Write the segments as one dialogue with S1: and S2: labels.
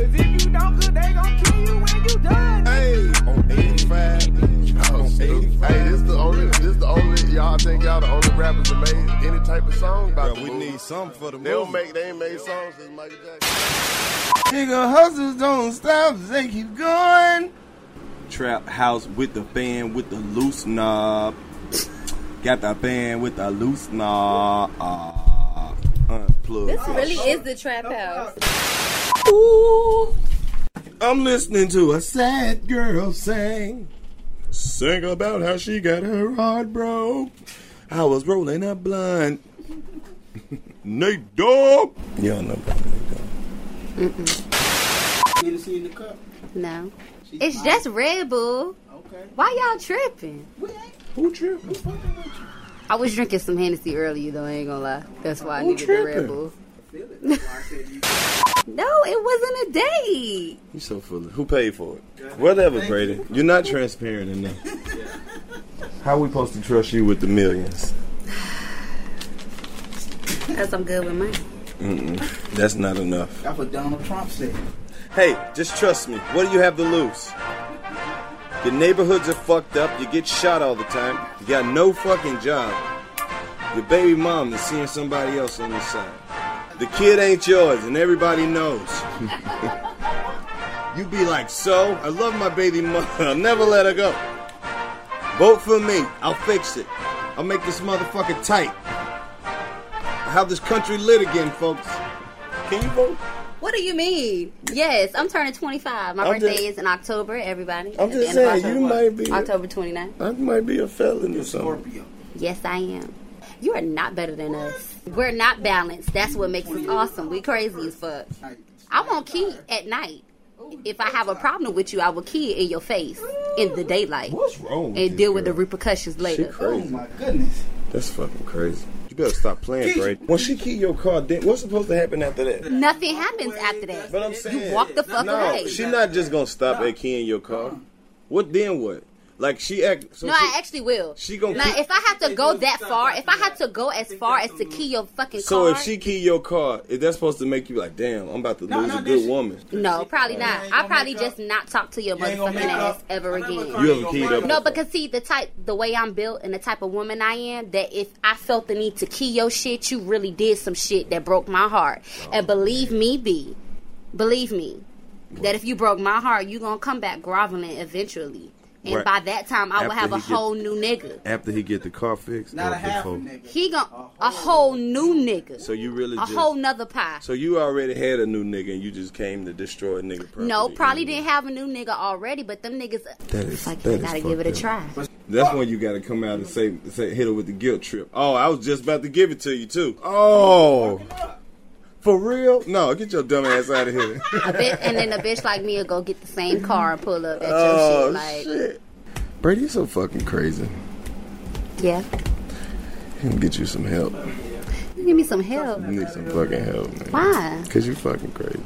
S1: Oh,
S2: trap house with the band with the loose knob. Got the band with the loose knob. Uh, unplugged.
S3: This really is the trap house.
S2: Ooh. I'm listening to a sad girl sing. Sing about how she got her heart broke. I was rolling a blunt. Nate Dog. Y'all know about Nate Dog.
S4: You ever seen the cup?
S3: No. It's just Red Bull. Okay. Why y'all tripping?
S4: Who tripping?
S3: I was drinking some Hennessy earlier though. I ain't gonna lie. That's why I Who needed tripping? the Red Bull. no, it wasn't a date.
S2: You so full. Of, who paid for it? Whatever, Brady. You're not transparent enough. How we supposed to trust you with the millions?
S3: That's I'm good with money.
S2: Mm-mm. That's not enough.
S4: That's what Donald Trump said.
S2: Hey, just trust me. What do you have to lose? Your neighborhoods are fucked up. You get shot all the time. You got no fucking job. Your baby mom is seeing somebody else on the side. The kid ain't yours, and everybody knows. you be like, so I love my baby mother. I'll never let her go. Vote for me. I'll fix it. I'll make this motherfucker tight. I have this country lit again, folks. Can you vote?
S3: What do you mean? Yes, I'm turning 25. My I'm birthday just, is in October, everybody.
S2: I'm just saying, October, you might be.
S3: October 29th.
S2: I might be a felon You're or something.
S3: Yes, I am. You are not better than us. We're not balanced. That's what makes us awesome. We crazy as fuck. I won't key at night. If I have a problem with you, I will key in your face in the daylight.
S2: What's wrong?
S3: and deal with the repercussions later.
S2: Oh
S4: my goodness.
S2: That's fucking crazy. You better stop playing, Gray. When she key your car, then what's supposed to happen after that?
S3: Nothing happens after that. But I'm saying, you walk the fuck
S2: no,
S3: away.
S2: She's not just gonna stop no. at keying your car. What then? What? Like she act. So
S3: no,
S2: she,
S3: I actually will.
S2: She gonna.
S3: Now, if I have to go that far, if I have to go as far as to key your fucking
S2: so
S3: car.
S2: if she key your car, is that supposed to make you like, damn, I'm about to lose no, a good woman?
S3: No, probably not. I probably just not talk to your motherfucking ass ever again.
S2: You ever keyed up?
S3: No, because see the type, the way I'm built and the type of woman I am, that if I felt the need to key your shit, you really did some shit that broke my heart. Oh, and believe man. me, B, believe me, that if you broke my heart, you gonna come back groveling eventually and
S2: Right.
S3: by that time I will
S2: After
S3: have a
S2: he get-
S3: whole new nigga.
S2: After he get the car fixed,
S4: Not
S2: or
S4: a half a
S2: before?
S4: nigga.
S3: He gon' a whole new nigga.
S2: So you really
S3: a
S2: just-
S3: whole nother pie.
S2: So you already had a new nigga and you just came to destroy a nigga. Property.
S3: no, probably didn't have a new nigga already, but them niggas
S2: That is-
S3: like
S2: that
S3: I
S2: is
S3: gotta give it a
S2: fucked
S3: try.
S2: up. That's when you got to come out and say, say, hit her with the guilt trip. Oh, I was just about to give it to you too. Oh, for real? No, get your dumb ass out of here.
S3: A bit, and then a bitch like me will go get the same car and pull up at your
S2: oh
S3: shit. Like,
S2: shit, Brady, you so fucking crazy.
S3: yeah,
S2: Can get you some help.
S3: you give me some help.
S2: You need some fucking help, man.
S3: Why?
S2: Cause you fucking crazy.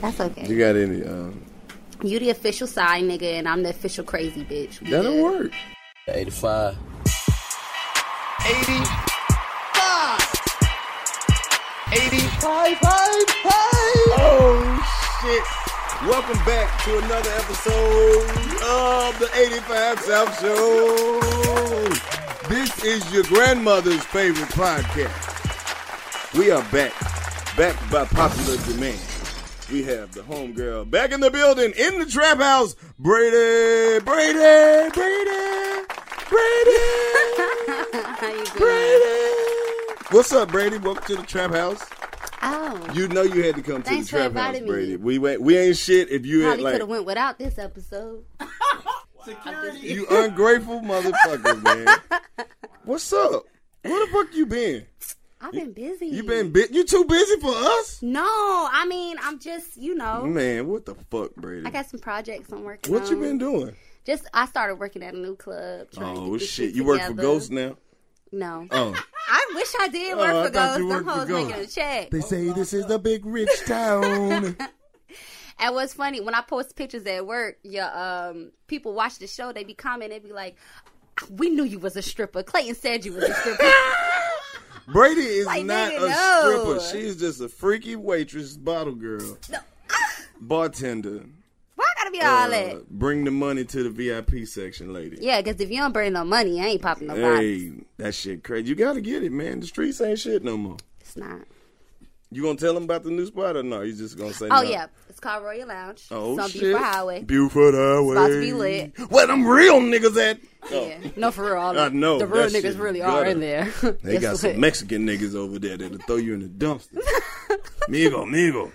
S3: That's
S2: You
S3: okay.
S2: got any? Um,
S3: You the official side nigga, and I'm the official crazy bitch. We good.
S2: that don't work.
S5: 85.
S2: 85, Oh, shit. Welcome back to another episode of the 85 South Show. This is your grandmother's favorite podcast. We are back, back by popular demand. We have the homegirl back in the building, in the trap house, Brady, Brady, Brady, Brady,
S3: How you doing?
S2: Brady. What's up, Brady? Welcome to the trap house.
S3: Oh,
S2: You know you had to come
S3: Thanks
S2: to
S3: for
S2: the trap house,
S3: inviting me.
S2: Brady. We went, we ain't shit if you had
S3: probably could
S2: like
S3: have went without this episode.
S4: Security.
S2: you ungrateful motherfucker, man. What's up? Where the fuck you been?
S3: I've been busy.
S2: You been bit? You too busy for us,
S3: No, I mean I'm just you know
S2: man. What the fuck, Brady?
S3: I got some projects I'm working on.
S2: Mm. what you been doing?
S3: Just I started working at a new club. Trying to
S2: Oh
S3: get this
S2: shit!
S3: shit
S2: You work for
S3: together.
S2: Ghost now.
S3: No,
S2: Oh,
S3: I wish I did work
S2: Oh, I
S3: for Ghost.
S2: thought you
S3: Them
S2: worked for
S3: hoes making a
S2: Ghost.
S3: check.
S2: they say this is the big rich town.
S3: And what's funny when I post pictures at work, your um people watch the show. They be commenting. They be like, "We knew you was a stripper." Clayton said you was a stripper.
S2: Brady is
S3: Like,
S2: not
S3: nigga,
S2: a
S3: no.
S2: stripper. She's just a freaky waitress, bottle girl, bartender.
S3: Why I gotta be all
S2: Uh,
S3: that?
S2: bring the money to the VIP section, lady.
S3: Eh. Yeah, because if you don't bring no money, I ain't popping no bottles.
S2: Hey, that shit crazy. You gotta get it, man. The streets ain't shit no more.
S3: It's not.
S2: You gonna tell them about the new spot or no? You just gonna say
S3: Oh
S2: no?
S3: yeah, it's called Royal Lounge.
S2: uh, Oh
S3: it's on
S2: shit.
S3: Beaufort Highway.
S2: Buford Highway.
S3: about to be lit.
S2: Where them real niggas at? Oh,
S3: Yeah. No, for real. All
S2: I know,
S3: The real
S2: that shit
S3: niggas really are
S2: gutter.
S3: in there.
S2: They got some Mexican niggas over there that'll throw you in the dumpster. migo, migo.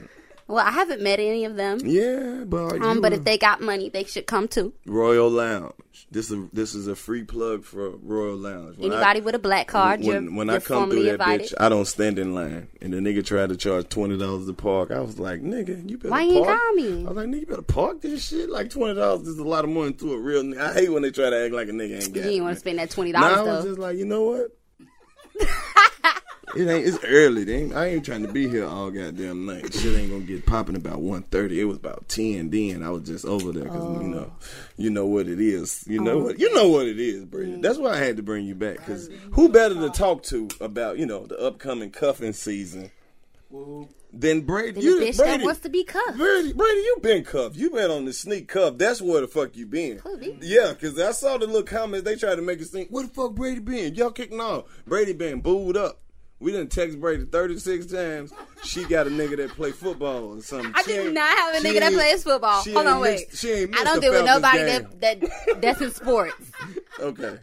S3: Well, I haven't met any of them.
S2: Yeah, but
S3: Um,
S2: you
S3: but
S2: a-
S3: if they got money, they should come too.
S2: Royal Lounge. This is this is a free plug for Royal Lounge. When I-
S3: Anybody with a black card,
S2: when,
S3: you're,
S2: when
S3: you're
S2: I come
S3: formally
S2: through that
S3: invited.
S2: bitch, I don't stand in line. And the nigga tried to charge twenty dollars to park. I was like, nigga, you better
S3: Why
S2: park.
S3: you ain't call me?
S2: I was like, nigga, you better park this shit. Like twenty dollars is a lot of money to a real. nigga. I hate when they try to act like a nigga ain't got.
S3: you
S2: it,
S3: ain't want
S2: man.
S3: to spend that twenty
S2: Nah,
S3: dollars
S2: I was
S3: though.
S2: just like, you know what? it ain't. It's early. They ain't, I ain't trying to be here all goddamn night. Shit ain't gonna get popping about 1.30. It was about ten then. I was just over there because you know,
S3: Oh.
S2: you know what it is. You know what you know what it is, Brady.
S3: Mm.
S2: That's why I had to bring you back because who better to talk to about you know the upcoming cuffing season than Brady?
S3: Then
S2: You-
S3: the bitch
S2: Brady,
S3: that wants to be cuffed.
S2: Brady, Brady, you been cuffed. You been on the sneak cuff. That's where the fuck you been.
S3: Who, me?
S2: Yeah, because I saw the little comments they tried to make us think, where the fuck Brady been? Y'all kicking off. Brady been booed up. We done text Brady 36 times. She got a nigga that play football or something.
S3: I
S2: She
S3: did
S2: ain't-
S3: not have a
S2: she
S3: nigga that
S2: ain't-
S3: plays football.
S2: she
S3: Hold
S2: ain't
S3: on,
S2: mixed-
S3: wait.
S2: She
S3: I
S2: ain't missed
S3: don't
S2: the
S3: deal with
S2: Falcons
S3: nobody
S2: game.
S3: that, that that's in sports.
S2: Okay.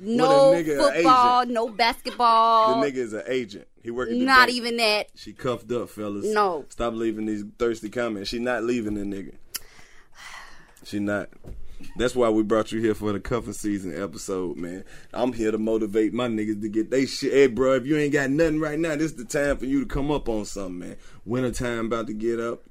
S3: No
S2: nigga, a
S3: football,
S2: agent.
S3: no
S2: The
S3: basketball,
S2: nigga is an agent. He working the
S3: Oh. not
S2: bank.
S3: even that.
S2: She cuffed up, fellas.
S3: No.
S2: Stop leaving these thirsty comments. She not leaving the nigga. She not. That's why we brought you here for the cuffing season episode, man. I'm here to motivate my niggas to get they shit. Hey, bro, if you ain't got nothing right now, this the time for you to come up on something, man. Wintertime about to get up.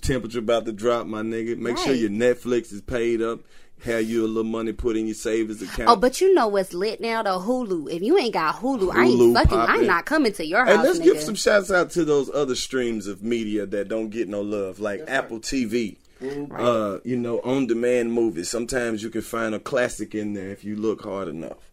S2: Temperature about to drop, my nigga. Make sure
S3: Right.
S2: your Netflix is paid up. Have you a little money put in your savings account.
S3: Oh, but you know what's lit now though? Hulu. If you ain't got Hulu, I
S2: Hulu
S3: ain't fucking.
S2: poppin'.
S3: I'm not coming to your
S2: Hey,
S3: house.
S2: let's
S3: nigga.
S2: give some shouts out to those other streams of media that don't get no love, like Apple TV.
S3: Mm-hmm.
S2: Uh, you know, on demand movies. Sometimes you can find a classic in there if you look hard enough.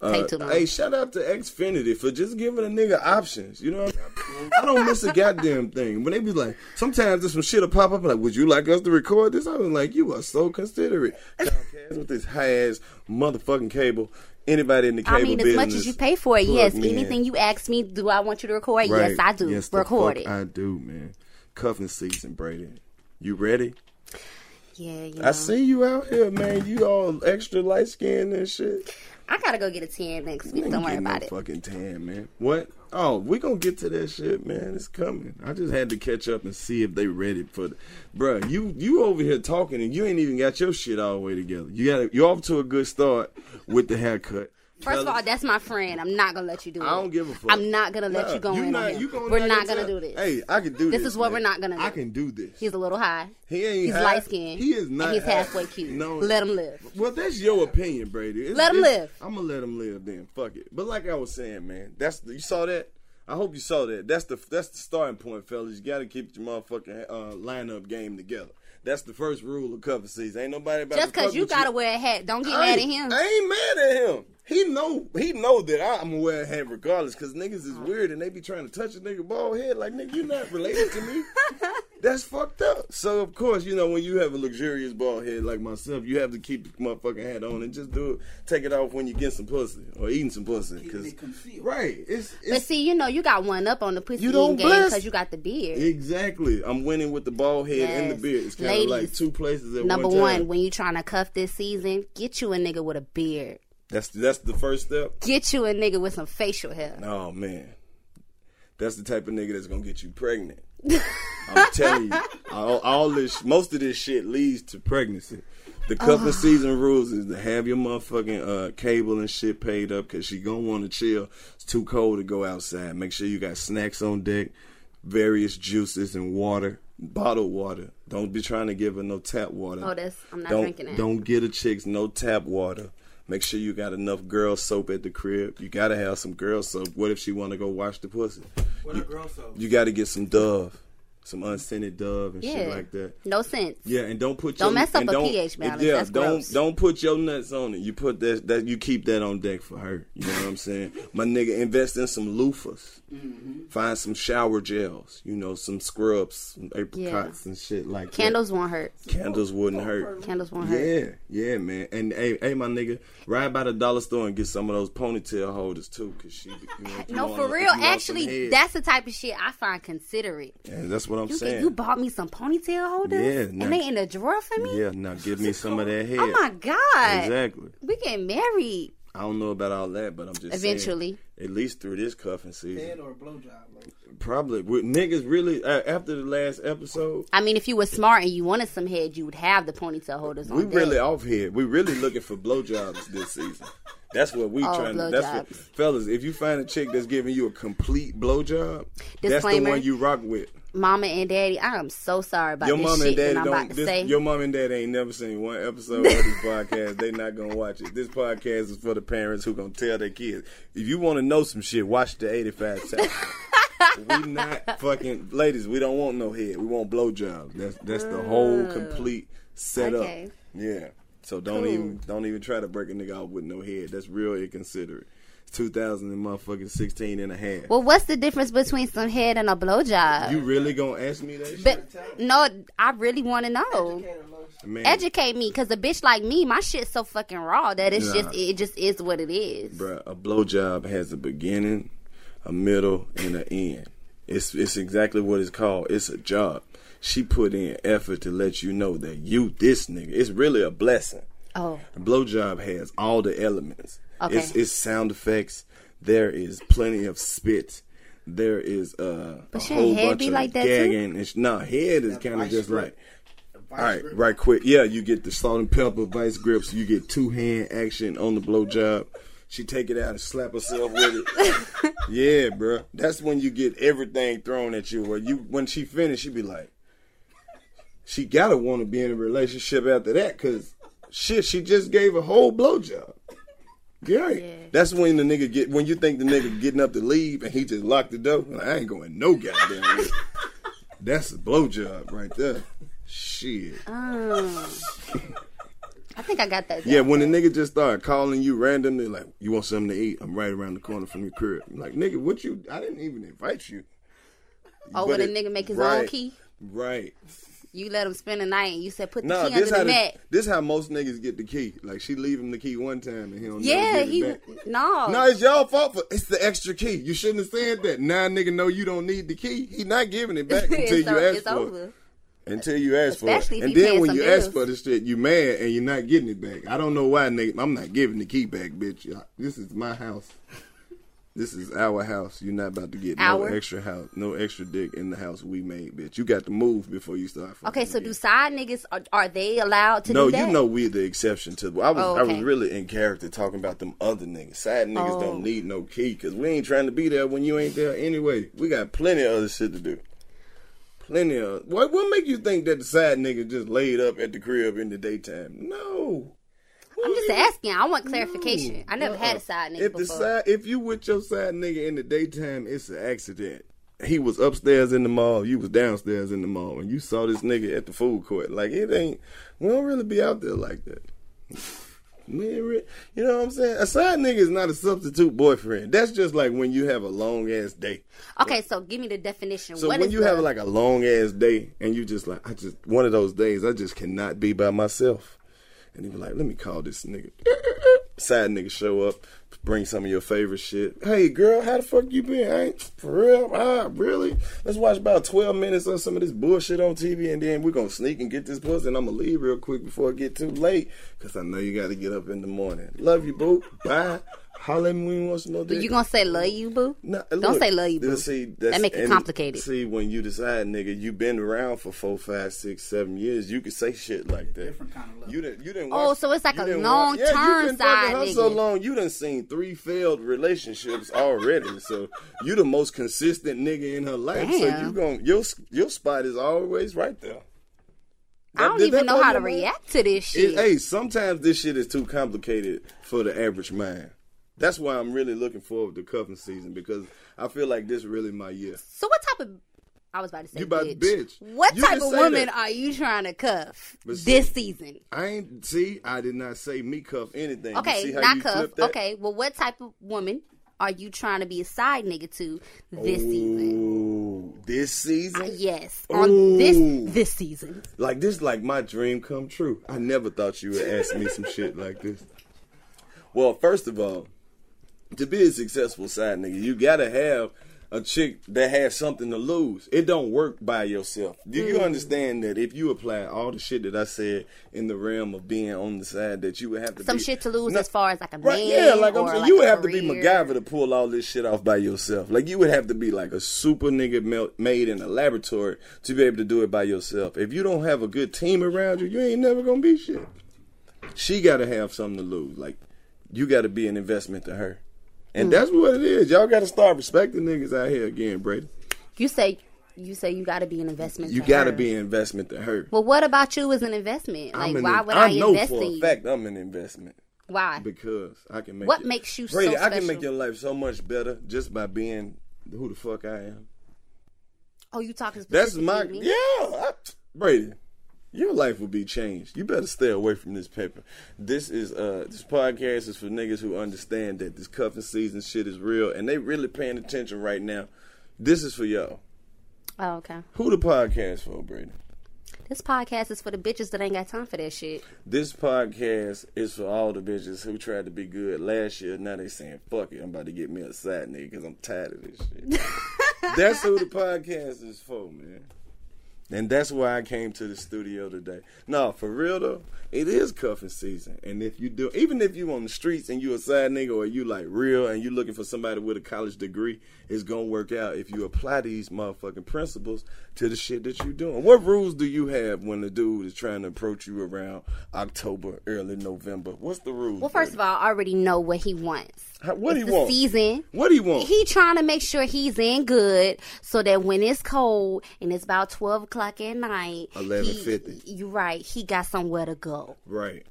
S2: Uh,
S3: Take too long.
S2: Hey, shout out to Xfinity for just giving a nigga options. You know what I
S3: Mm-hmm.
S2: mean? I don't miss a goddamn thing. When they be like, sometimes there's some shit will pop up like, would you like us to record this? I was like, you are so considerate. Comcast with this high ass motherfucking cable. Anybody in the cable
S3: I mean, as
S2: business.
S3: much as you pay for it,
S2: plug
S3: yes.
S2: me in.
S3: Anything you ask me, do I want you to record?
S2: Right.
S3: Yes, I do.
S2: Yes, the
S3: record
S2: fuck
S3: it.
S2: I do, man. Cuffing season, Brady. You ready?
S3: Yeah, you know.
S1: I see you out here, man. You all extra light skinned and shit.
S3: I gotta go get a tan next week. Don't worry
S1: Ain't getting no
S3: about it.
S1: Fucking tan, man. What? Oh, we gonna get to that shit, man. It's coming. I just had to catch up and see if they ready for the Bruh, you you over here talking and you ain't even got your shit all the way together. You got you off to a good start with the haircut.
S3: First of all, that's my friend. I'm not gonna let you do it.
S1: I don't give a fuck.
S3: I'm not gonna let
S1: Nah,
S3: you go in on
S1: not-
S3: him.
S1: you gonna
S3: We're
S1: knock
S3: not
S1: it
S3: gonna
S1: down.
S3: do this.
S1: Hey, I can do this.
S3: This is what
S1: man.
S3: we're not gonna
S1: I
S3: do.
S1: can do this.
S3: He's a little high.
S1: He ain't
S3: He's
S1: half-
S3: light skinned.
S1: He is not.
S3: And he's
S1: half-
S3: halfway cute.
S1: No.
S3: Let him live.
S1: Well, that's your opinion, Brady. It's-
S3: Let him
S1: it's-
S3: live.
S1: I'm gonna let him live then. Fuck it. But like I was saying, man, that's the, you saw that. I hope you saw that. That's the that's the starting point, fellas. You got to keep your motherfucking uh, lineup game together. That's the first rule of cover season. Ain't nobody about
S3: Just
S1: to
S3: cause
S1: fuck
S3: you
S1: with
S3: gotta wear a hat, don't get
S1: I
S3: mad at
S1: ain't-
S3: him.
S1: I ain't mad at him. He know he know that I'm gonna wear a hat regardless, cause niggas is weird and they be trying to touch a nigga bald head like nigga you not related to me. That's fucked up. So of course you know when you have a luxurious bald head like myself, you have to keep the motherfucking hat on and just do it. Take it off when you get some pussy or eating some pussy, cause right. It's,
S3: But
S1: it's
S3: see, you know, you got one up on the pussy
S1: You
S3: eating
S1: don't
S3: game
S1: bless-
S3: because you got the beard.
S1: exactly. I'm winning with the bald head and the
S3: Yes.
S1: beard. It's kind of
S3: Ladies,
S1: like two places at
S3: Number
S1: one
S3: one,
S1: time.
S3: when you trying to cuff this season, get you a nigga with a beard.
S1: That's that's the first step.
S3: Get you a nigga with some facial hair.
S1: Oh man, that's the type of nigga that's gonna get you pregnant. I'm telling you, all, all this, most of this shit leads to pregnancy. The couple season rules is to have your motherfucking uh, cable and shit paid up because she gonna want to chill. It's too cold to go outside. Make sure you got snacks on deck, various juices and water, bottled water. Don't be trying to give her no tap water.
S3: Oh, that's- I'm not
S1: don't,
S3: drinking that.
S1: Don't get a chick's no tap water. Make sure you got enough girl soap at the crib. You gotta have some girl soap. What if she wanna go wash the pussy?
S2: What a girl so.
S1: You gotta get some Dove, some unscented Dove and shit
S3: Yeah.
S1: like that.
S3: No sense.
S1: Yeah, and don't put
S3: Don't
S1: your,
S3: mess up
S1: and
S3: a
S1: don't,
S3: pH balance.
S1: Yeah,
S3: That's
S1: don't
S3: gross.
S1: don't put your nuts on it. You put that that you keep that on deck for her. You know what I'm saying? My nigga, invest in some loofahs.
S3: Mm-hmm.
S1: Find some shower gels. You know, some scrubs, some apricots and shit like
S3: Candles won't hurt.
S1: that. Candles wouldn't hurt.
S3: Candles won't hurt.
S1: Yeah, yeah, man. And hey, hey, my nigga, ride by the dollar store and get some of those ponytail holders too, cause she. You know, if you
S3: No,
S1: want-
S3: for
S1: if
S3: real.
S1: you want some
S3: Actually,
S1: head.
S3: that's the type of shit I find considerate.
S1: Yeah, that's what I'm
S3: You
S1: saying.
S3: get, you bought me some ponytail holders,
S1: Yeah, nah.
S3: and they in the drawer for me.
S1: yeah, now give me some of that head.
S3: Oh my god!
S1: Exactly.
S3: We getting married.
S1: I don't know about all that, but I'm just saying,
S3: Eventually.
S1: at least through this cuffing season,
S2: or a blowjob. Like,
S1: probably with niggas really uh, after the last episode.
S3: I mean, if you were smart and you wanted some head, you would have the ponytail holders.
S1: We
S3: on
S1: really
S3: deck.
S1: off here. We really looking for blowjobs this season. That's what we
S3: Oh,
S1: trying to. That's what,
S3: blowjobs.
S1: fellas. If you find a chick that's giving you a complete blowjob, that's the
S3: Disclaimer.
S1: one you rock with.
S3: Mama and Daddy, I am so sorry about
S1: Your
S3: this
S1: mom
S3: shit
S1: and daddy
S3: that I'm
S1: don't.
S3: about to
S1: this-
S3: say.
S1: your mom and dad ain't never seen one episode of this podcast. They not gonna watch it. This podcast is for the parents who gonna tell their kids. If you want to know some shit, watch the eighty five South. we not fucking ladies. We don't want no head. We want blowjobs. That's that's the whole complete setup.
S3: Okay.
S1: Yeah. So don't even don't even try to break a nigga out with no head. That's real inconsiderate. It's 2000 and motherfucking 16 and a half.
S3: well, what's the difference between some head and a blowjob?
S1: you really gonna ask me that shit?
S3: but no, I really want to know.
S1: Man,
S3: Educate me, cause a bitch like me, my shit's so fucking raw that it's
S1: Nah.
S3: just it just is what it is.
S1: Bruh, a blowjob has a beginning, a middle, and an end. It's it's exactly what it's called. It's a job. She put in effort to let you know that you this nigga. It's really a blessing.
S3: Oh,
S1: A blowjob has all the elements.
S3: Okay.
S1: It's it's sound effects. There is plenty of spit. There is uh,
S3: But
S1: a
S3: shouldn't
S1: whole
S3: head
S1: bunch
S3: be
S1: of
S3: like that too?
S1: gagging. And sh- nah, head is kind of
S2: vice
S1: just
S2: grip.
S1: like all right, right quick. Yeah, you get the salt and pepper vice grips. You get two hand action on the blowjob. She take it out and slap herself with it. yeah, bruh. That's when you get everything thrown at you. Where you when she finished, she be like, she gotta want to be in a relationship after that because shit, she just gave a whole blowjob. Yeah. That's when the nigga get when you think the nigga getting up to leave and he just locked the door. Like, I ain't going no goddamn. way. That's a blowjob right there. Shit.
S3: Oh, I think I got that.
S1: Yeah, when the nigga just started calling you randomly, like, you want something to eat? I'm right around the corner from your crib. I'm like, nigga, what you? I didn't even invite you.
S3: Oh,
S1: But
S3: when a
S1: it-
S3: nigga make his own
S1: right.
S3: key,
S1: Right.
S3: you let him spend the night, and you said put the
S1: Nah,
S3: key
S1: this
S3: under the
S1: how the-
S3: mat.
S1: this how most niggas get the key. Like she leave him the key one time and he don't. never
S3: Yeah,
S1: get it
S3: he
S1: back.
S3: no.
S1: No, it's y'all fault for it's the extra key. You shouldn't have said that. Now nigga know you don't need the key. He not giving it back until
S3: It's
S1: you
S3: o-
S1: ask
S3: it's
S1: for it.
S3: over.
S1: Until you ask for it,
S3: Especially if
S1: and
S3: you
S1: then
S3: paying
S1: when
S3: some
S1: you ask
S3: bills.
S1: for this shit, you mad and you're not getting it back. I don't know why, nigga. I'm not giving the key back, bitch. I- This is my house. This is our house. You're not about to get
S3: Our?
S1: no extra house, no extra dick in the house we made, bitch. You got to move before you start. fucking
S3: Okay, so
S1: again.
S3: do side niggas are, are they allowed to
S1: No,
S3: do that?
S1: you know we're the exception to. I was
S3: Oh,
S1: I was
S3: okay. Oh.
S1: really in character talking about them other niggas. Side niggas don't need no key because we ain't trying to be there when you ain't there anyway. We got plenty of other shit to do. Plenty of what? What make you think that the side nigga just laid up at the crib in the daytime? No.
S3: I'm just asking. I want clarification. I never had a side nigga
S1: Uh-uh. If
S3: before.
S1: the side, if you with your side nigga in the daytime, it's an accident. He was upstairs in the mall, you was downstairs in the mall, and you saw this nigga at the food court. Like it ain't, we don't really be out there like that. Man, re- you know what I'm saying? A side nigga is not a substitute boyfriend. That's just like when you have a long ass day.
S3: okay, so give me the definition.
S1: So
S3: What
S1: when
S3: is
S1: you
S3: the-
S1: have like a long ass day and you just like, I just one of those days, I just cannot be by myself. And he be like, let me call this nigga. Side nigga show up, bring some of your favorite shit. Hey girl, how the fuck you been? I ain't for real. Ah, really? Let's watch about twelve minutes of some of this bullshit on TV, and then we're gonna sneak and get this pussy. And I'm gonna leave real quick before it get too late, cause I know you gotta get up in the morning. Love you, boo. Bye. Holla at me when you want some more dick.
S3: you gonna say love you, boo?
S1: No,
S3: Don't
S1: look,
S3: say love you, boo.
S1: See, that's,
S3: that make it
S1: and
S3: complicated.
S1: See, when you decide, nigga, you been around for four, five, six, seven years, you can say shit like that. Different kind of love. You didn't. You didn't.
S3: Oh,
S1: watch-
S3: so it's like
S1: you
S3: a
S1: done watch- Yeah,
S3: long-term
S1: you been fucking
S3: side
S1: her so
S3: nigga.
S1: long. You done seen three failed relationships already. so you the most consistent nigga in her life. So
S3: Damn.
S1: you gon' your your spot is always right there.
S3: I don't
S1: Did that
S3: even know
S1: throw
S3: how
S1: you
S3: to
S1: off?
S3: react to this
S1: It-
S3: shit.
S1: hey, sometimes this shit is too complicated for the average man. That's why I'm really looking forward to cuffing season because I feel like this really my year.
S3: so what type of? I was about to say
S1: You about to bitch.
S3: What
S1: You
S3: type
S1: just
S3: of
S1: say
S3: woman
S1: that.
S3: are you trying to cuff
S1: But
S3: this season?
S1: I ain't see. I did not say me cuff anything. You
S3: Okay,
S1: see how
S3: not
S1: you
S3: cuff.
S1: flipped that?
S3: Okay, well, what type of woman are you trying to be a side nigga to this
S1: Oh.
S3: season?
S1: Ooh, this season,
S3: Yes, on
S1: Ooh.
S3: this this season.
S1: like this, like my dream come true. I never thought you would ask me some shit like this. Well, first of all, to be a successful side nigga, you gotta have a chick that has something to lose. It don't work by yourself. Do
S3: Mm-hmm.
S1: you understand that if you apply all the shit that I said in the realm of being on the side, that you would have to
S3: Some
S1: be-
S3: shit to lose
S1: No-
S3: as far as like a
S1: Right,
S3: man.
S1: yeah, like I'm
S3: or
S1: saying,
S3: like
S1: you
S3: a
S1: would have to be
S3: career.
S1: MacGyver to pull all this shit off by yourself. Like you would have to be like a super nigga mel- made in a laboratory to be able to do it by yourself. If you don't have a good team around you, you ain't never gonna be shit. She gotta have something to lose. Like you gotta be an investment to her,
S3: Hmm.
S1: and that's what it is. Y'all gotta start respecting niggas out here again, Brady.
S3: You say you say you got to be an investment.
S1: You
S3: to
S1: gotta
S3: her.
S1: be an investment to her.
S3: Well, what about you as an investment? Like,
S1: I'm an
S3: why
S1: in-
S3: would
S1: I
S3: I,
S1: know
S3: invest in
S1: for a
S3: you?
S1: fact I'm an investment.
S3: Why?
S1: Because I can make
S3: What
S1: your-
S3: makes you so
S1: Brady, I can
S3: special?
S1: make your life so much better just by being who the fuck I am.
S3: Oh, you talking
S1: That's
S3: specifically
S1: my
S3: to me?
S1: yeah, I, Brady. Your life will be changed. You better stay away from this paper. This is uh this podcast is for niggas who understand that this cuffing season shit is real and they really paying attention right now. This is for y'all.
S3: Oh, okay.
S1: Who the podcast for, Brady?
S3: This podcast is for the bitches that ain't got time for that shit.
S1: This podcast is for all the bitches who tried to be good last year. Now they saying, fuck it, I'm about to get me a side nigga because I'm tired of this shit. that's who the podcast is for, man. And that's why I came to the studio today. No, for real though, it is cuffing season. And if you do, even if you on the streets and you a side nigga or you like real and you looking for somebody with a college degree, it's gonna work out if you apply these motherfucking principles to the shit that you doing. What rules do you have when the dude is trying to approach you around October, early November? What's the rules?
S3: Well, first of all, I already know what he wants.
S1: How- what
S3: it's
S1: he
S3: the
S1: want?
S3: Season.
S1: What he want?
S3: He trying to make sure he's in good, so that when it's cold and it's about twelve o'clock at night, he-
S1: 11:50.
S3: You right? He got somewhere to go,
S1: right.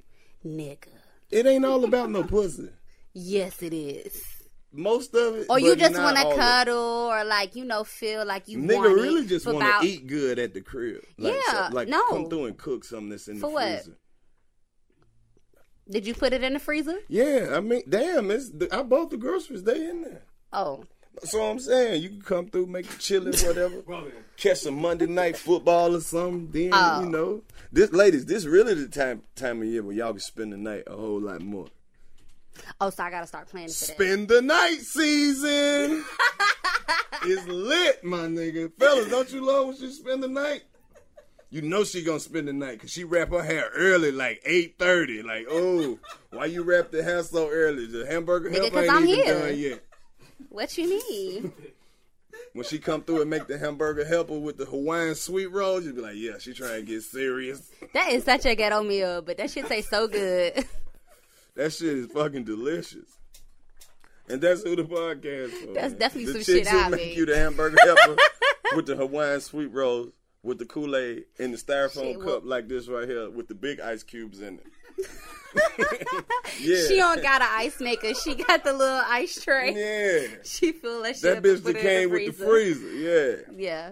S3: nigga.
S1: It ain't all about no pussy.
S3: Yes, it is.
S1: Most of it.
S3: Or Oh, you
S1: but
S3: just
S1: not
S3: want to
S1: all of it.
S3: cuddle, or like you know, feel like you
S1: Nigga
S3: want
S1: really
S3: it
S1: just
S3: for
S1: want
S3: about-
S1: to eat good at the crib. Like,
S3: Yeah,
S1: so- like
S3: no.
S1: come through and cook something that's in
S3: For
S1: the
S3: what?
S1: freezer.
S3: Did you put it in the freezer?
S1: Yeah, I mean, damn, it's the, I bought the groceries. They in there.
S3: Oh,
S1: So I'm saying you can come through, make the chili, whatever. Catch some Monday night football or something. Then
S3: Oh.
S1: you know, this ladies, this really the time time of year where y'all can spend the night a whole lot more.
S3: oh, so I gotta start planning for that.
S1: Spend the night season. it's lit, my nigga. Fellas, don't you love when you spend the night? You know she gonna spend the night because she wrap her hair early, like eight thirty. Like, oh, why you wrap the hair so early? The hamburger helper
S3: Because
S1: ain't
S3: I'm
S1: even
S3: here.
S1: done yet.
S3: What you mean?
S1: When she come through and make the hamburger helper with the Hawaiian sweet roll, you be like, yeah, she trying to get serious.
S3: that is such a ghetto meal, but that shit tastes so good.
S1: That shit is fucking delicious. And that's who the podcast for.
S3: That's
S1: man.
S3: definitely
S1: the
S3: some
S1: chicks
S3: shit
S1: who
S3: I
S1: make
S3: made.
S1: you the hamburger helper with the Hawaiian sweet rolls, with the Kool Aid in the styrofoam
S3: Shit,
S1: cup
S3: well-
S1: like this right here, with the big ice cubes in it. yeah,
S3: She don't got an ice maker. She got the little ice tray.
S1: yeah.
S3: She feel that shit.
S1: That
S3: up and
S1: bitch
S3: put
S1: that
S3: it in
S1: came with the freezer. Yeah,
S3: Yeah.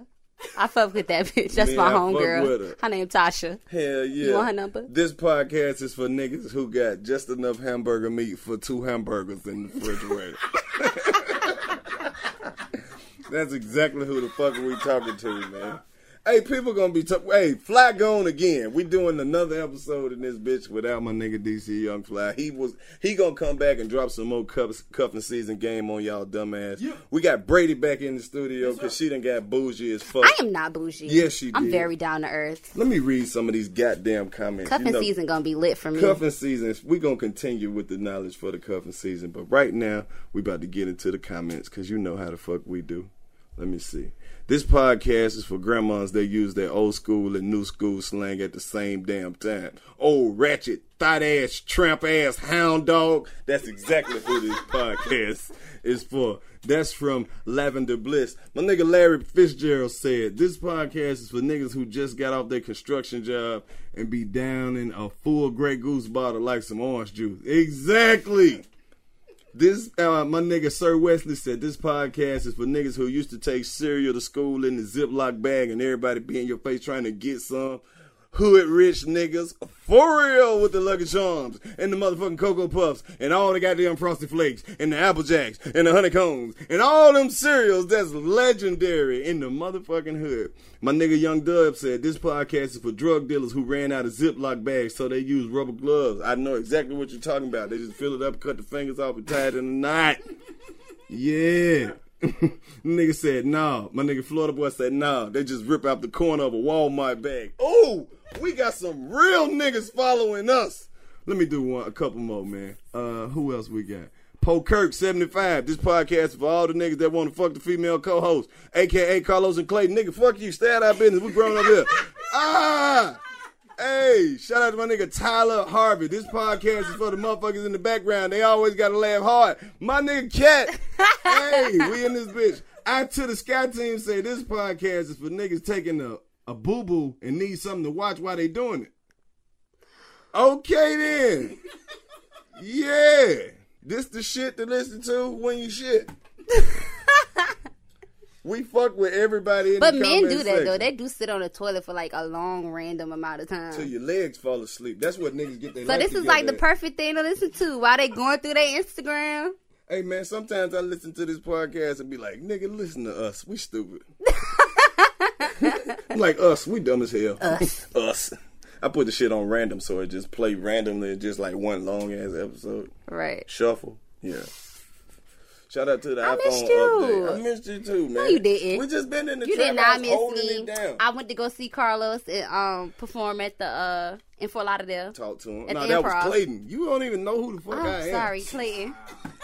S3: I fuck with that bitch. That's
S1: Man,
S3: my
S1: I fuck with
S3: homegirl.
S1: her.
S3: Her. name Tasha.
S1: hell yeah.
S3: want her number?
S1: This podcast is for niggas who got just enough hamburger meat for two hamburgers in the refrigerator. That's exactly who the fuck we talking to, man. Hey, people gonna be talking. Hey, Fly gone again. We doing another episode in this bitch without my nigga DC Young Fly. He was he gonna come back and drop some more cuffs, cuffing season game on y'all dumbass. We got Brady back in the studio because she done got bougie as fuck.
S3: I am not bougie.
S1: Yes, she
S3: I'm
S1: did.
S3: very down to earth.
S1: Let me read some of these goddamn comments.
S3: Cuffing
S1: You know,
S3: season gonna be lit for me.
S1: Cuffing season. We're gonna continue with the knowledge for the cuffing season, but right now we about to get into the comments because you know how the fuck we do. Let me see. This podcast is for grandmas that use their old school and new school slang at the same damn time. Old ratchet, thought ass, tramp ass, hound dog. That's exactly who this podcast is for. That's from Lavender Bliss. My nigga Larry Fitzgerald said, This podcast is for niggas who just got off their construction job and be down in a full Grey Goose bottle like some orange juice. Exactly. This uh, my nigga Sir Wesley said this podcast is for niggas who used to take cereal to school in the Ziploc bag and everybody be in your face trying to get some. Hood rich niggas for real with the Lucky Charms and the motherfucking Cocoa Puffs and all the goddamn Frosty Flakes and the Apple Jacks and the Honeycombs and all them cereals that's legendary in the motherfucking hood. My nigga Young Dub said this podcast is for drug dealers who ran out of Ziploc bags so they use rubber gloves. I know exactly what you're talking about. They just fill it up, cut the fingers off, and tie it in a knot. Yeah. nigga said, no. My nigga Florida boy said, no. They just rip out the corner of a Walmart bag. Oh, we got some real niggas following us. Let me do one, a couple more, man. Uh, who else we got? Poe Kirk, 75. This podcast is for all the niggas that want to fuck the female co-host, a.k.a. Carlos and Clayton. Nigga, fuck you. Stay out of our business. We grown up here. ah! Hey, shout out to my nigga Tyler Harvey. This podcast is for the motherfuckers in the background. They always gotta laugh hard. My nigga Cat. hey, we in this bitch. I to the Sky Team say this podcast is for niggas taking a, a boo boo and need something to watch while they doing it. Okay then. Yeah. This the shit to listen to when you shit. we fuck with everybody in
S3: but
S1: the
S3: men
S1: comment
S3: do that though.
S1: section.
S3: They do sit on the toilet for like a long random amount of time.
S1: Till your legs fall asleep. That's what niggas get their
S3: so
S1: life
S3: this is
S1: together
S3: like the
S1: at.
S3: perfect thing to listen to while they going through their Instagram.
S1: Hey man, sometimes I listen to this podcast and be like, nigga, listen to us. We stupid. I'm like us, we dumb as hell. Us. us. I put the shit on random so it just play randomly, just like one long ass episode.
S3: Right.
S1: Shuffle. Yeah. Shout out to the
S3: I
S1: iPhone
S3: missed you.
S1: update. I missed you too, man.
S3: No, you didn't.
S1: We just been in the
S3: You
S1: trap
S3: did
S1: house
S3: not miss
S1: holding
S3: me.
S1: it down.
S3: I went to go see Carlos and um perform at the uh in Fort Lauderdale.
S1: Talk to him.
S3: At
S1: No,
S3: the
S1: that was
S3: improv.
S1: Clayton. You don't even know who the fuck
S3: Oh,
S1: I am.
S3: sorry, Clayton.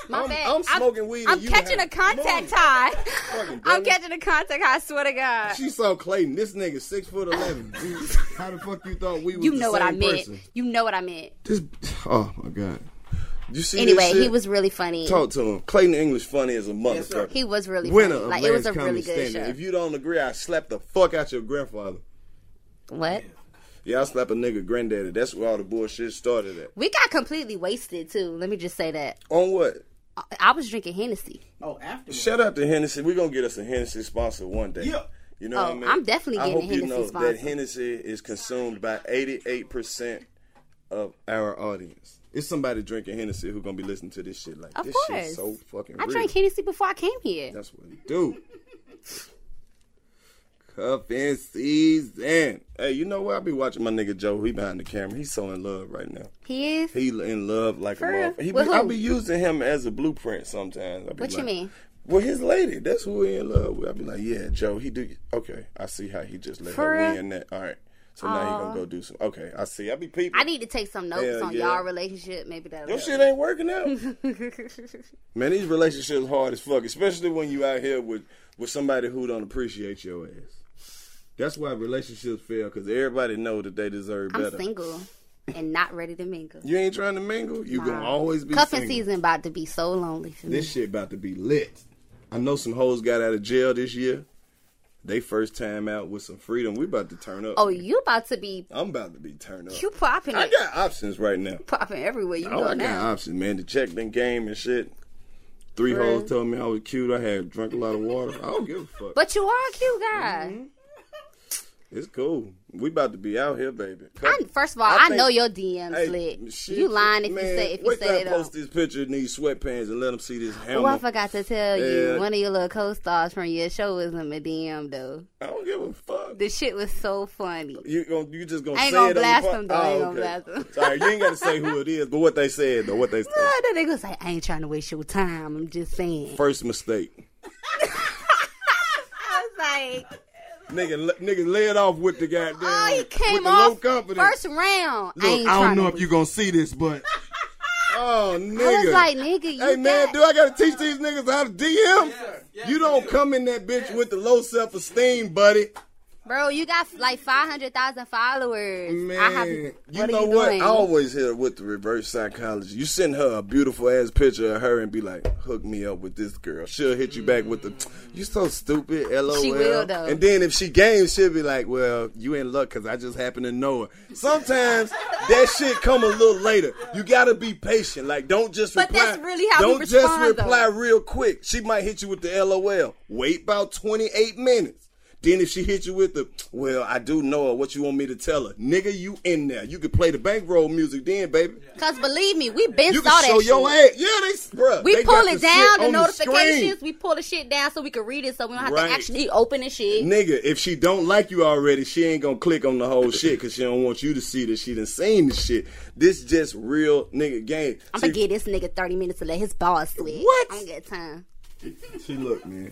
S3: My
S1: I'm-
S3: bad.
S1: I'm smoking weed
S3: I'm
S1: and you
S3: catching
S1: have-
S3: a contact
S1: Come
S3: high.
S1: Fucking
S3: I'm
S1: dummy.
S3: catching a contact high. I swear to God.
S1: She saw Clayton. This nigga six foot eleven. You- How the fuck you thought we was
S3: you
S1: the
S3: know what
S1: same
S3: I meant.
S1: person?
S3: You know what I meant.
S1: This, oh my god. You see? this
S3: Anyway,
S1: shit?
S3: he was really funny.
S1: Talk to him. Clayton English funny as a motherfucker.
S3: He was really
S1: Winner
S3: funny.
S1: of
S3: Like it was
S1: Last
S3: a really
S1: Comic
S3: good
S1: Standing.
S3: show.
S1: If you don't agree, I slap the fuck out your grandfather.
S3: what?
S1: Yeah, I slap a nigga granddaddy. That's where all the bullshit started at.
S3: We got completely wasted too. Let me just say that.
S1: On what?
S3: I, I was drinking Hennessy.
S6: Oh, after.
S1: Shout out to Hennessy. We're gonna get us a Hennessy sponsor one day.
S6: Yeah.
S1: You know
S3: Oh,
S1: what I mean?
S3: I'm definitely
S1: I
S3: getting
S1: hope
S3: a
S1: you
S3: Hennessy
S1: know
S3: sponsor.
S1: that Hennessy is consumed by 88% of our audience. It's somebody drinking Hennessy who's gonna be listening to this shit like
S3: Of
S1: this
S3: course.
S1: shit's so fucking
S3: I
S1: real.
S3: drank Hennessy before I came here.
S1: That's what it do. Cuffing season. Hey, you know what? I be watching my nigga Joe. He behind the camera. He's so in love right now.
S3: He is.
S1: He in love like
S3: For
S1: a
S3: real?
S1: motherfucker. He be-
S3: With who?
S1: I be using him as a blueprint sometimes. I be
S3: What you
S1: like-
S3: mean?
S1: Well, his lady. That's who we in love with. I be like, yeah, Joe. He do. Okay, I see how he just let
S3: For
S1: her
S3: real?
S1: win that. All right, So now you gonna go do some. Okay, I see. I be people.
S3: I need to take some notes
S1: Hell
S3: on
S1: yeah.
S3: y'all relationship. Maybe that.
S1: Your shit ain't working out. Man, these relationships hard as fuck, especially when you out here with with somebody who don't appreciate your ass. That's why relationships fail because everybody know that they deserve
S3: I'm
S1: better.
S3: single and not ready to mingle.
S1: You ain't trying to mingle. You gonna always be
S3: Cuffing
S1: single.
S3: season about to be so lonely for me.
S1: This shit about to be lit. I know some hoes got out of jail this year. They first time out with some freedom. We about to turn up.
S3: oh, you about to be
S1: I'm about to be turned up.
S3: you popping
S1: I
S3: it,
S1: got options right now.
S3: popping everywhere you
S1: Oh,
S3: go
S1: I got
S3: now.
S1: options, man. The check then game and shit. Three hoes told me I was cute. I had drunk a lot of water. I don't give a fuck.
S3: But you are a cute guy.
S1: Mm-hmm. it's cool. We about to be out here, baby.
S3: I, first of all, I,
S1: think-
S3: know your DMs
S1: Hey,
S3: lit.
S1: shit,
S3: you lying if
S1: man,
S3: you say if you
S1: wait till
S3: say
S1: I
S3: it.
S1: post this picture in these sweatpants and let them see this hammer.
S3: Oh, I forgot to tell you,
S1: Yeah.
S3: one of your little co-stars from your show was in my DM though.
S1: I don't give a fuck.
S3: The shit was so funny.
S1: You gon' you just gonna
S3: I ain't
S1: say
S3: gonna
S1: it on
S3: blast
S1: the pod-
S3: them, though. I ain't
S1: Oh,
S3: gonna
S1: okay.
S3: blast them.
S1: Sorry, you ain't gotta say who it is, but what they said though, what they said.
S3: Ah, that nigga was like, I ain't trying to waste your time. I'm just saying.
S1: First mistake,
S3: I was like,
S1: nigga, le- nigga, lay it off with the goddamn.
S3: oh, he
S1: with
S3: came
S1: the low
S3: off
S1: confidence.
S3: first round. I,
S1: Look,
S3: ain't
S1: I
S3: trying
S1: don't know
S3: to
S1: if you gonna see this, but oh nigga.
S3: I was like, nigga, you
S1: Hey man,
S3: got-
S1: do I gotta teach these niggas how to DM? you don't come in that bitch with the low self esteem, buddy.
S3: bro, you got like five hundred thousand followers.
S1: Man,
S3: I have,
S1: you
S3: what
S1: know
S3: are you
S1: what?
S3: Doing?
S1: I always hit her with the reverse psychology. You send her a beautiful ass picture of her and be like, "Hook me up with this girl." She'll hit you back with the, "You so stupid." LOL.
S3: Mm. She will, though.
S1: And then if she game, she'll be like, "Well, you in luck because I just happen to know her." Sometimes that shit come a little later. You gotta be patient. Like, don't just
S3: But
S1: reply.
S3: that's really how we
S1: don't just
S3: respond, though.
S1: reply real quick. She might hit you with the LOL. Wait about 28 minutes. Then if she hit you with the, well, I do know her. What you want me to tell her? Nigga, you in there. You can play the bankroll music then, baby.
S3: Cause believe me, we been
S1: You
S3: saw
S1: can show
S3: that
S1: your
S3: shit.
S1: ass. Yeah, they, bruh.
S3: We
S1: they
S3: pull
S1: got
S3: it
S1: the
S3: down,
S1: shit
S3: the
S1: on
S3: notifications.
S1: screen.
S3: we pull the shit down so we can read it, so we don't have
S1: Right.
S3: to actually open the shit.
S1: Nigga, if she don't like you already, she ain't gonna click on the whole shit because she don't want you to see that she done seen the shit. This just real nigga game.
S3: I'm
S1: See,
S3: gonna give this nigga 30 minutes to let his balls sweat.
S1: What?
S3: I don't get time.
S1: She look, man.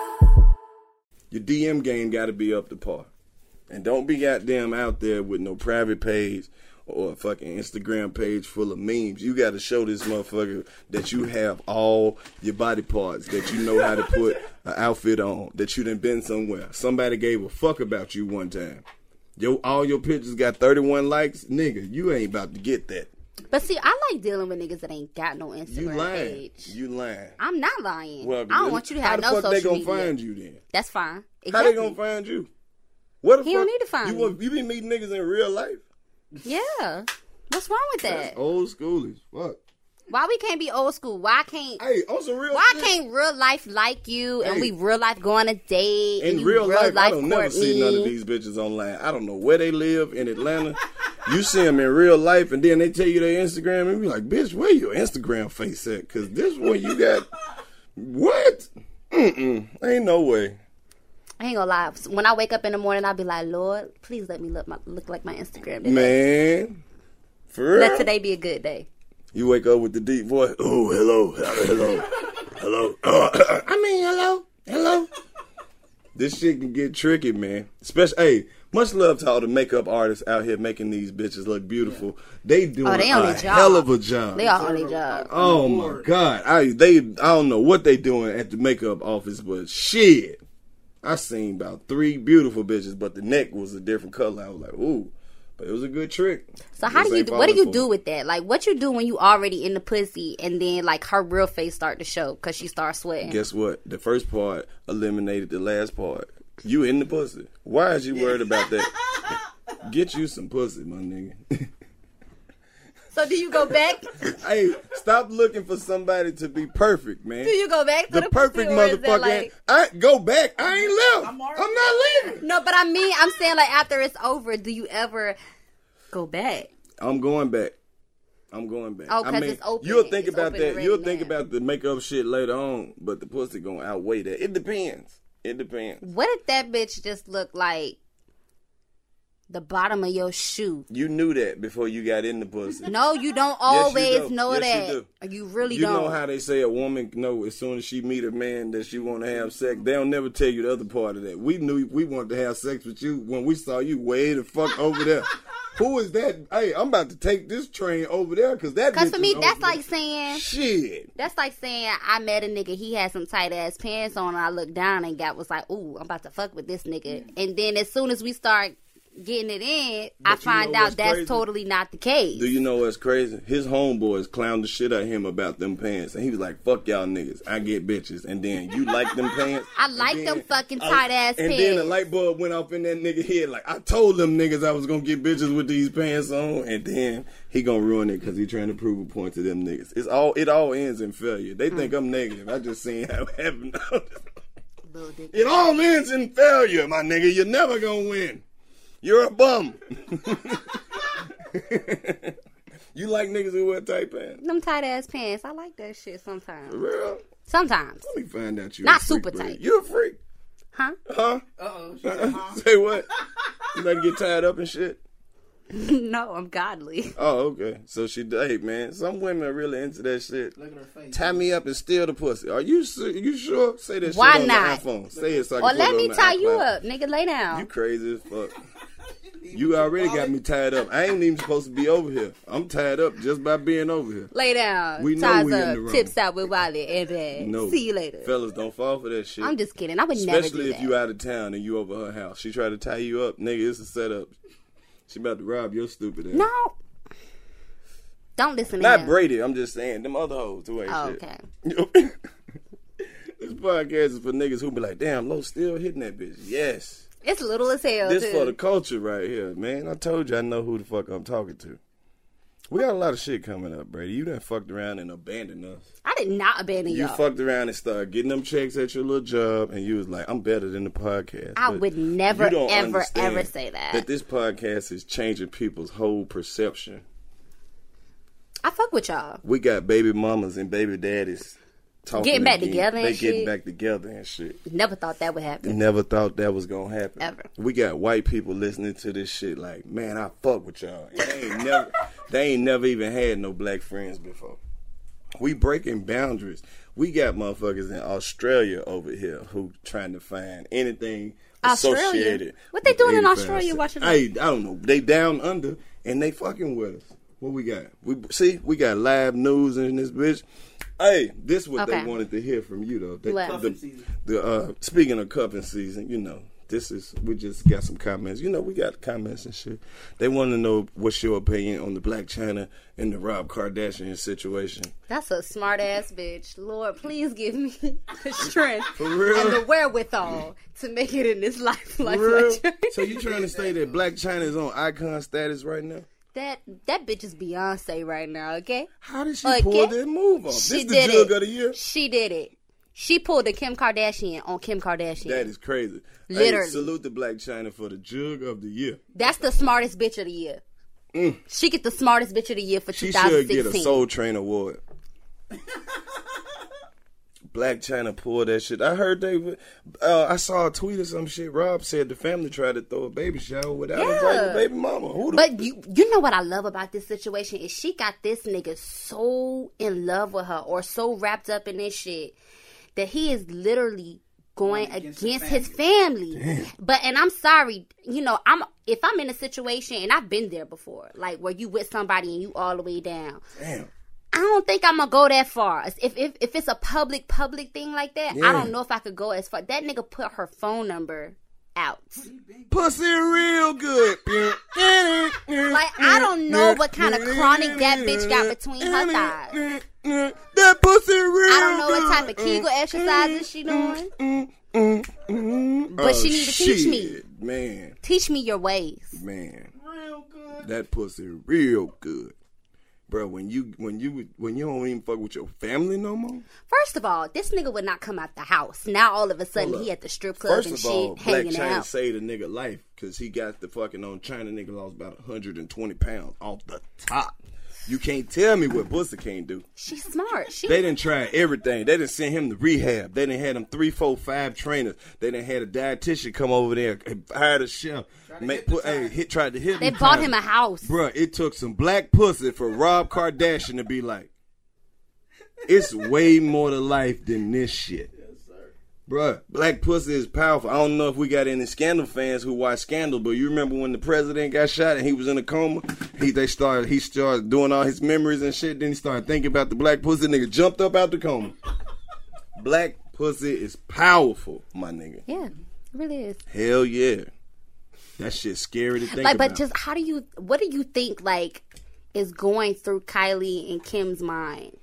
S1: Your DM game got to be up to par. And don't be goddamn out there with no private page or a fucking Instagram page full of memes. You got to show this motherfucker that you have all your body parts, that you know how to put an outfit on, that you done been somewhere. Somebody gave a fuck about you one time. Yo, all your pictures got 31 likes, nigga. You ain't about to get that.
S3: But see, I like dealing with niggas that ain't got no Instagram
S1: You lying.
S3: page.
S1: You lying.
S3: I'm not lying.
S1: Well,
S3: I don't want you to
S1: how
S3: have
S1: the
S3: no
S1: fuck
S3: social
S1: they gonna
S3: media.
S1: find you then?
S3: That's fine.
S1: How
S3: Exactly.
S1: they gonna find you? What the
S3: He
S1: fuck?
S3: don't need to find
S1: you.
S3: me.
S1: Want, you be meeting niggas in real life?
S3: Yeah. What's wrong with that?
S1: That's old school as fuck.
S3: Why we can't be old school? Why can't
S1: Hey, on some real.
S3: why
S1: shit,
S3: can't real life like you and
S1: Hey.
S3: we real life go on a date and
S1: in
S3: you
S1: real, life, I don't
S3: court
S1: never see none of
S3: me?
S1: these bitches online. I don't know where they live in Atlanta. you see them in real life, and then they tell you their Instagram, and you be like, "Bitch, where your Instagram face at? Cause this one you got what? Mm-mm. Ain't no way.
S3: I ain't gonna lie. When I wake up in the morning, I'll be like, Lord, please let me look my look like my Instagram today.
S1: Man. For real?
S3: Let today be a good day.
S1: You wake up with the deep voice. Oh, hello, hello, hello. I mean, hello, hello. This shit can get tricky, man. Especially, hey, much love to all the makeup artists out here making these bitches look beautiful. They doing
S3: Oh, they on
S1: a
S3: their job.
S1: hell of a job.
S3: They are on their job.
S1: Oh my god, I they I don't know what they doing at the makeup office, but shit, I seen about three beautiful bitches, but the neck was a different color. I was like, ooh, but it was a good trick.
S3: So how
S1: This
S3: do you
S1: ain't
S3: do, what do you
S1: falling for
S3: do
S1: me.
S3: with that? Like what you do when you already in the pussy and then like her real face start to show because she starts sweating.
S1: guess what? The first part eliminated the last part. You in the pussy. Why is you worried about that? Get you some pussy, my nigga.
S3: So do you go back?
S1: hey, stop looking for somebody to be perfect, man.
S3: do you go back to
S1: the
S3: the,
S1: perfect
S3: pussy, or is that,
S1: motherfucker.
S3: like-
S1: I go back. I ain't left. I'm, not leaving.
S3: No, but I mean, I'm saying like after it's over, do you ever go back?
S1: I'm going back. I'm going back.
S3: Oh,
S1: I
S3: 'cause
S1: mean,
S3: it's open.
S1: You'll think
S3: It's
S1: about
S3: open
S1: that.
S3: already
S1: You'll think
S3: now.
S1: about the makeup shit later on, but the pussy gonna outweigh that. It depends. It depends.
S3: What if that bitch just looked like the bottom of your shoe?
S1: You knew that before you got in the pussy.
S3: No, you don't
S1: Yes, you
S3: always
S1: do.
S3: know
S1: Yes, you
S3: that. You, really
S1: you
S3: don't.
S1: know how they say a woman know as soon as she meet a man that she want to have sex. They'll never tell you the other part of that. We knew we wanted to have sex with you when we saw you way the fuck over there. Who is that? Hey, I'm about to take this train over there because that.
S3: Cause
S1: bitch
S3: for me,
S1: is
S3: that's
S1: over there.
S3: like saying
S1: shit.
S3: that's like saying I met a nigga. He had some tight ass pants on, and I looked down and got was like, "Ooh, I'm about to fuck with this nigga." And then as soon as we start getting it in, I
S1: But you
S3: find
S1: know what's
S3: out that's
S1: crazy?
S3: totally not the case.
S1: Do you know what's crazy? His homeboys clowned the shit out of him about them pants, and he was like, "Fuck y'all niggas, I get bitches." And then you like them pants?
S3: I like
S1: And
S3: them fucking
S1: I-
S3: tight ass
S1: And
S3: pants.
S1: then a light bulb went off in that nigga head. Like I told them niggas I was gonna get bitches with these pants on, and then he gonna ruin it because he trying to prove a point to them niggas. It's all it all ends in failure. They
S3: Hmm.
S1: think I'm negative. I just seen how it happened.
S3: Little dick.
S1: it all ends in failure, my nigga. You're never gonna win. You're a bum. you like niggas who wear tight pants?
S3: Them tight ass pants. I like that shit sometimes.
S1: Real?
S3: Sometimes.
S1: Let me find out you. a
S3: Not
S1: freak,
S3: super
S1: bro.
S3: tight.
S1: You a freak?
S3: Huh?
S1: Huh? Oh, Say what? You like to get tied up and shit?
S3: no, I'm godly.
S1: Oh, okay. So she, hey man, some women are really into that shit. Look at her face. Tie me up and steal the pussy. Are you su- you sure? Say that
S3: Why
S1: shit on
S3: not?
S1: the iPhone. Say it so I can
S3: Or
S1: put
S3: let
S1: it
S3: me
S1: on the
S3: tie you
S1: iCloud.
S3: up, nigga. Lay
S1: You
S3: down.
S1: crazy as fuck. You already got me tied up. I ain't even supposed to be over here. I'm tied up just by being over here.
S3: Lay down.
S1: We know
S3: Ties
S1: we in
S3: up.
S1: the wrong.
S3: Tips out with Wally and bag.
S1: No.
S3: See you later.
S1: Fellas, don't fall for that shit.
S3: I'm just kidding. I would never
S1: Especially
S3: do
S1: if
S3: that.
S1: you out of town and you over her house. She try to tie you up. Nigga, it's a setup. She about to rob your stupid ass.
S3: no. Don't listen to
S1: Not
S3: him.
S1: Brady. I'm just saying them other hoes who ain't
S3: Oh,
S1: shit.
S3: okay.
S1: this podcast is for niggas who be like, damn, Lo still hitting that bitch. Yes.
S3: It's little as hell.
S1: This
S3: too.
S1: for the culture right here, man. I told you I know who the fuck I'm talking to. We got a lot of shit coming up, Brady. You done fucked around and abandoned us.
S3: I did not abandon
S1: You
S3: y'all.
S1: fucked around and started getting them checks at your little job, and you was like, "I'm better than the podcast."
S3: I
S1: But
S3: would never,
S1: you don't
S3: ever,
S1: understand
S3: ever say that.
S1: That this podcast is changing people's whole perception.
S3: I fuck with y'all.
S1: We got baby mamas and baby daddies talking
S3: Getting back
S1: again.
S3: together and
S1: They getting
S3: shit.
S1: back together and shit.
S3: Never thought that would happen.
S1: Never thought that was gonna happen.
S3: Ever.
S1: We got white people listening to this shit like, man, I fuck with y'all. And they ain't never, they ain't never even had no black friends before. We breaking boundaries. We got motherfuckers in Australia over here who trying to find anything
S3: Australia?
S1: associated.
S3: What they
S1: with
S3: doing in
S1: anything.
S3: Australia watching
S1: Hey, I don't know. They down under and they fucking with us. What we got? We see we got live news in this bitch. Hey, this what
S3: Okay.
S1: they wanted to hear from you though. They,
S3: What?
S1: the, the uh, speaking of cuffing season, you know, this is we just got some comments. You know, we got comments and shit. They want to know what's your opinion on the Black China and the Rob Kardashian situation.
S3: That's a smart ass bitch. Lord, please give me the strength
S1: real?
S3: and the wherewithal to make it in this life. Like
S1: Real?
S3: that.
S1: so you trying to say that Black China is on icon status right now?
S3: that that bitch is Beyonce right now. Okay,
S1: How did she
S3: Okay.
S1: pull that move off?
S3: she
S1: this the
S3: did
S1: jug
S3: it.
S1: of the year.
S3: She did it. She pulled a Kim Kardashian on Kim Kardashian.
S1: That is crazy. Hey,
S3: Literally.
S1: salute the Black China for the jug of the year.
S3: That's the smartest bitch of the year. She get the smartest bitch of the year for
S1: Mm. She should
S3: 2016.
S1: get a Soul Train Award. Black China pulled that shit. I heard they. Uh, I saw a tweet or some shit. Rob said the family tried to throw a baby shower without inviting the
S3: Yeah.
S1: baby mama. Who the
S3: But you you know what I love about this situation is she got this nigga so in love with her or so wrapped up in this shit that he is literally going against, his family. But and I'm sorry, you know, I'm if I'm in a situation and I've been there before, like where you with somebody and you all the way down.
S1: damn?
S3: I don't think I'm gonna go that far. If if if it's a public public thing like that, I don't know if I could go as far. That nigga put her phone number out.
S1: Pussy real good. like
S3: Like I don't know what kind of chronic that bitch got between her thighs.
S1: That pussy real.
S3: I don't know what type of Kegel exercises she doing. But she need to teach me.
S1: Mm-hmm. Oh, man.
S3: Teach me your ways.
S1: man. That pussy real good. Bro, when you when you when you don't even fuck with your family no more.
S3: First of all, this nigga would not come out the house. Now all of a sudden
S1: Hold
S3: he
S1: up.
S3: at the strip club
S1: First
S3: and
S1: of
S3: shit
S1: all, Black
S3: hanging
S1: China
S3: out.
S1: saved a nigga life because he got the fucking on China nigga lost about 120 pounds off the top. You can't tell me what pussy can't do.
S3: She's smart. She
S1: They didn't try everything. They didn't send him to rehab. They didn't had him three, four, five trainers. They didn't had a dietitian come over there and hired a chef. Make, put, hey, hit, tried to hit
S3: they bought him a house.
S1: Bruh, it took some black pussy for Rob Kardashian to be like, it's way more to life than this shit. Bruh, black pussy is powerful. I don't know if we got any Scandal fans who watch Scandal, but you remember when the president got shot and he was in a coma? He they started he started doing all his memories and shit. Then he started thinking about the black pussy. Nigga jumped up out the coma. black pussy is powerful, my nigga.
S3: Yeah, it really is.
S1: Hell yeah, that shit's scary to think
S3: like,
S1: about.
S3: but just how do you? What do you think? Like, is going through Kylie and Kim's mind?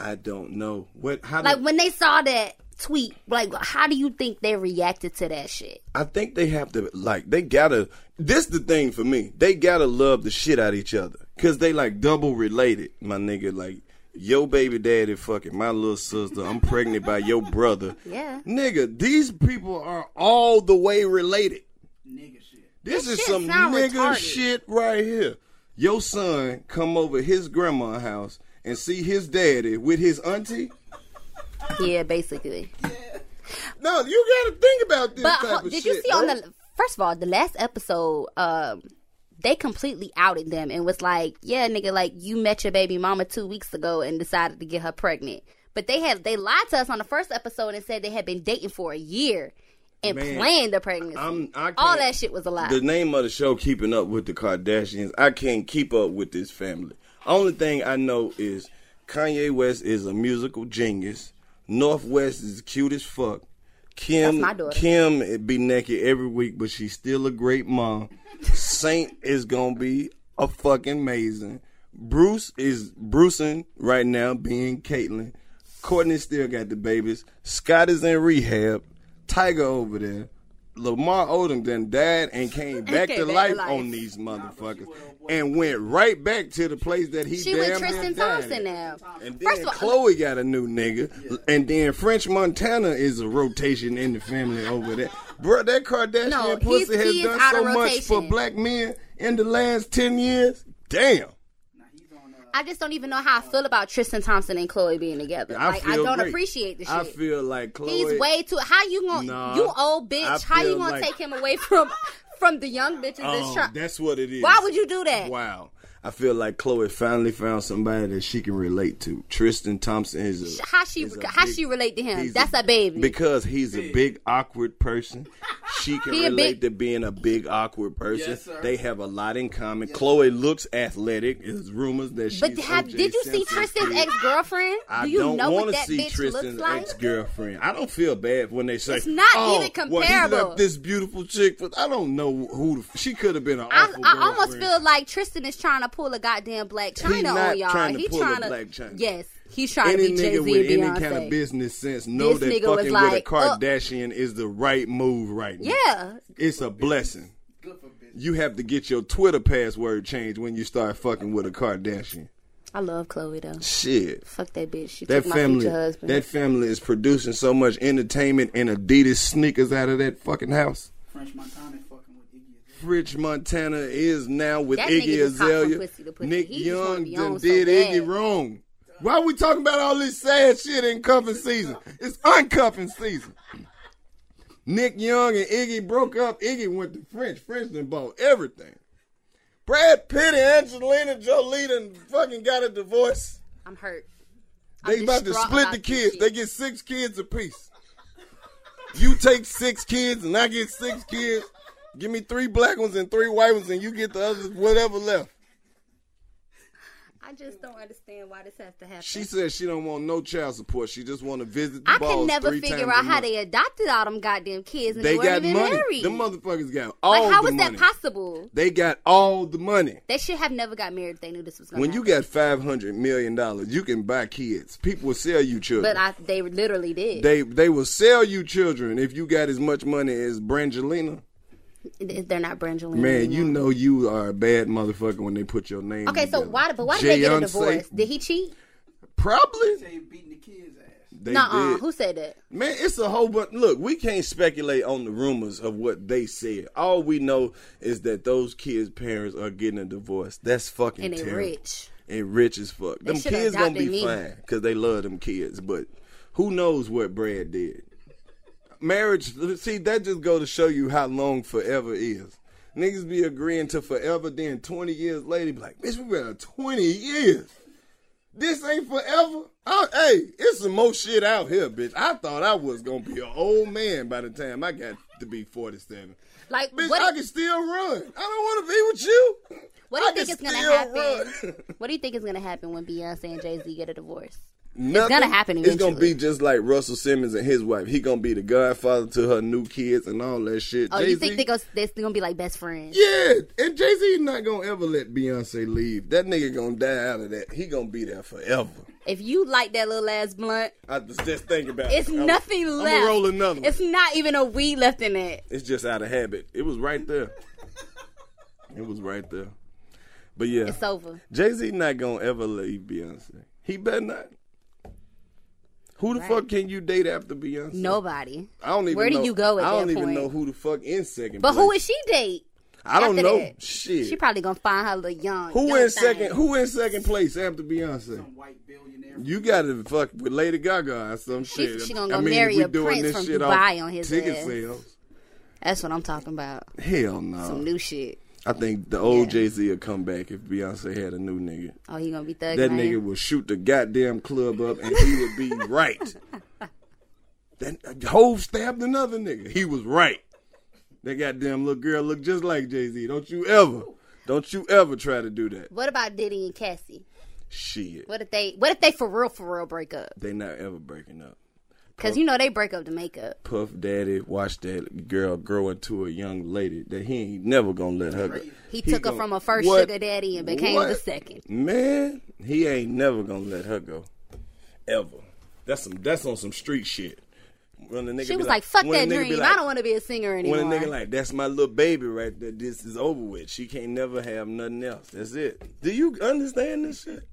S1: I don't know what. How
S3: Like
S1: do-
S3: when they saw that tweet, like how do you think they reacted to that shit?
S1: I think they have to like they gotta. This the thing for me. They gotta love the shit out of each other because they like double related, my nigga. Like yo baby daddy fucking my little sister. I'm pregnant by your brother.
S3: Yeah.
S1: nigga. These people are all the way related. This
S3: That
S1: is
S3: shit
S1: some
S3: sound
S1: nigga
S3: retarded.
S1: shit right here. Your son come over his grandma's house and see his daddy with his auntie.
S3: Yeah, basically.
S1: No, you gotta think about this
S3: But
S1: type
S3: ho-
S1: of
S3: did
S1: shit.
S3: you see on
S1: bro.
S3: the first of all the last episode? Um, they completely outed them and was like, "Yeah, nigga, like you met your baby mama two weeks ago and decided to get her pregnant." But they had they lied to us on the first episode and said they had been dating for a year and
S1: Man,
S3: planned the pregnancy.
S1: I'm- I
S3: all
S1: can't-
S3: that shit was a lie.
S1: The name of the show, Keeping Up with the Kardashians. I can't keep up with this family. Only thing I know is Kanye West is a musical genius. Northwest is cute as fuck. Kim,
S3: That's my daughter.
S1: Kim be naked every week, but she's still a great mom. Saint is gonna be a fucking amazing. Bruce is Brucing right now, being Caitlyn. Courtney still got the babies. Scott is in rehab. Tiger over there. Lamar Odom then died and came back
S3: came back to
S1: to life,
S3: life.
S1: on these motherfuckers and went right back to the place that he
S3: she
S1: damn
S3: with
S1: near
S3: Tristan
S1: died
S3: Thompson
S1: at.
S3: now.
S1: And
S3: First of
S1: then
S3: all,
S1: Chloe got a new nigga. And then French Montana is a rotation in the family over there. Bro, that Kardashian
S3: No,
S1: pussy
S3: he's-
S1: has
S3: he is
S1: done
S3: out
S1: so
S3: of
S1: much for
S3: rotation.
S1: black men in the last 10 years. Damn.
S3: I just don't even know how I feel about Tristan Thompson and Chloe being together.
S1: I
S3: like I
S1: feel
S3: don't
S1: great.
S3: appreciate the shit.
S1: I feel like Chloe.
S3: He's way too. How you gonna
S1: Nah,
S3: you old bitch?
S1: I
S3: how you
S1: feel
S3: gonna
S1: like-
S3: take him away from from the young bitches that's
S1: Oh,
S3: trying?
S1: that's what it is.
S3: Why would you do that?
S1: Wow. I feel like Chloe finally found somebody that she can relate to. Tristan Thompson is a,
S3: How she how she relate to him? That's a baby.
S1: because he's a big awkward person. She can
S3: He a big-
S1: relate to being a big awkward person. they have a lot in common. Chloe looks athletic. There's rumors that she's
S3: but have,
S1: OJ
S3: did you see
S1: Simpson's
S3: Tristan's
S1: kid.
S3: ex girlfriend?
S1: I
S3: Do you
S1: don't
S3: know
S1: want
S3: what
S1: to
S3: that
S1: see
S3: bitch
S1: Tristan's
S3: looks like?
S1: ex girlfriend. I don't feel bad when they say
S3: It's not
S1: oh,
S3: even
S1: Well, he
S3: comparable."
S1: left this beautiful chick, but I don't know who the, she could have been. An
S3: I,
S1: awful
S3: I almost
S1: girlfriend.
S3: feel like Tristan is trying to pull a goddamn black
S1: He
S3: China
S1: not
S3: on y'all.
S1: trying to
S3: he
S1: pull a
S3: trying to
S1: black China.
S3: yes, he's trying
S1: any
S3: to be Jay
S1: nigga
S3: Z and
S1: with any
S3: Beyonce.
S1: kind of business sense know
S3: This
S1: that
S3: nigga was
S1: fucking with a
S3: like, uh,
S1: Kardashian is the right move right now.
S3: yeah,
S1: It's a blessing. You have to get your Twitter password changed when you start fucking with a Kardashian.
S3: I love Chloe though.
S1: Shit.
S3: Fuck that bitch. She
S1: That
S3: took my
S1: family,
S3: future husband.
S1: that family is producing so much entertainment and Adidas sneakers out of that fucking house. French Montana is now with
S3: That
S1: Iggy
S3: nigga just hop from
S1: Azalea.
S3: pussy to pussy.
S1: Nick
S3: He just wanna
S1: Young
S3: be
S1: done
S3: on so
S1: did
S3: bad.
S1: Iggy wrong. Why we talking about all this sad shit in cuffing season? It's uncuffing season. Nick Young and Iggy broke up. Iggy went to French. French done bought everything. Brad Pitt and Angelina Jolie done fucking got a divorce.
S3: I'm hurt. I'm
S1: They about to
S3: distraught
S1: split
S3: about
S1: the
S3: this
S1: kids.
S3: shit.
S1: They get six kids apiece. You take six kids and I get six kids. Give me three black ones and three white ones and you get the other whatever left.
S3: I just don't understand why this has to happen.
S1: She says she don't want no child support. She just want to visit the
S3: I
S1: balls
S3: can never
S1: three
S3: figure
S1: times
S3: out
S1: a
S3: how
S1: month.
S3: they adopted all them goddamn kids and they,
S1: They
S3: weren't
S1: got
S3: even
S1: money.
S3: married.
S1: Them motherfuckers got all
S3: like, how
S1: the
S3: is
S1: money.
S3: that possible?
S1: They got all the money.
S3: They should have never got married. if They knew this was going
S1: When you got five hundred million dollars, you can buy kids. People will sell you children.
S3: but I, they literally did.
S1: they they will sell you children if you got as much money as Brangelina.
S3: They, are not Brangelina.
S1: Man, you know you are a bad motherfucker when they put your name.
S3: Okay, so
S1: together.
S3: why? But why did they get a
S1: Jayonce,
S3: divorce? Did he cheat?
S1: Probably. They
S3: Nuh-uh.
S1: did.
S3: Who said that?
S1: Man, it's a whole bunch. Look, we can't speculate on the rumors of what they said. All we know is that those kids' parents are getting a divorce. That's fucking
S3: And they
S1: terrible.
S3: rich.
S1: And rich as fuck.
S3: They
S1: them
S3: should have
S1: kids gonna be
S3: adopted me.
S1: fine because they love them kids. But who knows what Brad did? Marriage. See, that just go to show you how long forever is. Niggas be agreeing to forever, then twenty years later, be like, bitch, we been at twenty years. This ain't forever. I, hey, it's some more shit out here, bitch. I thought I was gonna be an old man by the time I got to be forty-seven.
S3: Like,
S1: Bitch,
S3: what?
S1: I can still run. I don't want to be with you.
S3: What do you
S1: I
S3: think
S1: can
S3: is gonna
S1: still
S3: happen?
S1: run.
S3: what do you think is gonna happen when Beyonce and Jay Z get a divorce?
S1: Nothing.
S3: gonna happen
S1: It's gonna
S3: eventually.
S1: be just like Russell Simmons and his wife. He gonna be the godfather to her new kids and all that shit.
S3: Oh, you
S1: Jay-Z-
S3: think they go, they're gonna be like best friends?
S1: Yeah, and Jay Z not gonna ever let Beyonce leave. That nigga gonna die out of that. He gonna be there forever.
S3: If you like that little ass blunt,
S1: I was just thinking about
S3: it's
S1: it. I'm-
S3: nothing
S1: I'ma
S3: left.
S1: roll another. one.
S3: It's not even a weed left in it.
S1: It's just out of habit. It was right there. it was right there. But yeah,
S3: It's over.
S1: Jay Z not gonna ever leave Beyonce. He better not. Who the fuck can you date after Beyonce?
S3: Nobody.
S1: I don't even.
S3: Where do
S1: know-
S3: you go at
S1: I don't
S3: that
S1: even
S3: point?
S1: know who the fuck in second.
S3: But who
S1: place.
S3: is she date?
S1: I don't
S3: after
S1: know.
S3: that?
S1: Shit.
S3: She probably gonna find her little young.
S1: who
S3: young
S1: in
S3: thing.
S1: second? Who in second place after Beyonce? You got to fuck with Lady Gaga or some
S3: She-
S1: shit.
S3: she gonna
S1: I
S3: go
S1: mean,
S3: marry
S1: we
S3: a
S1: doing
S3: prince
S1: this
S3: from
S1: shit
S3: Dubai
S1: off
S3: on his
S1: ticket
S3: ass.
S1: sales.
S3: That's what I'm talking about.
S1: Hell no.
S3: Some new shit.
S1: I think the old
S3: Yeah.
S1: Jay Z will come back if Beyonce had a new nigga.
S3: Oh, he gonna be thugging.
S1: That
S3: her?
S1: nigga would shoot the goddamn club up and he would be right. That Hove stabbed another nigga. He was right. That goddamn little girl looked just like Jay Z. Don't you ever, don't you ever try to do that.
S3: What about Diddy and Cassie?
S1: Shit.
S3: What if they? What if they for real, for real break up?
S1: They not ever breaking up.
S3: Because you know they break up to make up.
S1: Puff Daddy watched that girl grow into a young lady that he ain't never gonna let her go.
S3: He, took her
S1: gon-
S3: from a first
S1: What?
S3: sugar daddy and became the
S1: What?
S3: second.
S1: Man, he ain't never gonna let her go, ever. That's some. That's on some street shit. When the nigga
S3: She
S1: be
S3: was like, "Fuck that
S1: when the nigga
S3: dream.
S1: be
S3: I
S1: like-
S3: don't want to be a singer anymore."
S1: When a nigga like, "That's my little baby right there. This is over with. She can't never have nothing else. That's it." Do you understand this shit?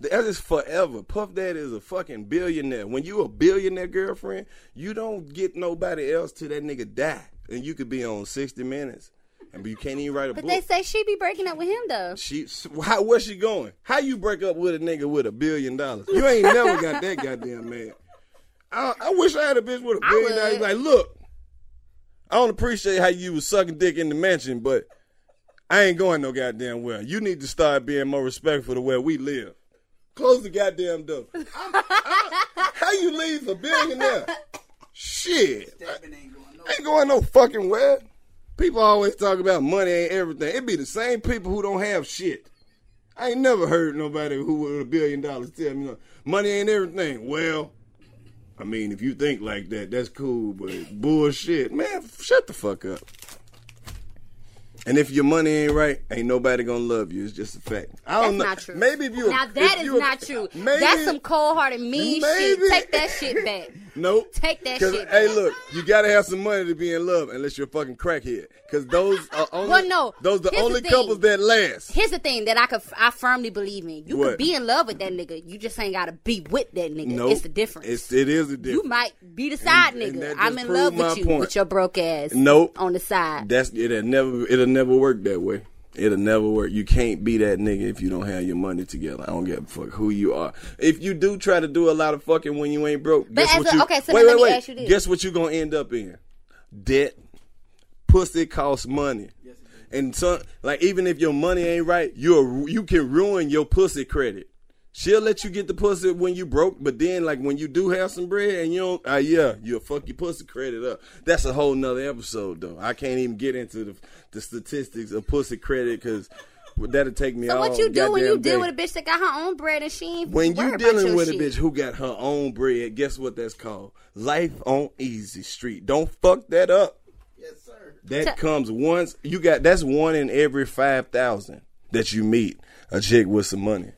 S1: That is forever. Puff Daddy is a fucking billionaire. When you a billionaire girlfriend, you don't get nobody else till that nigga die, and you could be on sixty minutes, and you can't even write a
S3: but
S1: book.
S3: they say she be breaking up with him though.
S1: She, how, where she going? How you break up with a nigga with a billion dollars? You ain't never got that goddamn man. I, I wish I had a bitch with a
S3: I
S1: billion dollars.
S3: would.
S1: Like, look, I don't appreciate how you was sucking dick in the mansion, but I ain't going no goddamn well. You need to start being more respectful to where we live. Close the goddamn door. I'm, I'm, how you leave a billionaire? Shit. Ain't going no fucking where. People always talk about money ain't everything. It be the same people who don't have shit. I ain't never heard nobody who with a billion dollars tell me no, money ain't everything. Well, I mean, if you think like that, that's cool, but bullshit. Man, shut the fuck up. And if your money ain't right, ain't nobody gonna love you. It's just a fact. I
S3: That's
S1: don't know.
S3: not true.
S1: Maybe if you
S3: now
S1: if
S3: that is
S1: you-
S3: not true.
S1: Maybe-
S3: That's some cold hearted mean shit.
S1: Maybe-
S3: Take that shit back.
S1: Nope.
S3: Take that
S1: 'Cause,
S3: shit
S1: Hey,
S3: back.
S1: look, you gotta have some money to be in love, unless you're a fucking crackhead. Because those are only
S3: Well, no.
S1: those the
S3: Here's the
S1: only
S3: thing.
S1: couples that last.
S3: Here's the thing that I could I firmly believe in. You
S1: What?
S3: could be in love with that nigga. You just ain't gotta be with that nigga.
S1: Nope.
S3: It's the difference.
S1: It's, it is a
S3: you
S1: difference.
S3: might be the side
S1: and
S3: nigga.
S1: that
S3: I'm
S1: just
S3: in
S1: proved
S3: love
S1: my
S3: with you
S1: point.
S3: with your broke ass.
S1: Nope.
S3: On the side.
S1: That's it'll never it'll never work that way. It'll never work. You can't be that nigga if you don't have your money together. I don't give a fuck who you are. If you do try to do a lot of fucking when you ain't broke,
S3: But
S1: guess
S3: as
S1: what
S3: a-
S1: you
S3: okay, so
S1: wait,
S3: then
S1: wait,
S3: let me
S1: wait.
S3: ask you this.
S1: Guess what you gonna end up in? Debt. Pussy costs money. And so, like, even if your money ain't right, you're you can ruin your pussy credit. She'll let you get the pussy when you broke, but then like when you do have some bread and you don't, uh, yeah, you'll fuck your pussy credit up. That's a whole nother episode though. I can't even get into the the statistics of pussy credit because that'll take me.
S3: So
S1: all
S3: what you do when
S1: goddamn
S3: you
S1: day.
S3: deal with a bitch that got her own bread and she ain't
S1: When
S3: worried
S1: you
S3: about
S1: dealing
S3: your
S1: with
S3: shit.
S1: a bitch who got her own bread, guess what that's called? Life on easy street. Don't fuck that up. Yes, sir. That
S3: Ta-
S1: comes once you got that's one in every five thousand that you meet a chick with some money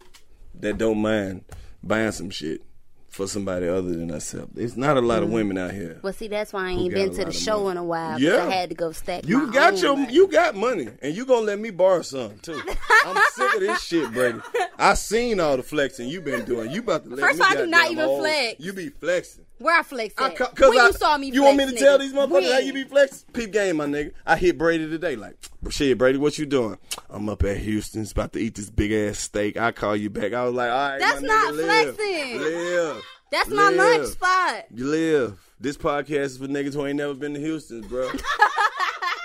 S1: that don't mind buying some shit for somebody other than herself. It's not a lot
S3: Mm-hmm.
S1: of women out here.
S3: Well, see, that's why I
S1: Who
S3: ain't
S1: got a
S3: been to
S1: lot
S3: the
S1: of
S3: show
S1: money.
S3: in a while. 'cause
S1: Yeah.
S3: I had to go stack.
S1: You
S3: my
S1: got
S3: own
S1: your
S3: money.
S1: you got money, and you gonna let me borrow some too. I'm sick of this shit, Brady. I seen all the flexing you been doing. You about to let
S3: First
S1: me
S3: of all, I do not
S1: goddamn
S3: even
S1: all-
S3: flex.
S1: You be flexing.
S3: Where I flex
S1: I
S3: at?
S1: co-
S3: When
S1: I-
S3: you saw me
S1: You want me to
S3: flex,
S1: tell
S3: nigga?
S1: these motherfuckers how
S3: When?
S1: you be flexing? Peep game, my nigga. I hit Brady today. Like, shit, Brady, what you doing? I'm up at Houston's, about to eat this big ass steak. I call you back. I was like, all right,
S3: That's
S1: my
S3: not
S1: nigga, live.
S3: flexing.
S1: Live.
S3: That's my
S1: live.
S3: lunch spot.
S1: You live. This podcast is for niggas who ain't never been to Houston, bro.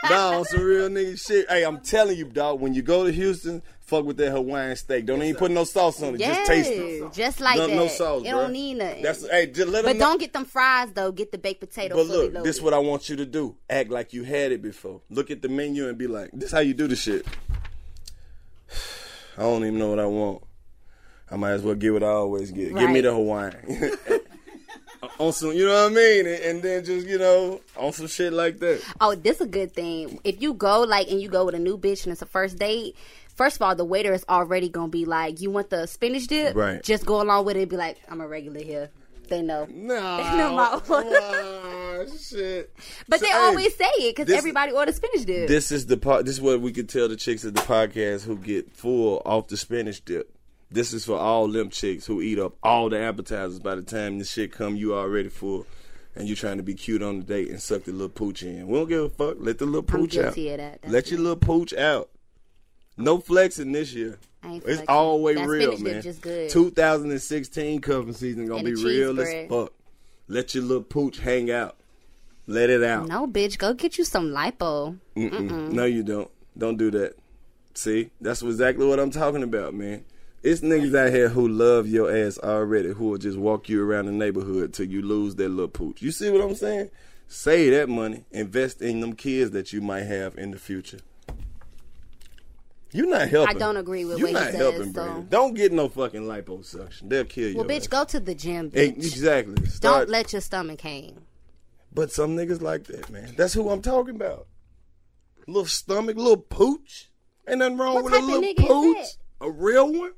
S1: nah, on some real nigga shit. Hey, I'm telling you, dog. When you go to Houston, fuck with that Hawaiian steak. Don't even put no sauce on it.
S3: Yeah,
S1: Just taste it.
S3: just like
S1: no,
S3: that.
S1: No sauce,
S3: It
S1: bro.
S3: don't need nothing.
S1: That's hey. Just let
S3: but
S1: them know.
S3: don't get them fries though. Get the baked potato.
S1: But
S3: fully
S1: look,
S3: loaded.
S1: this is what I want you to do. Act like you had it before. Look at the menu and be like, this how you do the shit. I don't even know what I want. I might as well get what I always get. Give me
S3: Right.
S1: the Hawaiian. on some, you know what I mean? And, and then just, you know, on some shit like that.
S3: Oh, this is a good thing. If you go like and you go with a new bitch and it's a first date, first of all, the waiter is already gonna be like, "You want the spinach dip?
S1: Right.
S3: Just go along with it. and Be like, I'm a regular here. They know.
S1: No.
S3: No, my-
S1: shit.
S3: But
S1: So,
S3: they
S1: hey,
S3: always say it because
S1: this-
S3: everybody orders spinach dip.
S1: This is the part. This is what we could tell the chicks at the podcast who get full off the spinach dip. This is for all them chicks who eat up all the appetizers. By the time this shit come, you already full, and you trying to be cute on the date and suck the little pooch in. We don't give a fuck. Let the little
S3: I'm
S1: pooch out.
S3: guilty of that. That's
S1: Let your little pooch out. No flexing this year.
S3: I ain't
S1: It's
S3: flexing.
S1: always
S3: That
S1: real,
S3: spinach dip
S1: man.
S3: just good.
S1: 2016 cuffing season gonna
S3: And
S1: be
S3: the
S1: real as
S3: cheeseburger.
S1: fuck. Let your little pooch hang out. Let it out.
S3: No, bitch, go get you some lipo. Mm-hmm.
S1: Mm-mm. No, you don't. Don't do that. See, that's exactly what I'm talking about, man. It's niggas out here who love your ass already, who will just walk you around the neighborhood till you lose that little pooch. You see what I'm saying? Save that money, invest in them kids that you might have in the future. You're not helping.
S3: don't agree with
S1: You're
S3: what he
S1: not
S3: says,
S1: helping,
S3: so-
S1: Brandon. Don't get no fucking liposuction. They'll kill you.
S3: Well, bitch, go to the gym, bitch.
S1: Exactly.
S3: Don't
S1: Start-
S3: let your stomach hang.
S1: but some niggas like that, man. That's who I'm talking about. Little stomach, little pooch. Ain't nothing wrong
S3: What
S1: with a
S3: type of
S1: little
S3: nigga is
S1: pooch.
S3: that?
S1: A real one.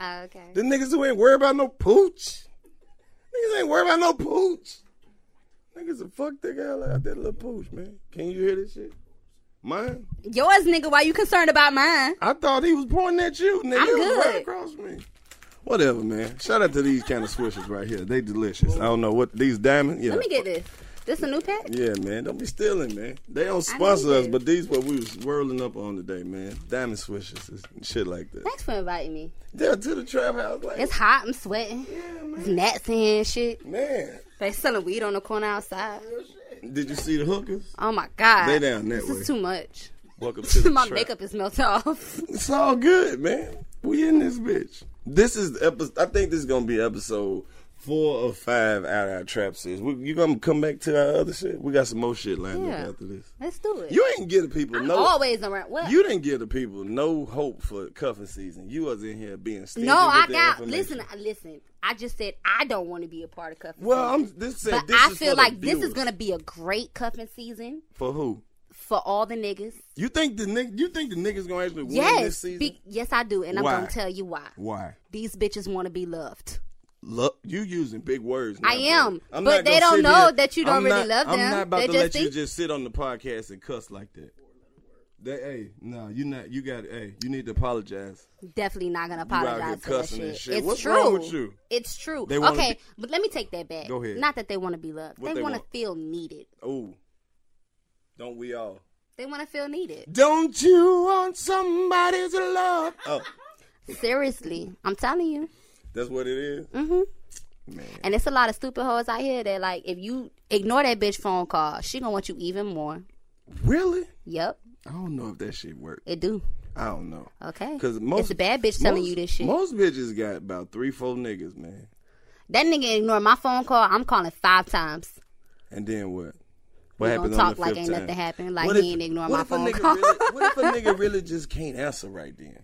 S3: Oh, okay.
S1: The niggas who ain't worried about no pooch. Niggas ain't worried about no pooch. Niggas a fuck the hell out that little pooch, man. Can you hear this shit? Mine.
S3: Yours, nigga. Why you concerned about mine?
S1: I thought he was pointing at you, nigga.
S3: I'm
S1: He was Right
S3: good.
S1: across me. Whatever, man. Shout out to these kind of swishers right here. They delicious. I don't know what these diamonds. Yeah.
S3: Let me get this. This a new pack?
S1: Yeah, man. Don't be stealing, man. They don't
S3: I
S1: sponsor
S3: need
S1: us,
S3: it.
S1: but these what we was whirling up on today, man. Diamond swishes and shit like that.
S3: Thanks for inviting me.
S1: Yeah, to the trap house, like
S3: It's hot. I'm sweating. It's gnats in and shit.
S1: man.
S3: They selling weed on the corner outside.
S1: Did you see the hookers?
S3: Oh my god.
S1: They down that
S3: this
S1: way.
S3: is too much.
S1: Welcome to the
S3: My
S1: trap.
S3: makeup is melted off.
S1: It's all good, man. We in this bitch. This is episode. I think this is gonna be episode four or five out of our trap series. We, you gonna come back to our other shit? We got some more shit lined
S3: Yeah.
S1: up after this.
S3: Let's do it.
S1: You ain't give the people
S3: I'm
S1: no.
S3: always around. What?
S1: You didn't give the people no hope for cuffing season. You was in here being stingy
S3: no,
S1: with
S3: I
S1: their
S3: got.
S1: information.
S3: Listen, listen. I just said I don't want to be a part of cuffing.
S1: Well,
S3: season.
S1: I'm- this said
S3: but
S1: this
S3: I
S1: is
S3: feel
S1: for the
S3: like this is
S1: viewers.
S3: gonna be a great cuffing season
S1: for who?
S3: for all the niggas.
S1: You think the nigg- You think the niggas gonna actually win this
S3: Yes,
S1: season?
S3: be- yes, I do, and
S1: Why?
S3: I'm gonna tell you why.
S1: Why?
S3: These bitches want to be loved.
S1: Look, you using big words.
S3: I
S1: now,
S3: am,
S1: bro. I'm
S3: but
S1: not
S3: they
S1: gonna
S3: don't
S1: sit
S3: know
S1: here-
S3: that you don't
S1: I'm
S3: really
S1: not-
S3: love
S1: I'm
S3: them.
S1: not about
S3: They
S1: to
S3: just
S1: let you
S3: think-
S1: just sit on the podcast and cuss like that. That hey, no, you not. You got hey, you need to apologize.
S3: Definitely not gonna
S1: You out here
S3: apologize for that
S1: cussing
S3: shit.
S1: and shit.
S3: It's
S1: What's
S3: true.
S1: wrong with you?
S3: It's true.
S1: They wanna
S3: okay,
S1: be-
S3: but let me take that back.
S1: Go ahead.
S3: Not that they want to be loved.
S1: What
S3: they
S1: they
S3: want to
S1: want?
S3: feel needed.
S1: Oh, don't we all?
S3: They want to feel needed.
S1: Don't you want somebody's love? Oh,
S3: Seriously, I'm telling you.
S1: that's what it is.
S3: hmm
S1: Man.
S3: And it's a lot of stupid hoes out here that like if you ignore that bitch phone call, she gonna want you even more.
S1: Really?
S3: Yep,
S1: I don't know if that shit worked.
S3: it do.
S1: I don't know.
S3: Okay,
S1: Cause most
S3: it's a bad bitch telling
S1: most-
S3: you this shit.
S1: Most bitches got about three, four niggas, man.
S3: that nigga ignore my phone call. I'm calling five times.
S1: And then what? What
S3: you gonna
S1: happens
S3: talk
S1: on the
S3: like
S1: fifth
S3: ain't
S1: time?
S3: nothing happened. Like
S1: What
S3: he
S1: if-
S3: ain't ignore
S1: what
S3: my
S1: if a
S3: phone
S1: nigga
S3: call.
S1: Really, what if a nigga really just can't answer right then?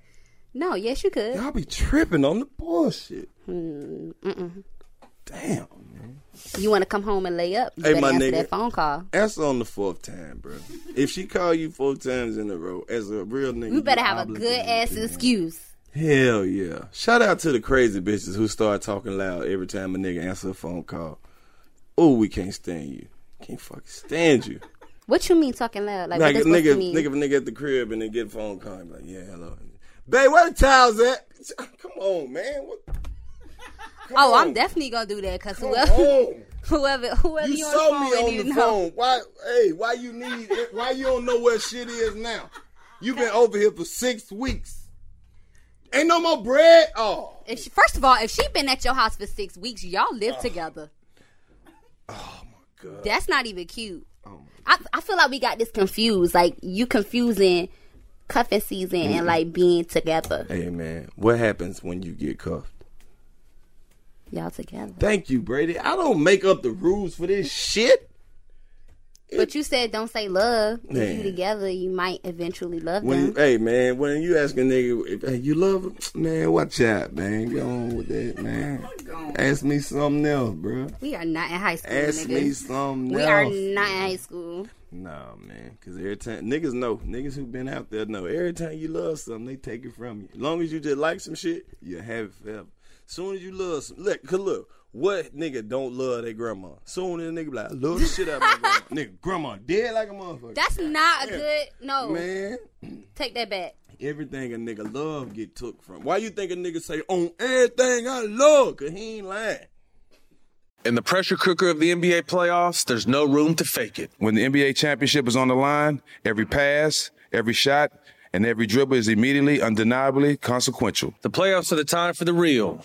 S3: no, yes you could.
S1: Y'all be tripping on the bullshit.
S3: Mm, mm-mm.
S1: Damn.
S3: You want to come home and lay up? You
S1: Hey,
S3: better
S1: my
S3: answer
S1: nigga.
S3: that phone call.
S1: Answer on the fourth time, bro. If she call you four times in a row, as a real nigga,
S3: You better
S1: you
S3: have a
S1: obligated.
S3: good ass excuse.
S1: Hell yeah! Shout out to the crazy bitches who start talking loud every time a nigga answer a phone call. Oh, we can't stand you. Can't fucking stand you.
S3: What you mean talking loud? Like,
S1: Like,
S3: what that's
S1: a nigga,
S3: supposed to mean?
S1: nigga, if a nigga at the crib and then get a phone call, and be like, yeah, hello. Babe, where the towels at? Come on, man. What?
S3: oh,
S1: on.
S3: I'm definitely gonna do that because
S1: Come
S3: whoever,
S1: on.
S3: whoever, whoever
S1: You
S3: you, on
S1: saw
S3: the phone,
S1: me
S3: with,
S1: on
S3: you
S1: the
S3: know.
S1: phone. Why? Hey, why you need? it? Why you don't know where shit is now? you been over here for six weeks. Ain't no more bread. Oh,
S3: If she, first of all, if she been at your house for six weeks, y'all live together. Oh my god, that's not even cute.
S1: Oh,
S3: I I feel like we got this confused. Like you confusing cuffing season and like being together.
S1: Hey man, what happens when you get cuffed?
S3: Y'all together.
S1: Thank you, Brady. I don't make up the rules for this shit.
S3: But you said don't say love. If
S1: Man.
S3: you together, you might eventually love
S1: When
S3: them.
S1: hey man, when you ask a nigga, if, hey, you love him, man, watch out, man. Go on with that, man. Ask me something else, bro.
S3: We are not in high school.
S1: Ask
S3: nigga.
S1: me something
S3: We
S1: else.
S3: are not in high school.
S1: Nah, man. Cause every time niggas know, niggas who been out there know. Every time you love something, they take it from you. As long as you just like some shit, you have it forever. Soon as you love some, look, cause look, what nigga don't love their grandma? Soon as a nigga be like, I love the shit out of my grandma. nigga, grandma dead like a motherfucker.
S3: That's not a good no.
S1: man.
S3: Take that back.
S1: Everything a nigga love get took from. Why you think a nigga say on everything I love? Cause he ain't lying.
S7: In the pressure cooker of the NBA playoffs, there's no room to fake it.
S8: When the NBA championship is on the line, every pass, every shot, and every dribble is immediately, undeniably consequential.
S7: The playoffs are the time for the real.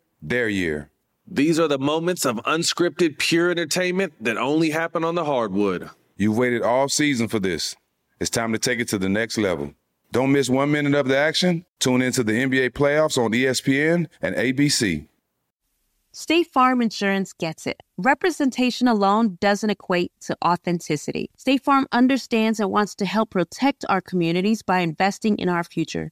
S8: their year?
S7: These are the moments of unscripted, pure entertainment that only happen on the hardwood.
S8: You've waited all season for this. It's time to take it to the next level. Don't miss one minute of the action. Tune into the NBA playoffs on E ESPN and ABC.
S9: State Farm Insurance gets it. Representation alone doesn't equate to authenticity. State Farm understands and wants to help protect our communities by investing in our future,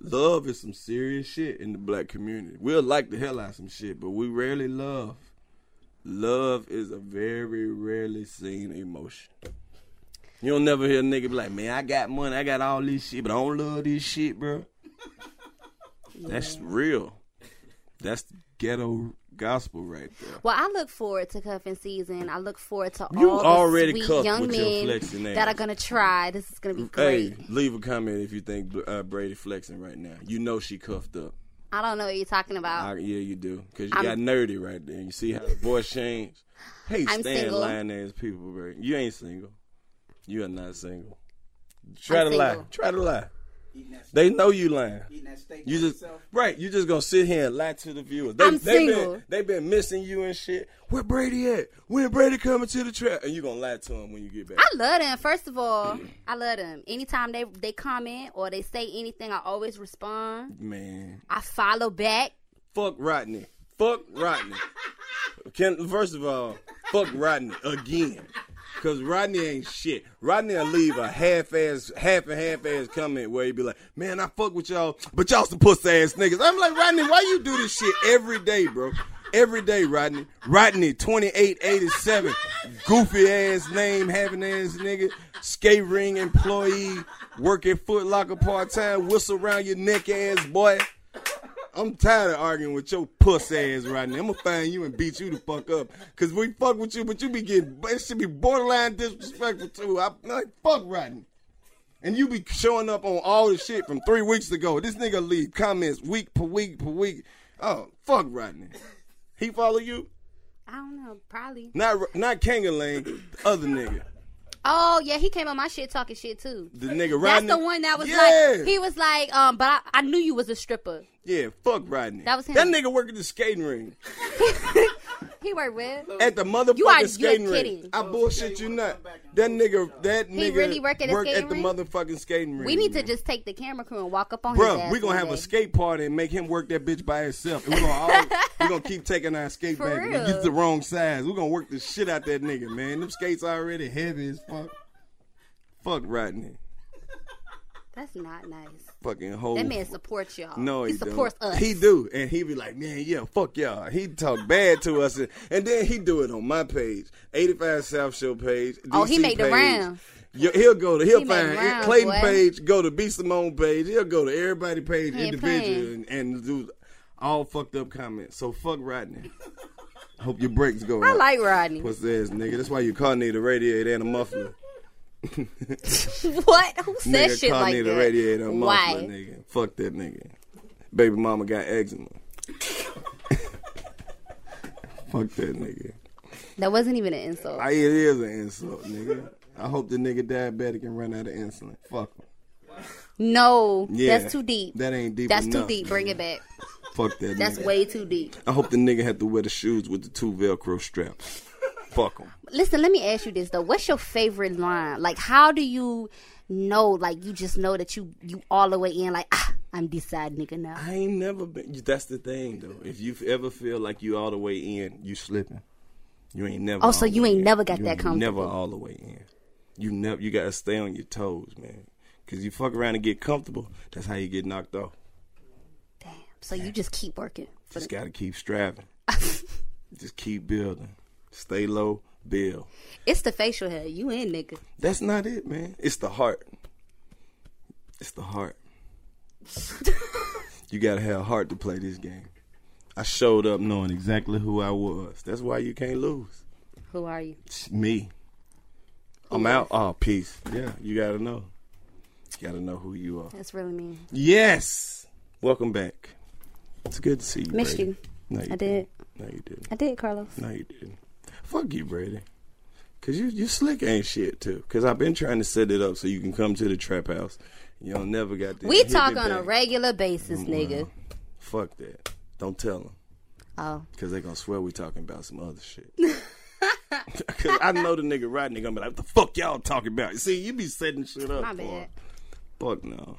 S1: Love is some serious shit in the black community. We'll like the hell out of some shit, but we rarely love. Love is a very rarely seen emotion. You'll never hear a nigga be like, man, I got money, I got all this shit, but I don't love this shit, bro. That's real. That's ghetto gospel right there.
S3: Well, I look forward to cuffing season. I look forward to
S1: You
S3: all the
S1: already
S3: sweet
S1: cuffed
S3: young
S1: with your
S3: men
S1: flexing ass.
S3: that are gonna try. This is gonna be great.
S1: Hey, leave a comment if you think uh, Brady flexing right now. You know she cuffed up.
S3: I don't know what you're talking about.
S1: I, yeah, you do. Because you
S3: I'm-
S1: got nerdy right there. You see how the voice changed? Hey,
S3: I'm
S1: stand
S3: single.
S1: lying ass people, bro. You ain't single. You are not single. Try to lie.
S2: single.
S1: Try to lie. They know you lying. You just right. You just gonna sit here and lie to the viewers. They,
S2: I'm
S1: they
S2: single.
S1: Been, they been missing you and shit. Where Brady at? When Brady coming to the trap? And you gonna lie to him when you get back.
S3: I love them. First of all, I love them. Anytime they they comment or they say anything, I always respond.
S1: Man,
S3: I follow back.
S1: fuck Rodney. Fuck Rodney. Can first of all, fuck Rodney again. Cause Rodney ain't shit. Rodney'll leave a half ass, half and half ass comment where he be like, "Man, I fuck with y'all, but y'all some pussy ass niggas." I'm like, Rodney, why you do this shit every day, bro? Every day, Rodney. Rodney, twenty eight eighty seven, goofy ass name, having ass nigga, skate ring employee, working Foot Locker part time, whistle around your neck ass boy. I'm tired of arguing with your puss ass right now. I'm gonna find you and beat you the fuck up. Cause we fuck with you, but you be getting it should be borderline disrespectful too. I'm like fuck Rodney. And you be showing up on all the shit from three weeks ago. This nigga leave comments week per week per week. Oh, fuck Rodney. He follow you?
S3: I don't know, probably.
S1: Not not Kangalang, the other nigga.
S3: Oh yeah, he came on my shit talking shit too.
S1: The nigga
S3: That's
S1: Rodney.
S3: the one that was
S1: Yeah.
S3: like he was like, um, but I, I knew you was a stripper.
S1: Yeah, fuck Rodney.
S3: That was him.
S1: That nigga work at the skating ring.
S3: He worked with.
S1: at the motherfucking
S3: You are- you're
S1: skating
S3: kidding.
S1: ring. I bullshit you not. That nigga, that
S3: He
S1: nigga
S3: really work at a
S1: work
S3: skating
S1: at the
S3: rink?
S1: motherfucking skating ring.
S3: We need to just take the camera crew and walk up on his
S1: Bruh,
S3: ass
S1: we gonna
S3: one
S1: have a
S3: day.
S1: skate party and make him work that bitch by himself. And we gonna all, we gonna keep taking our skate
S3: For
S1: back.
S3: real.
S1: We get the wrong size. We gonna work the shit out that nigga, man. Them skates already heavy as fuck. Fuck Rodney,
S3: That's not nice.
S1: fucking hoe.
S3: That man supports y'all.
S1: No, he,
S3: he supports
S1: don't.
S3: us.
S1: He do, and he be like, man, yeah, fuck y'all. He talk bad to us, and, and then he do it on my page, eighty five South Show page.
S3: Oh, he
S1: DC
S3: made the
S1: page.
S3: round.
S1: Yeah, he'll go to he'll
S3: He made
S1: find uh,
S3: rounds,
S1: Clayton
S3: boy.
S1: page, go to B Simone page, he'll go to everybody page
S3: He ain't
S1: individual,
S3: playing.
S1: and, and do all fucked up comments. So fuck Rodney. Hope your brakes go.
S3: I
S1: up.
S3: like Rodney.
S1: Pussy ass nigga. That's why you car need a radiator and a muffler.
S3: what? Who said
S1: nigga,
S3: shit
S1: car
S3: like
S1: need
S3: that?
S1: a radiator and a
S3: Why?
S1: muffler, nigga. Fuck that nigga. Baby mama got eczema. Fuck that nigga.
S3: That wasn't even an insult.
S1: I, it is an insult, nigga. I hope the nigga diabetic and run out of insulin. Fuck him.
S3: no,
S1: Yeah.
S3: that's too deep.
S1: That ain't deep
S3: That's
S1: enough.
S3: too deep. Bring it back.
S1: Fuck that
S3: That's
S1: nigga.
S3: way too deep.
S1: I hope the nigga had to wear the shoes with the two Velcro straps. Fuck him.
S3: Listen, let me ask you this though. What's your favorite line? Like, how do you know? Like, you just know that you you all the way in. Like, ah, I'm this side nigga now.
S1: I ain't never been. That's the thing, though. If you ever feel like you all the way in, you slipping. You ain't never.
S3: Oh, so
S1: all
S3: you
S1: the way
S3: ain't
S1: in.
S3: never got
S1: You
S3: that
S1: ain't
S3: comfortable.
S1: Never all the way in. You never. You gotta stay on your toes, man. Cause you fuck around and get comfortable. That's how you get knocked off.
S3: So you just keep working.
S1: Just gotta keep striving. Just keep building. Stay low. Build.
S3: It's the facial hair. You in, nigga.
S1: That's not it, man. It's the heart. It's the heart. you gotta have heart to play this game. I showed up knowing exactly who I was. That's why you can't lose.
S3: Who are you?
S1: It's me. I'm out. Oh, peace. Yeah, you gotta know. You gotta know who you are.
S3: That's really mean.
S1: Yes. Welcome back. It's good to see you.
S3: Missed
S1: Brady.
S3: you.
S1: No, you
S3: I
S1: didn't.
S3: did.
S1: No, you didn't.
S3: I did, Carlos.
S1: No, you didn't. Fuck you, Brady. Cause you you slick ain't shit too. Cause I've been trying to set it up so you can come to the trap house. You don't never got. to
S3: we
S1: hit me
S3: talk on a
S1: back.
S3: regular basis, nigga.
S1: Fuck that. Don't tell them.
S3: Oh.
S1: Cause they gonna swear we talking about some other shit. Cause I know the nigga right nigga gonna be like, what the fuck y'all talking about? See, you be setting shit up.
S3: My
S1: for 'em.
S3: bad.
S1: Fuck no.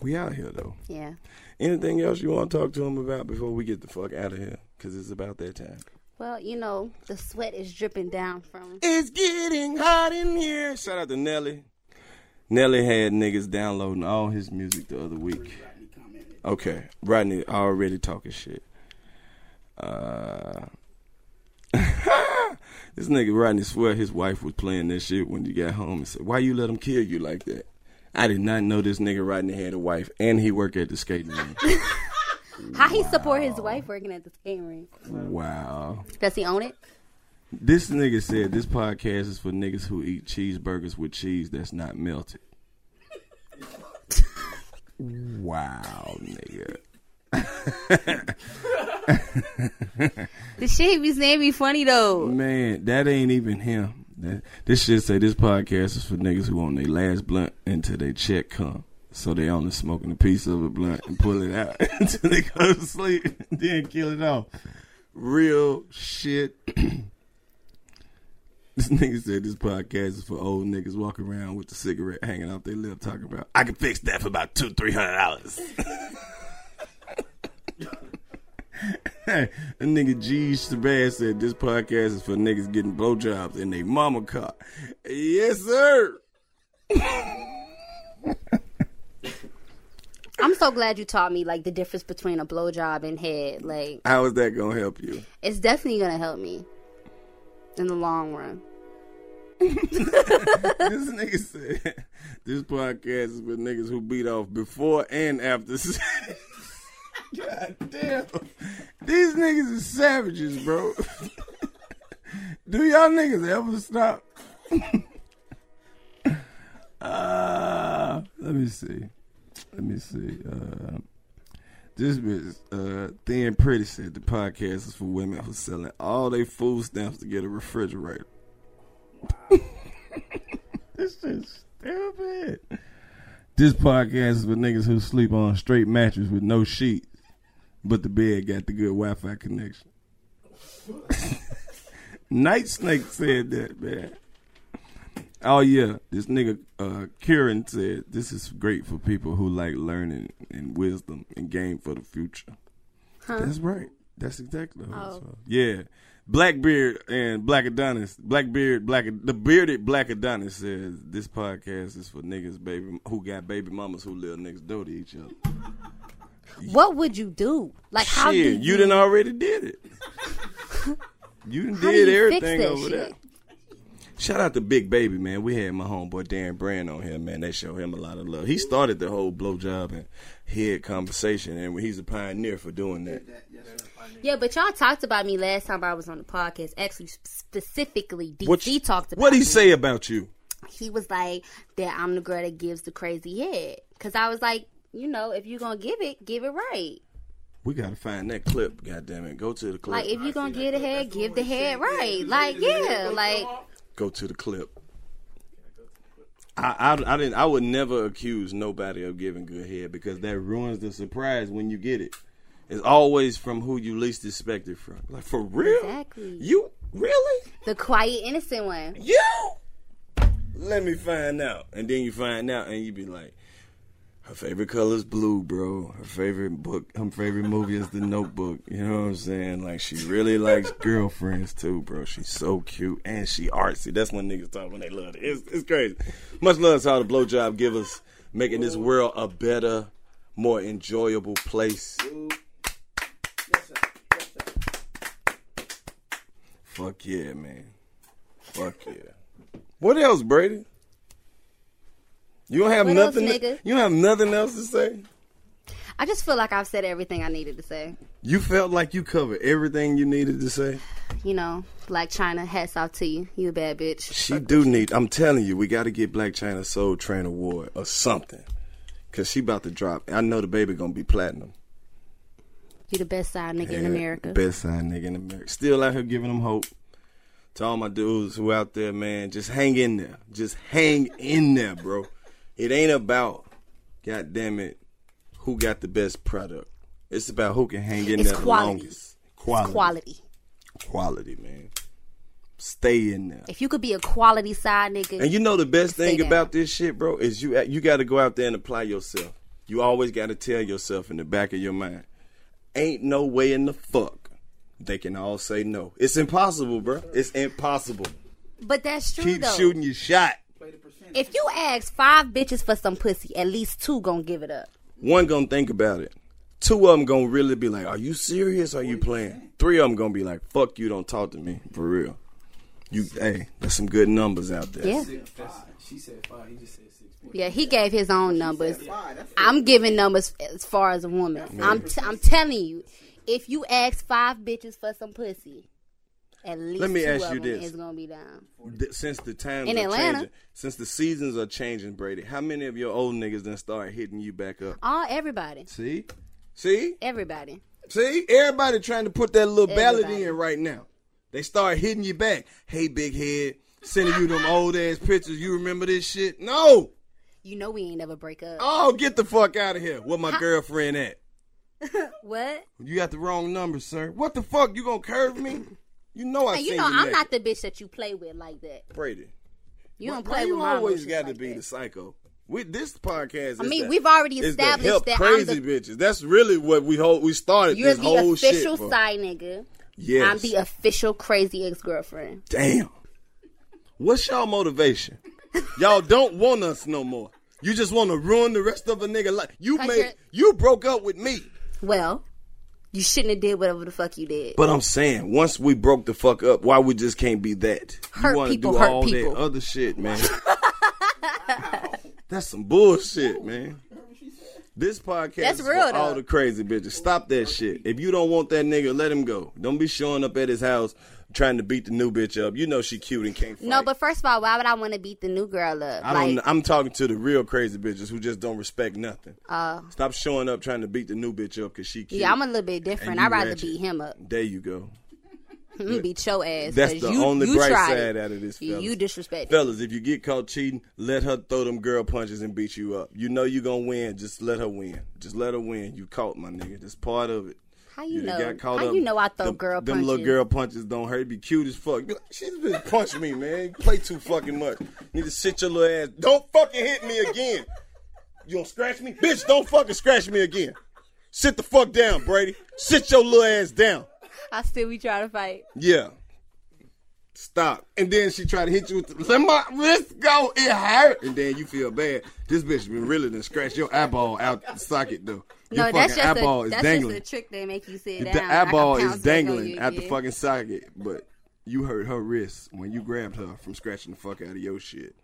S1: We out here though.
S3: Yeah.
S1: Anything else you want to talk to him about before we get the fuck out of here? Cause it's about that time.
S3: Well, you know, the sweat is dripping down from.
S1: It's getting hot in here. Shout out to Nelly. Nelly had niggas downloading all his music the other week. Okay, Rodney already talking shit. Uh, this nigga Rodney swear his wife was playing that shit when you got home and said, "Why you let him kill you like that?" I did not know this nigga Rodney had a wife and he worked at the skating rink.
S3: How he support his wife working at the skating rink?
S1: wow.
S3: Does he own it?
S1: This nigga said this podcast is for niggas who eat cheeseburgers with cheese that's not melted. wow, nigga.
S3: The shit he be saying be funny though.
S1: Man, that ain't even him. That, this shit say this podcast is for niggas who on their last blunt until they check come. So they only smoking a piece of a blunt and pull it out until they go to sleep, then kill it off. Real shit. This nigga said this podcast is for old niggas walking around with the cigarette hanging off their lip talking about I can fix that for about two, three hundred dollars. Hey, that nigga G Shabazz said this podcast is for niggas getting blowjobs in their mama car. Yes, sir.
S3: I'm so glad you taught me like the difference between a blowjob and head. Like
S1: How is that gonna help you?
S3: it's definitely gonna help me in the long run.
S1: this nigga said this podcast is for niggas who beat off before and after sex. God damn. These niggas is savages, bro. Do y'all niggas ever stop? uh, let me see. Let me see. Uh, this bitch, uh, Thin Pretty said the podcast is for women who selling all their food stamps to get a refrigerator. this is stupid. This podcast is for niggas who sleep on a straight mattress with no sheets, but the bed got the good Wi Fi connection. Night Snake said that, man. Oh yeah, this nigga uh, Kieran said this is great for people who like learning and wisdom and game for the future.
S3: Uh-huh.
S10: Huh?
S1: That's right. That's exactly what it's
S10: Oh.
S1: for. Yeah. Blackbeard and Black Adonis. Blackbeard, Black the bearded Black Adonis says this podcast is for niggas baby who got baby mamas who live next door to each other.
S3: What would you do? Like how
S1: Shit,
S3: do
S1: you done already did it. you done
S3: How do
S1: did
S3: you fix
S1: everything
S3: that
S1: over there.
S3: shit?
S1: Shout out to Big Baby, man. We had my homeboy Darren Brand on here, man. They show him a lot of love. He started the whole blowjob and head conversation, and he's a pioneer for doing that.
S3: Yeah, but y'all talked about me last time I was on the podcast. Actually, specifically, DC
S1: What you-
S3: talked about.
S1: What he
S3: me.
S1: say about you?
S3: He was like that. I'm the girl that gives the crazy head. Cause I was like, you know, if you're gonna give it, give it right.
S1: We gotta find that clip. God damn it, go to the clip.
S3: Like if you're gonna give the head, give the head right. Like yeah, like
S1: go to the clip. I, I I didn't I would never accuse nobody of giving good head because that ruins the surprise when you get it. It's always from who you least expect it from. Like for real,
S3: Exactly.
S1: you really
S3: the quiet innocent one.
S1: you. Let me find out, and then you find out, and you be like, her favorite color is blue, bro. Her favorite book, her favorite movie is The Notebook. You know what I'm saying? Like she really likes girlfriends too, bro. She's so cute and she artsy. That's when niggas talk when they love it. It's, it's crazy. Much love to all the blowjob givers, making this world a better, more enjoyable place. Fuck yeah, man. Fuck yeah. What else, Brady? You don't have
S3: What else,
S1: nothing.
S3: nigga?
S1: you don't have nothing else to say.
S3: I just feel like I've said everything I needed to say.
S1: You felt like you covered everything you needed to say.
S3: You know, like China, hats off to you. You a bad bitch.
S1: She do need. I'm telling you, we got to get Black China Soul Train Award or something, cause she about to drop. I know the baby gonna be platinum.
S3: You the best side nigga in
S1: Yeah,
S3: America.
S1: Best side nigga in America. Still out here giving them hope. To all my dudes who out there, man, just hang in there. Just hang in there, bro. It ain't about, god damn it, who got the best product. It's about who can hang in
S3: It's
S1: there
S3: quality.
S1: the longest.
S3: It's quality.
S1: Quality, man. Stay in there.
S3: If you could be a quality side nigga,
S1: And you know the best
S3: Stay
S1: thing
S3: down.
S1: about this shit, bro, is you you got to go out there and apply yourself. You always got to tell yourself in the back of your mind, ain't no way in the fuck they can all say no. It's impossible, bro. It's impossible.
S3: but that's true
S1: Keep
S3: though.
S1: shooting your shot.
S3: If you ask five bitches for some pussy, at least two gonna give it up.
S1: One gonna think about it. Two of them gonna really be like, "Are you serious? Are you playing?" Three of them gonna be like, "Fuck you! Don't talk to me for real." You, hey, there's some good numbers out there.
S3: Yeah.
S4: She said five. He just said six.
S3: Yeah, he gave his own numbers. I'm giving numbers as far as a woman. I'm t- I'm telling you, if you ask five bitches for some pussy, at least
S1: Let me
S3: two
S1: ask
S3: of
S1: you
S3: them
S1: this.
S3: is gonna be down.
S1: Th- since the times
S3: In
S1: are
S3: Atlanta.
S1: changing, since the seasons are changing, Brady, how many of your old niggas then start hitting you back up?
S3: All everybody,
S1: See, see,
S3: everybody.
S1: see, everybody trying to put that little ballad
S3: Everybody.
S1: in right now. They start hitting you back. Hey, big head, sending you them old ass pictures. You remember this shit? No.
S3: You know we ain't never break up.
S1: Oh, get the fuck out of here. Where my girlfriend at?
S3: What?
S1: You got the wrong number, sir. What the fuck? You gonna curve me? You know I.
S3: And you
S1: seen
S3: know I'm
S1: naked.
S3: not the bitch that you play with like that.
S1: Brady.
S3: You
S1: Why-
S3: don't
S1: why
S3: play
S1: you
S3: with my
S1: always
S3: emotions
S1: got to
S3: like
S1: be
S3: that?
S1: the psycho. With this podcast,
S3: I
S1: is
S3: mean,
S1: to-
S3: we've already
S1: is to
S3: established
S1: help
S3: that I'm the-
S1: crazy bitches. That's really what we hold. We started
S3: You're
S1: this
S3: the
S1: whole
S3: official
S1: shit. for.
S3: side nigga.
S1: Yes.
S3: I'm the official crazy ex girlfriend.
S1: Damn. What's y'all motivation? y'all don't want us no more. You just want to ruin the rest of a nigga life. You
S3: Cause
S1: made
S3: you're-
S1: you broke up with me.
S3: Well, you shouldn't have did whatever the fuck you did.
S1: But I'm saying, once we broke the fuck up, why we just can't be that?
S3: Hurt
S1: you wanna
S3: people
S1: do
S3: hurt
S1: all
S3: people.
S1: that other shit, man. That's some bullshit, man. This podcast
S3: That's
S1: is
S3: real,
S1: for all
S3: though.
S1: the crazy bitches. Stop that shit. If you don't want that nigga, let him go. Don't be showing up at his house trying to beat the new bitch up. You know she cute and can't fight.
S3: no, but first of all, why would I want to beat the new girl up?
S1: I don't.
S3: like,
S1: kn- I'm talking to the real crazy bitches who just don't respect nothing.
S3: uh,
S1: Stop showing up trying to beat the new bitch up because she cute.
S3: yeah, I'm a little bit different.
S1: you
S3: I'd rather
S1: ratchet.
S3: beat him up.
S1: There you go.
S3: I'm gonna beat your ass.
S1: That's
S3: 'cause
S1: the
S3: you,
S1: only
S3: you
S1: bright
S3: tried
S1: side
S3: it.
S1: out of this,
S3: You-
S1: fellas.
S3: You disrespected.
S1: Fellas, if you get caught cheating, let her throw them girl punches and beat you up. You know you gonna win. Just let her win. Just let her win. You caught my nigga. That's part of it.
S3: How you
S1: done
S3: know?
S1: got caught
S3: How
S1: up.
S3: you know I throw
S1: them,
S3: girl
S1: Them little
S3: punches?
S1: girl punches don't hurt. Be cute as fuck. Be like, She's been punch me, man. You Play too fucking much. Need to sit your little ass. Don't fucking hit me again. You gonna scratch me, bitch? Don't fucking scratch me again. Sit the fuck down, Brady. Sit your little ass down.
S3: I still we try to fight.
S1: Yeah. Stop. And then she tried to hit you with the, let my wrist go. It hurt. And then you feel bad. This bitch been really done scratch your eyeball out the socket though. Your
S3: no,
S1: fucking
S3: that's just
S1: eyeball
S3: a
S1: is
S3: that's
S1: dangling.
S3: just a trick they make you sit down.
S1: the
S3: and I can
S1: eyeball
S3: pounce
S1: is
S3: back on
S1: dangling
S3: you,
S1: out the
S3: yeah.
S1: fucking socket, but you hurt her wrist when you grabbed her from scratching the fuck out of your shit.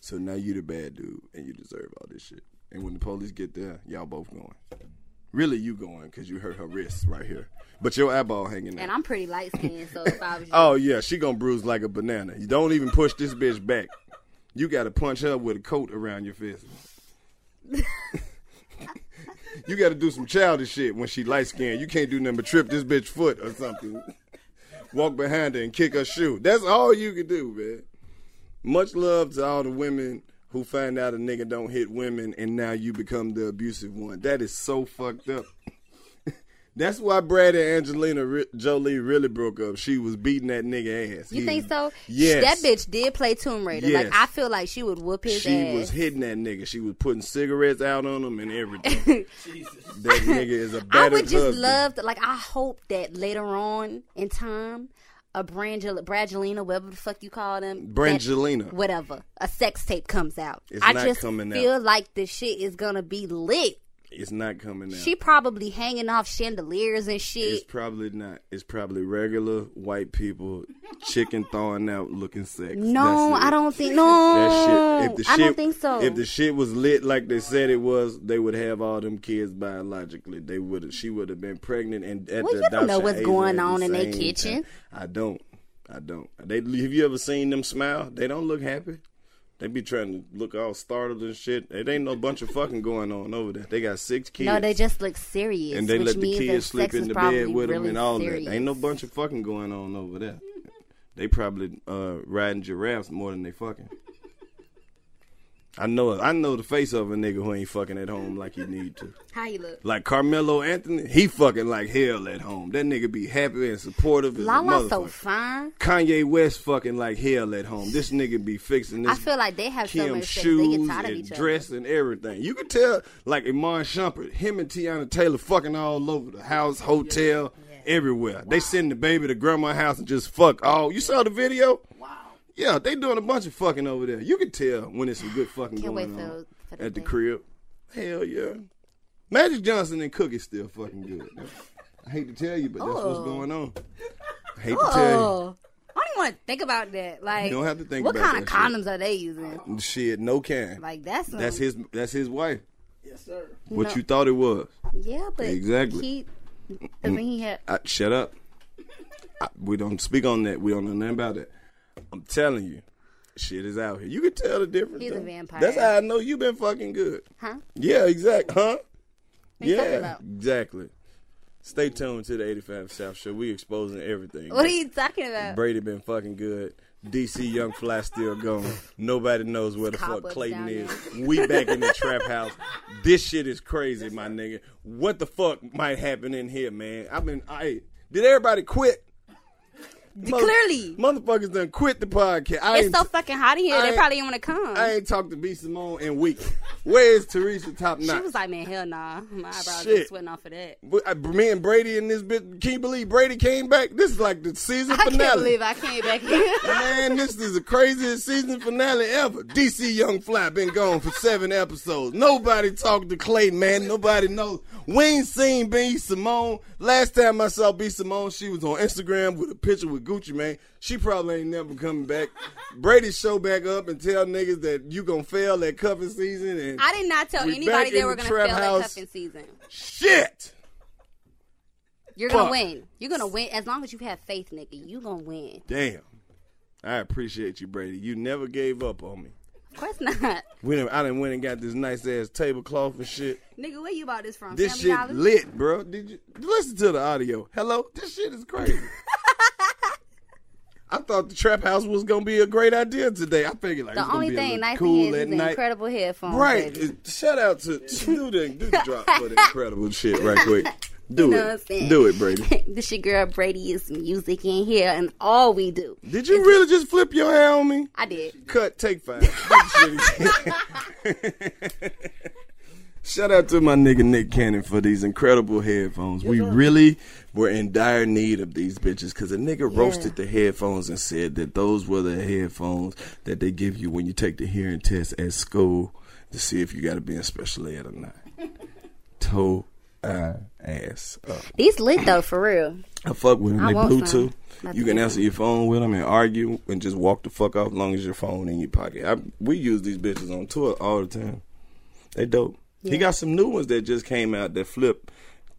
S1: So now you the bad dude and you deserve all this shit. And when the police get there, y'all both going. Really, you going because you hurt her wrist right here, but your eyeball hanging out.
S3: And I'm pretty light skinned, so if I was you,
S1: Oh yeah, she gonna bruise like a banana. You don't even push this bitch back. You gotta punch her with a coat around your fist. you gotta do some childish shit when she light skinned. You can't do nothing but trip this bitch foot or something. Walk behind her and kick her shoe. That's all you can do, man. Much love to all the women who find out a nigga don't hit women and now you become the abusive one. That is so fucked up. That's why Brad and Angelina re- Jolie really broke up. She was beating that nigga ass.
S3: you
S1: He-
S3: think so?
S1: Yes.
S3: That bitch did play Tomb Raider.
S1: Yes.
S3: Like I feel like she would whoop his
S1: She
S3: ass.
S1: was hitting that nigga. She was putting cigarettes out on him and everything. That nigga is a
S3: I
S1: better
S3: would just
S1: husband.
S3: love to, like, I hope that later on in time, a Brangel- Brangelina, whatever the fuck you call them, that-
S1: Brangelina.
S3: whatever, a sex tape comes out.
S1: It's
S3: I
S1: not
S3: just
S1: coming
S3: feel
S1: out.
S3: like the shit is gonna be lit.
S1: It's not coming out.
S3: She probably hanging off chandeliers and
S1: it's
S3: shit.
S1: probably not. It's probably regular white people, chicken thawing out, looking sex.
S3: No,
S1: That's it.
S3: I don't think no.
S1: That shit, if the shit,
S3: I don't think so.
S1: If the shit was lit like they said it was, they would have all them kids biologically. They would. have She would have been pregnant and at
S3: Well,
S1: the
S3: you don't know
S1: adoption
S3: what's
S1: age
S3: going
S1: at the
S3: on in their
S1: same
S3: kitchen.
S1: time. I don't. I don't. They have you ever seen them smile? They don't look happy. They be trying to look all startled and shit. It ain't no bunch of fucking going on over there. They got six kids.
S3: no, they just look serious.
S1: and they
S3: which
S1: let the
S3: means that
S1: kids sleep
S3: sex is
S1: in the
S3: probably
S1: bed with them
S3: really
S1: and all
S3: serious.
S1: that. Ain't no bunch of fucking going on over there. They probably uh, riding giraffes more than they fucking. I know I know the face of a nigga who ain't fucking at home like he need to.
S3: How you look?
S1: Like Carmelo Anthony, he fucking like hell at home. That nigga be happy and supportive as a
S3: Lala's so
S1: motherfucker.
S3: fine.
S1: Kanye West fucking like hell at home. This nigga be fixing this.
S3: I feel like they have so
S1: Kim
S3: much sex. They get
S1: shoes
S3: tired of
S1: and
S3: each other.
S1: dress and everything. You can tell, like Iman Shumpert, him and Tiana Taylor fucking all over the house, hotel, everywhere. They send the baby to grandma's house and just fuck all. You saw the video? Wow. Yeah, they doing a bunch of fucking over there. You can tell when it's some good fucking
S3: Can't wait
S1: going
S3: for-
S1: on
S3: for the
S1: at the
S3: thing.
S1: crib. Hell yeah. Magic Johnson and Cookie still fucking good. I hate to tell you, but that's
S3: Oh.
S1: what's going on. I hate to tell you.
S3: Oh, I don't even want to think about that. Like,
S1: don't have to think
S3: what
S1: about
S3: kind of
S1: that shit.
S3: condoms are they using?
S1: Shit, no can.
S3: Like, that's some-
S1: that's his that's his wife.
S3: Yes, sir.
S1: What you thought it was?
S3: Yeah, but
S1: Exactly.
S3: He, I mean, he had.
S1: I, shut up. I, we don't speak on that. We don't know nothing about it. I'm telling you, shit is out here. You can tell the difference.
S3: He's a
S1: though.
S3: vampire.
S1: That's how I know you've been fucking good.
S3: Huh?
S1: Yeah, exact. Huh?
S3: What you talking
S1: yeah,
S3: about?
S1: exactly. Stay tuned to the 85 South Show. We exposing everything.
S3: What are you talking about?
S1: Brady been fucking good. DC Young Fly still going. Nobody knows where the fuck
S3: Cobwebs
S1: Clayton
S3: down
S1: is.
S3: there.
S1: We back in the trap house. This shit is crazy, my nigga. What the fuck might happen in here, man? I've been. I did everybody quit.
S3: Clearly.
S1: motherfuckers done quit the podcast. I
S3: It's
S1: ain't-
S3: so fucking hot in here.
S1: I
S3: They
S1: ain't-
S3: probably didn't want to come.
S1: I ain't talked to B Simone in weeks. Where is Teresa Top
S3: she
S1: Notch?
S3: was like, man, hell nah. My eyebrows
S1: Shit.
S3: are sweating off of that.
S1: But, uh, me and Brady in this bit. Can you believe Brady came back? This is like the season
S3: I
S1: finale.
S3: can't believe I came back here.
S1: Man, this is the craziest season finale ever. DC Young Fly been gone for seven episodes. Nobody talked to Clayton, man. Nobody knows. We ain't seen B Simone. Last time I saw B Simone, she was on Instagram with a picture with Gucci, man. She probably ain't never coming back. Brady show back up and tell niggas that you gonna fail that cuffing season and
S3: I did not tell
S1: We back
S3: anybody they
S1: in
S3: were
S1: the
S3: going to
S1: trap
S3: fail that
S1: house.
S3: cuffing season.
S1: shit.
S3: You're going
S1: Fuck.
S3: to win. You're going to win. As long as you have faith, nigga, you going to win.
S1: Damn. I appreciate you, Brady. You never gave up on me.
S3: Of course not.
S1: We done, I done went and got this nice ass tablecloth and shit.
S3: Nigga, where you bought this from?
S1: This
S3: Family
S1: shit
S3: Dollar?
S1: lit, bro. Did you listen to the audio? Hello, this shit is crazy. I thought the trap house was gonna be a great idea today. I figured like
S3: The
S1: it's gonna
S3: only
S1: be a
S3: thing
S1: little
S3: nice in
S1: cool
S3: here
S1: at
S3: is these
S1: night.
S3: incredible headphones.
S1: right?
S3: baby.
S1: It- Shout out to do the do the drop for the incredible shit right quick. Do
S3: You know what I'm
S1: it,
S3: saying?
S1: do it, Brady.
S3: this your girl Brady is music in here, and all we do.
S1: Did you really just flip your hair on me?
S3: I did.
S1: Cut, take five. Shout out to my nigga Nick Cannon for these incredible headphones. we really were in dire need of these bitches because a nigga roasted the headphones and said that those were the headphones that they give you when you take the hearing test at school to see if you got to be in special ed or not. Toe uh, ass up.
S3: These lit though, for real.
S1: I fuck with them.
S3: I
S1: They
S3: want
S1: Bluetooth.
S3: some. My
S1: You can answer your phone with them and argue and just walk the fuck off as long as your phone in your pocket. I, we use these bitches on tour all the time. They dope. He got some new ones that just came out that flip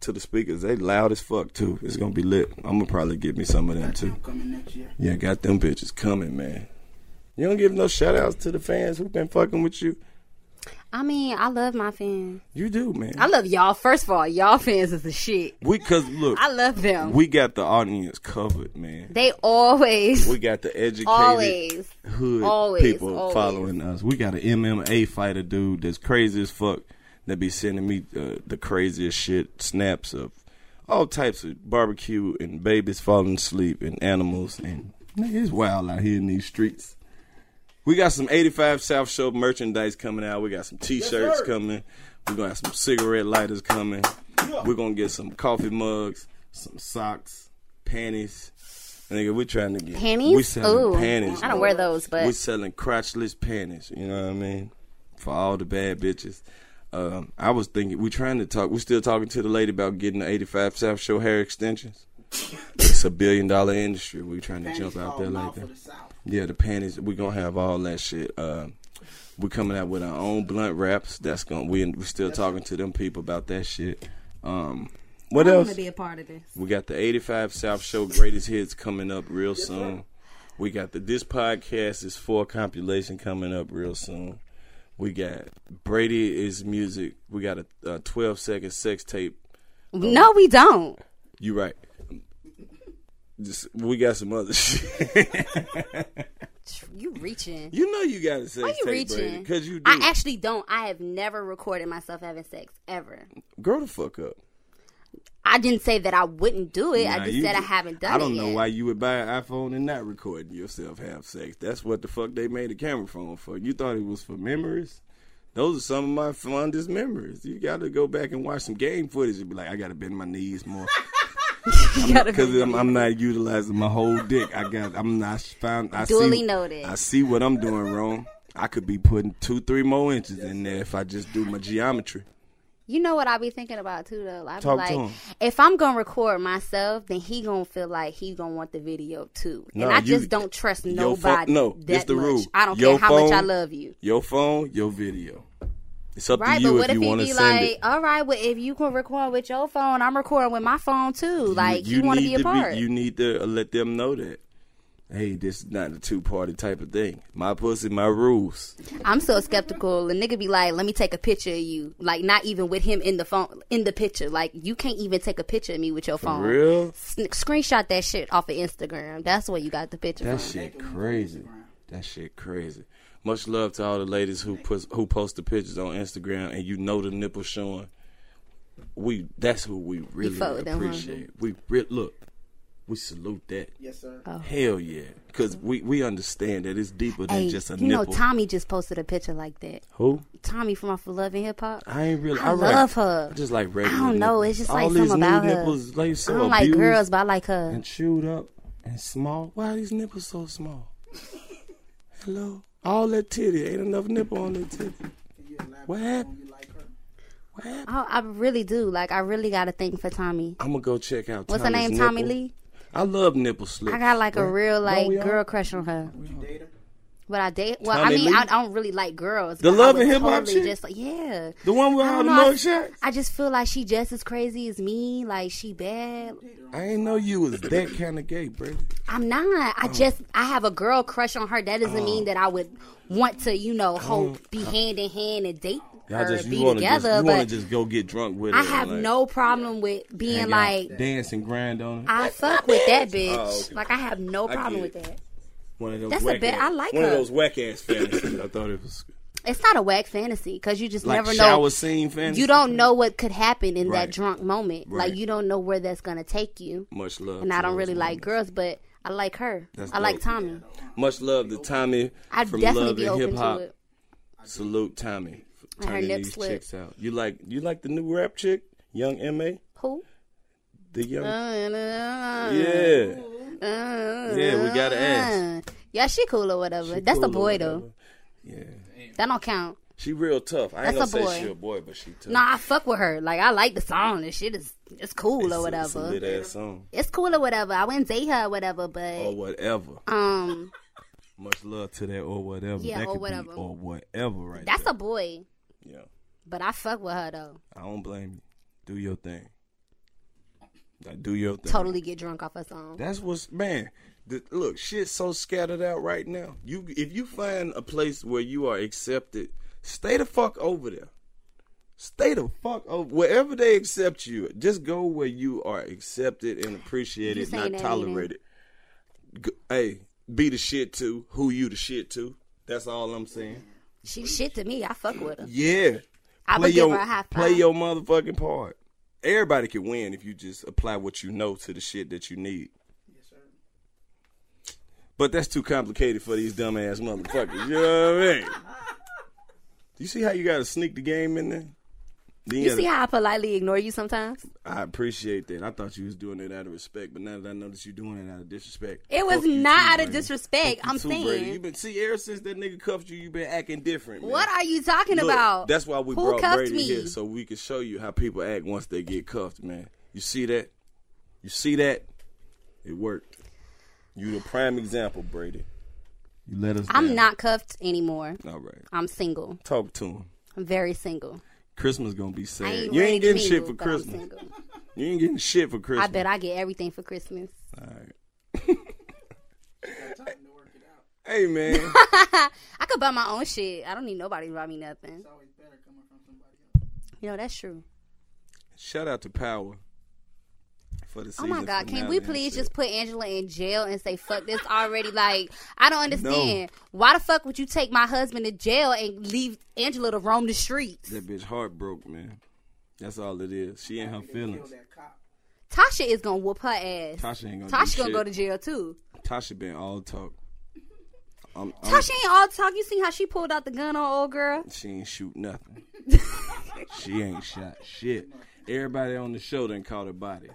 S1: to the speakers. They loud as fuck too. It's gonna be lit. I'm gonna probably get me some of them too. Yeah, got them bitches coming, man. You don't give no shout outs to the fans who've been fucking with you.
S3: I mean, I love my fans.
S1: You do, man.
S3: I love y'all. First of all, y'all fans is the shit.
S1: We cause look,
S3: I love them.
S1: we got the audience covered, man.
S3: they always,
S1: We got the educated
S3: always.
S1: hood
S3: Always,
S1: people
S3: always.
S1: following us. We got an MMA fighter dude that's crazy as fuck that be sending me uh, the craziest shit snaps of all types of barbecue and babies falling asleep and animals and nigga, it's wild out here in these streets. We got some 85 South Show merchandise coming out. We got some t-shirts coming. We're going to have some cigarette lighters coming. We're going to get some coffee mugs, some socks, panties. Nigga, we're trying to get
S3: Panties?
S1: We selling
S3: Ooh,
S1: panties.
S3: I don't
S1: man.
S3: wear those, but-
S1: we selling crotchless panties. You know what I mean? For all the bad bitches. Um, I was thinking we're trying to talk. We're still talking to the lady about getting the 85 South Show hair extensions. it's a billion dollar industry. We're trying to jump out there like that. yeah, the panties. We're gonna have all that shit. Uh, we're coming out with our own blunt wraps. That's gonna. We we're still talking to them people about that shit. Um, what
S3: I
S1: else?
S3: to be a part of this.
S1: We got the 85 South Show Greatest Hits coming up real soon. We got the This Podcast is for compilation coming up real soon. We got Brady is music. We got a, a 12 second sex tape.
S3: No, we don't.
S1: You right. Just, we got some other shit.
S3: You reaching.
S1: you know you got a sex
S3: Why you
S1: tape,
S3: reaching?
S1: Because you do.
S3: I actually don't. I have never recorded myself having sex ever.
S1: Grow the fuck up.
S3: I didn't say that I wouldn't do it. I
S1: Nah,
S3: just
S1: you
S3: said I
S1: ju-
S3: haven't done
S1: I don't
S3: it
S1: know
S3: yet.
S1: why you would buy an iPhone and not record yourself have sex. That's what the fuck they made a camera phone for. You thought it was for memories? Those are some of my fondest memories. You got to go back and watch some game footage and be like, I got to bend my knees more. Because I'm, I'm not utilizing my whole dick. I got. I'm not found. I
S3: Duly
S1: see,
S3: noted.
S1: I see what I'm doing wrong. I could be putting two, three more inches in there if I just do my geometry.
S3: You know what I be thinking about too, though. I be
S1: Talk to
S3: like,
S1: him.
S3: if I'm gonna record myself, then he gonna feel like he gonna want the video too.
S1: No,
S3: and I
S1: you-
S3: just don't trust
S1: Your pho-
S3: nobody.
S1: no,
S3: that
S1: it's the
S3: much.
S1: rule.
S3: I don't
S1: Your
S3: care how much I
S1: phone,
S3: love you.
S1: Your phone, your video. It's up
S3: Right,
S1: to
S3: but
S1: you
S3: what
S1: if
S3: if
S1: you
S3: he
S1: want to
S3: be
S1: send
S3: like, um,
S1: it.
S3: "All right, well, if you can record with your phone, I'm recording with my phone too." Like, you, want to be a
S1: to
S3: part?
S1: you need to let them know that. Hey, this is not a two party type of thing. My pussy, my rules.
S3: I'm so skeptical. A nigga be like, "Let me take a picture of you." Like, not even with him in the phone, in the picture. Like, you can't even take a picture of me with your
S1: For
S3: phone.
S1: real?
S3: S- screenshot that shit off of Instagram. That's where you got the picture.
S1: That
S3: from.
S1: shit crazy. That shit crazy. Much love to all the ladies who puts who post the pictures on Instagram and you know the nipple showing. We that's who we really
S3: fuck with them, huh?
S1: appreciate. We re- look, we salute that.
S4: Yes, sir.
S3: Oh.
S1: Hell yeah, because we we understand that it's deeper than
S3: Hey,
S1: just a
S3: you
S1: nipple.
S3: know, Tommy just posted a picture like that.
S1: who?
S3: Tommy from off of Love and Hip Hop.
S1: I ain't really.
S3: I
S1: like-
S3: love her.
S1: I just like regular.
S3: I don't know.
S1: nipples.
S3: It's just
S1: All
S3: like
S1: these
S3: something
S1: new
S3: about her.
S1: nipples, Like, so
S3: I don't like
S1: abused
S3: girls, but I like her.
S1: And chewed up and small. Why are these nipples so small? Hello, all that titty ain't enough nipple on that titty. What happened?
S3: I, I really do. Like, I really got a thing for Tommy.
S1: I'm gonna go check out.
S3: What's her
S1: Tommy's
S3: name? Tommy
S1: nipple.
S3: Lee?
S1: I love nipple slips.
S3: I got like a
S1: What?
S3: real
S1: No,
S3: like
S1: we all-
S3: girl crush on her. But I date. Well,
S1: Tommy
S3: I mean,
S1: Lee?
S3: I, I don't really like girls.
S1: The
S3: but I
S1: love
S3: would
S1: and hip hop
S3: totally
S1: shit?
S3: Just like, yeah,
S1: The one with
S3: I
S1: all
S3: don't
S1: the
S3: know, I-
S1: mugshots?
S3: I just feel like she just as crazy as me. Like she bad.
S1: I ain't know you was that kind of gay, Brady.
S3: I'm not.
S1: Oh.
S3: I just I have a girl crush on her. That doesn't mean that I would want to, you know, hold be hand in hand and date
S1: Y'all
S3: her,
S1: just
S3: be
S1: you wanna
S3: together.
S1: just you wanna
S3: but
S1: just go get drunk with
S3: I
S1: her,
S3: have
S1: like,
S3: no problem with being
S1: hang
S3: like,
S1: out, dance and grind on it.
S3: I fuck with that bitch.
S1: Oh, okay.
S3: Like I have no
S1: I
S3: problem
S1: get
S3: with
S1: it.
S3: that.
S1: One of those
S3: That's a
S1: whack
S3: bet-
S1: ass-
S3: I like
S1: one
S3: her.
S1: of those whack ass fantasies. I thought it was
S3: It's not a whack fantasy because you just
S1: like
S3: never
S1: shower
S3: know.
S1: scene fantasy.
S3: You don't know what could happen in
S1: Right.
S3: that drunk moment.
S1: Right.
S3: Like you don't know where that's gonna take you.
S1: Much love.
S3: And I
S1: to
S3: don't
S1: those
S3: really
S1: women.
S3: like girls, but I like her.
S1: That's
S3: I like
S1: dope.
S3: Tommy.
S1: Much love to Tommy
S3: I'd
S1: from
S3: definitely
S1: Love
S3: be
S1: and
S3: open
S1: Hip Hop.
S3: to it.
S1: Salute Tommy for
S3: And her
S1: turning
S3: nip
S1: these
S3: slip.
S1: chicks out. You like you like the new rap chick, Young Ma,
S3: Who?
S1: the young.
S3: Uh, Yeah.
S1: yeah, yeah, we gotta ask.
S3: Yeah, she cool or whatever.
S1: She
S3: That's a
S1: cool or
S3: boy
S1: whatever.
S3: though. Yeah. That don't count.
S1: She real tough. I ain't
S3: That's
S1: gonna
S3: a
S1: say
S3: boy.
S1: she a boy, but she tough.
S3: Nah, I fuck with her. Like I like the song. This shit is it's cool or
S1: It's a- It's a
S3: whatever.
S1: lit ass song
S3: It's cool or whatever. I wouldn't date her or whatever,
S1: or
S3: but
S1: whatever.
S3: um
S1: Much love to that or whatever.
S3: Yeah,
S1: that
S3: or
S1: could be
S3: whatever.
S1: or whatever, right?
S3: that's a boy.
S1: Yeah.
S3: But I fuck with her though.
S1: I don't blame you. Do your thing. Like, do your thing.
S3: Totally get drunk off a song.
S1: That's what's man. The, look, shit's so scattered out right now. You if you find a place where you are accepted, stay the fuck over there. Stay the fuck over wherever they accept you. Just go where you are accepted and
S3: You
S1: appreciated,
S3: saying
S1: not
S3: that,
S1: tolerated. G- hey, be the shit to who you the shit to. That's all I'm saying.
S3: She shit to me. I fuck with her.
S1: Yeah.
S3: I
S1: play
S3: would give
S1: your
S3: her a high five.
S1: play your motherfucking part. Everybody can win if you just apply what you know to the shit that you need. But that's too complicated for these dumbass motherfuckers. You know what I mean? Do you see how you gotta sneak the game in there? Then
S3: You see how I politely ignore you sometimes?
S1: I appreciate that. I thought you was doing it out of respect, but now that I notice you're doing it out of disrespect,
S3: It was
S1: fuck you
S3: not
S1: too,
S3: out of
S1: Brady.
S3: disrespect.
S1: Fuck you
S3: I'm
S1: too,
S3: saying.
S1: Brady. you been see ever since that nigga cuffed you, you been acting different. man.
S3: What are you talking
S1: Look,
S3: about?
S1: That's why we
S3: Who
S1: brought
S3: cuffed
S1: Brady
S3: me?
S1: here so we can show you how people act once they get cuffed, man. You see that? You see that? It worked. You the prime example, Brady. You let us.
S3: I'm not cuffed anymore.
S1: All right.
S3: I'm single.
S1: Talk to him.
S3: I'm very single.
S1: Christmas gonna be sad.
S3: I ain't
S1: you
S3: ready
S1: ain't
S3: to
S1: getting shit
S3: mingle,
S1: for
S3: but I'm
S1: Christmas.
S3: single.
S1: You ain't getting shit for Christmas.
S3: I bet I get everything for Christmas.
S1: All right. Hey man.
S3: I could buy my own shit. I don't need nobody to buy me nothing. You know that's true.
S1: Shout out to Power for the
S3: Oh
S1: season.
S3: my god, can
S1: finale
S3: we
S1: and
S3: please
S1: shit.
S3: just put Angela in jail and say fuck this already? Like I don't understand. Why the fuck would you take my husband to jail and leave Angela to roam the street?
S1: that bitch heartbroke, man. That's all it is. She and her feelings.
S3: Tasha is gonna whoop her ass.
S1: Tasha ain't gonna do
S3: Tasha gonna
S1: shit.
S3: go to jail too.
S1: Tasha been all talk. I'm, I'm,
S3: Tasha ain't all talk. You seen how she pulled out the gun on old girl?
S1: She ain't shoot nothing. she ain't shot shit. Everybody on the show done caught her body.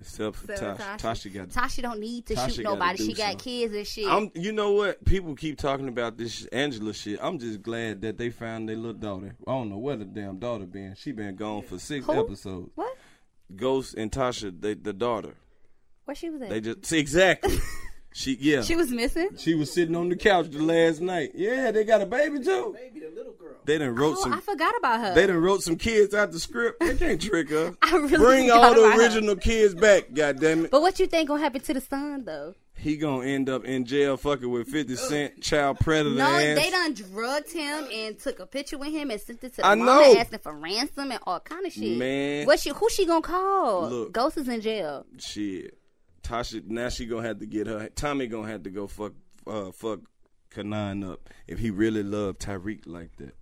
S1: Except for
S3: So
S1: Tasha. Tasha got
S3: Tasha don't need to
S1: Tasha
S3: shoot
S1: gotta
S3: nobody.
S1: do
S3: She got
S1: something.
S3: kids and shit.
S1: I'm, you know what? People keep talking about this Angela shit. I'm just glad that they found their little daughter. I don't know where the damn daughter been. She been gone for six
S3: Who?
S1: episodes.
S3: What?
S1: Ghost and Tasha, they, the daughter.
S3: Where she was at?
S1: They just see, exactly. she yeah.
S3: She was missing.
S1: She was sitting on the couch the last night. Yeah, they got a baby too. They done wrote
S3: Oh,
S1: some.
S3: I forgot about her.
S1: They done wrote some kids out the script. They can't trick her.
S3: I really
S1: Bring
S3: forgot
S1: all the
S3: about her.
S1: original kids back. God damn it.
S3: But what you think gonna happen to the son though?
S1: He gonna end up in jail fucking with Fifty Cent, child predator
S3: No,
S1: ass.
S3: they done drugged him and took a picture with him and sent it to the
S1: I
S3: mama
S1: know.
S3: asking for ransom and all kind of shit.
S1: Man.
S3: what she? Who she gonna call?
S1: Look.
S3: Ghost is in jail.
S1: Shit. Tasha, now she gonna have to get her. Tommy gonna have to go fuck, uh, fuck Kanan up if he really loved Tyreek like that.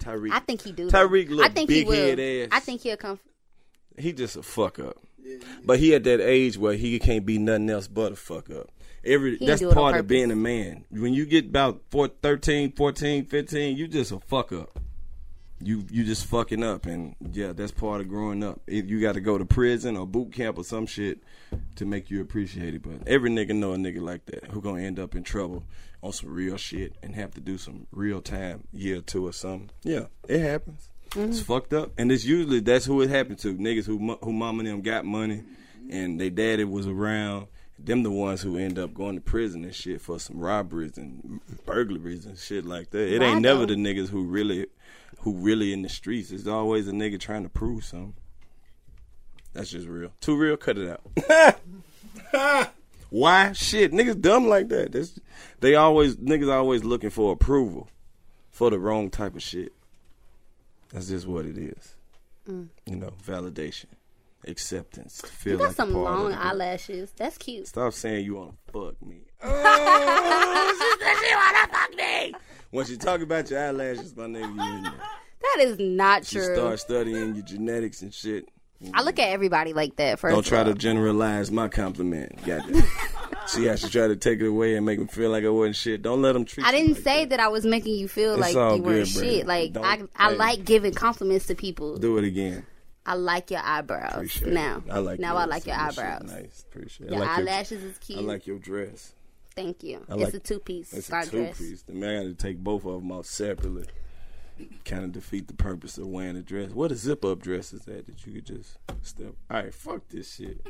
S1: Tyreek,
S3: I think he do. though.
S1: Tyreek
S3: I
S1: look
S3: think he
S1: big
S3: will.
S1: head ass.
S3: I think he'll come.
S1: He just a fuck up. But he at that age where he can't be nothing else but a fuck up. Every
S3: He
S1: that's
S3: do it on
S1: part
S3: purpose.
S1: of being a man. When you get about four, 13, 14, 15, you just a fuck up. You you just fucking up and yeah, that's part of growing up. If you got to go to prison or boot camp or some shit to make you appreciate it. But every nigga know a nigga like that who gonna end up in trouble on some real shit and have to do some real time year or two or something. Yeah, it happens. It's fucked up, and it's usually that's who it happened to. Niggas who mo- who mom and them got money, and they daddy was around. Them the ones who end up going to prison and shit for some robberies and burglaries and shit like that. It ain't never the niggas who really, who really in the streets. It's always a nigga trying to prove something. That's just real. Too real. Cut it out. Why shit? Niggas dumb like that. That's, they always niggas always looking for approval for the wrong type of shit. That's just what it is.
S3: Mm.
S1: You know, validation, acceptance. to Feel
S3: You got
S1: like a
S3: some
S1: part of
S3: long
S1: the group.
S3: eyelashes. That's cute.
S1: Stop saying you want to fuck me. Once you talk about your eyelashes, my nigga, you in there.
S3: That is not
S1: You
S3: true.
S1: start studying your genetics and shit.
S3: I look at everybody like that. 1st
S1: Don't try to generalize my compliment. Goddamn. See how she tried to take it away and make him feel like I wasn't shit. Don't let him treat.
S3: I didn't say that. I was making you feel
S1: It's
S3: like
S1: all
S3: you weren't
S1: good,
S3: shit.
S1: Brandon.
S3: Like
S1: Don't-
S3: I, I
S1: hey.
S3: like giving compliments to people.
S1: Do it again.
S3: I like your eyebrows.
S1: Appreciate it.
S3: now,
S1: I like
S3: now. I
S1: yours.
S3: like your
S1: That shit
S3: eyebrows.
S1: Nice. Appreciate it.
S3: Your
S1: I like
S3: eyelashes is cute.
S1: I like your dress.
S3: Thank you.
S1: I
S3: it's
S1: like-
S3: a two piece
S1: It's
S3: star
S1: a two
S3: dress.
S1: piece. The man got to take both of them out separately. Kind of defeat the purpose of wearing a dress. What a zip up dress is that that you could just step? All right, fuck this shit.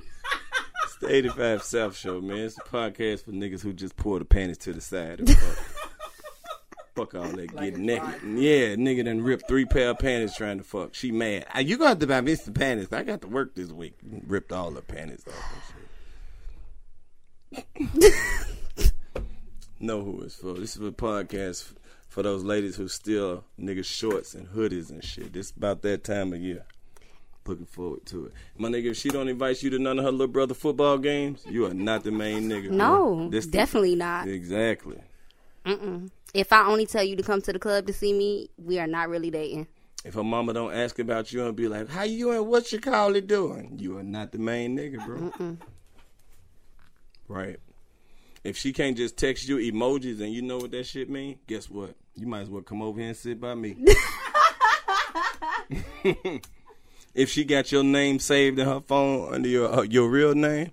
S1: It's the 85 South Show, man. It's a podcast for niggas who just pull the panties to the side. and fuck. Fuck all that get naked. Yeah, nigga done ripped three pair of panties trying to fuck. She mad. Ah, You gonna have to buy me some panties. I got to work this week. Ripped all the panties off and shit. know who it's for. This is a podcast for those ladies who steal niggas shorts and hoodies and shit. It's about that time of year. Looking forward to it. My nigga, if she don't invite you to none of her little brother football games, you are not the main nigga. bro.
S3: No,
S1: This the-
S3: definitely not.
S1: Exactly.
S3: Mm-mm. If I only tell you to come to the club to see me, we are not really dating.
S1: If her mama don't ask about you and be like, how you and what you call it doing? You are not the main nigga, bro. Right. If she can't just text you emojis and you know what that shit mean, guess what? You might as well come over here and sit by me. if she got your name saved in her phone under your uh, your real name,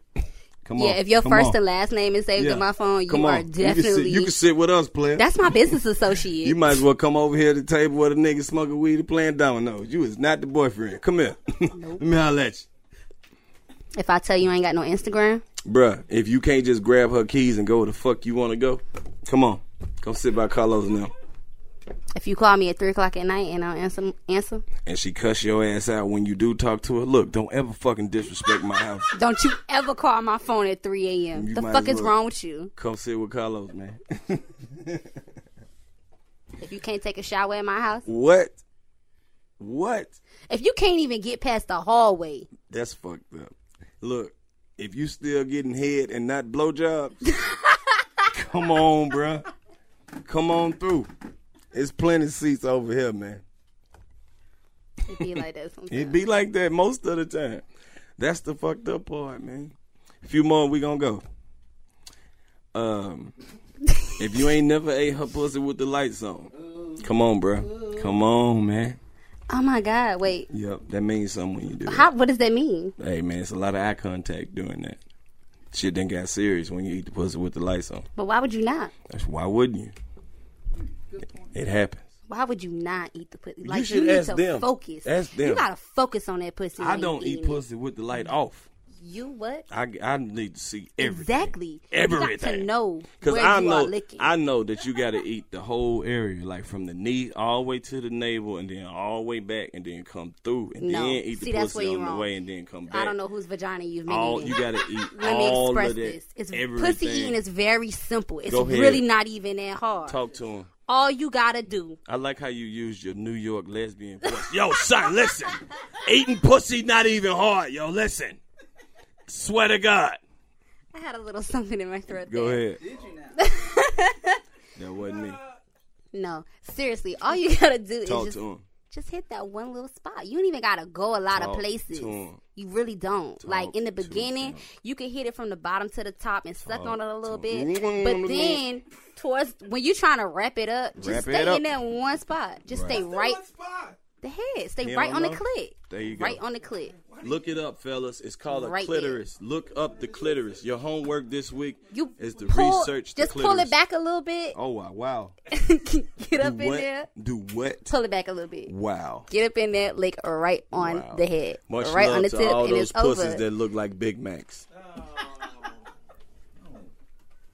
S1: come
S3: yeah,
S1: on.
S3: if your
S1: come
S3: first
S1: on.
S3: and last name is saved
S1: Yeah.
S3: in my phone, you
S1: Come on.
S3: are definitely.
S1: You can, sit, you can sit with us, player.
S3: That's my business associate.
S1: You might as well come over here to the table with a nigga smoking weed and playing dominoes. You is not the boyfriend. Come here. Let me holler at
S3: If I tell you I ain't got no Instagram,
S1: you. Bruh, if you can't just grab her keys and go where the fuck you want to go, come on. Come sit by Carlos now.
S3: if you call me at three o'clock at night and I'll answer, answer,
S1: And she cuss your ass out when you do talk to her. Look, don't ever fucking disrespect my house.
S3: don't you ever call my phone at three a.m.
S1: You
S3: the
S1: might
S3: fuck
S1: as
S3: is
S1: well.
S3: wrong with you?
S1: Come sit with Carlos, man.
S3: If you can't take a shower at my house,
S1: What? What?
S3: if you can't even get past the hallway,
S1: That's fucked up. Look, if you still getting head and not blowjobs, come on, bruh. Come on through. It's plenty seats over here, man.
S3: it be like that. sometimes.
S1: It be like that most of the time. That's the fucked up part, man. A few more, we gonna go. Um, if you ain't never ate her pussy with the lights on, come on, bruh. Come on, man.
S3: Oh my god! Wait,
S1: Yep, that means something when you do. it.
S3: how? What does that mean?
S1: Hey man, it's a lot of eye contact doing that. Shit then got serious when you eat the pussy with the lights on.
S3: But why would you not?
S1: That's why wouldn't you? It happens.
S3: Why would you not eat the pussy? Like you,
S1: should
S3: need
S1: ask
S3: to
S1: them.
S3: focus.
S1: Ask them.
S3: You gotta focus on that pussy.
S1: I
S3: when you
S1: don't eat
S3: eating it.
S1: pussy with the light off.
S3: You what?
S1: I, I need to see everything.
S3: Exactly. You got to
S1: Everything.
S3: know
S1: Cause
S3: where
S1: I
S3: you
S1: know
S3: are licking.
S1: I know that you got to eat the whole area, like from the knee all the way to the navel, and then all the way back, and then come through, and
S3: No.
S1: then eat the
S3: See, that's where
S1: pussy
S3: you
S1: on the
S3: wrong.
S1: way, and then come back.
S3: I don't know whose vagina you've been
S1: All
S3: eating.
S1: you got to eat
S3: Let
S1: all
S3: me
S1: of
S3: express
S1: that.
S3: this. It's pussy
S1: everything.
S3: eating is very simple. It's
S1: Go ahead.
S3: really not even that hard.
S1: Talk to him.
S3: All you gotta do.
S1: I like how you used your New York lesbian voice. Yo, son, listen. Eating pussy not even hard. Yo, listen. Swear to God.
S3: I had a little something in my throat.
S1: Go
S3: there.
S1: ahead. That wasn't me.
S3: No, seriously, all you gotta do
S1: Talk
S3: is just
S1: to him.
S3: just hit that one little spot. You don't even gotta go a lot
S1: Talk
S3: of places.
S1: to 'em.
S3: You really don't. like in the beginning, you can hit it from the bottom to the top and suck on it a little bit. But then towards when you're trying to wrap it up, just
S1: Wrap it
S3: stay
S1: up.
S3: in that one spot. Just
S1: Right.
S3: stay right the head. Stay
S1: Him
S3: right on the
S1: alone?
S3: clit.
S1: There you go.
S3: Right on the clit.
S1: Look it up, fellas. It's called a
S3: Right there.
S1: clitoris. Look up the clitoris. Your homework this week
S3: You
S1: is to
S3: pull,
S1: research the
S3: just
S1: clitoris.
S3: pull it back a little bit.
S1: Oh, wow. Wow.
S3: Get up
S1: Do
S3: in
S1: what?
S3: there.
S1: Do what?
S3: Pull it back a little bit.
S1: Wow.
S3: Get up in there, lick right on
S1: Wow.
S3: the head,
S1: Much
S3: right
S1: love
S3: on the
S1: to
S3: tip,
S1: all
S3: and
S1: those
S3: it's
S1: pussies
S3: over.
S1: that look like Big Macs.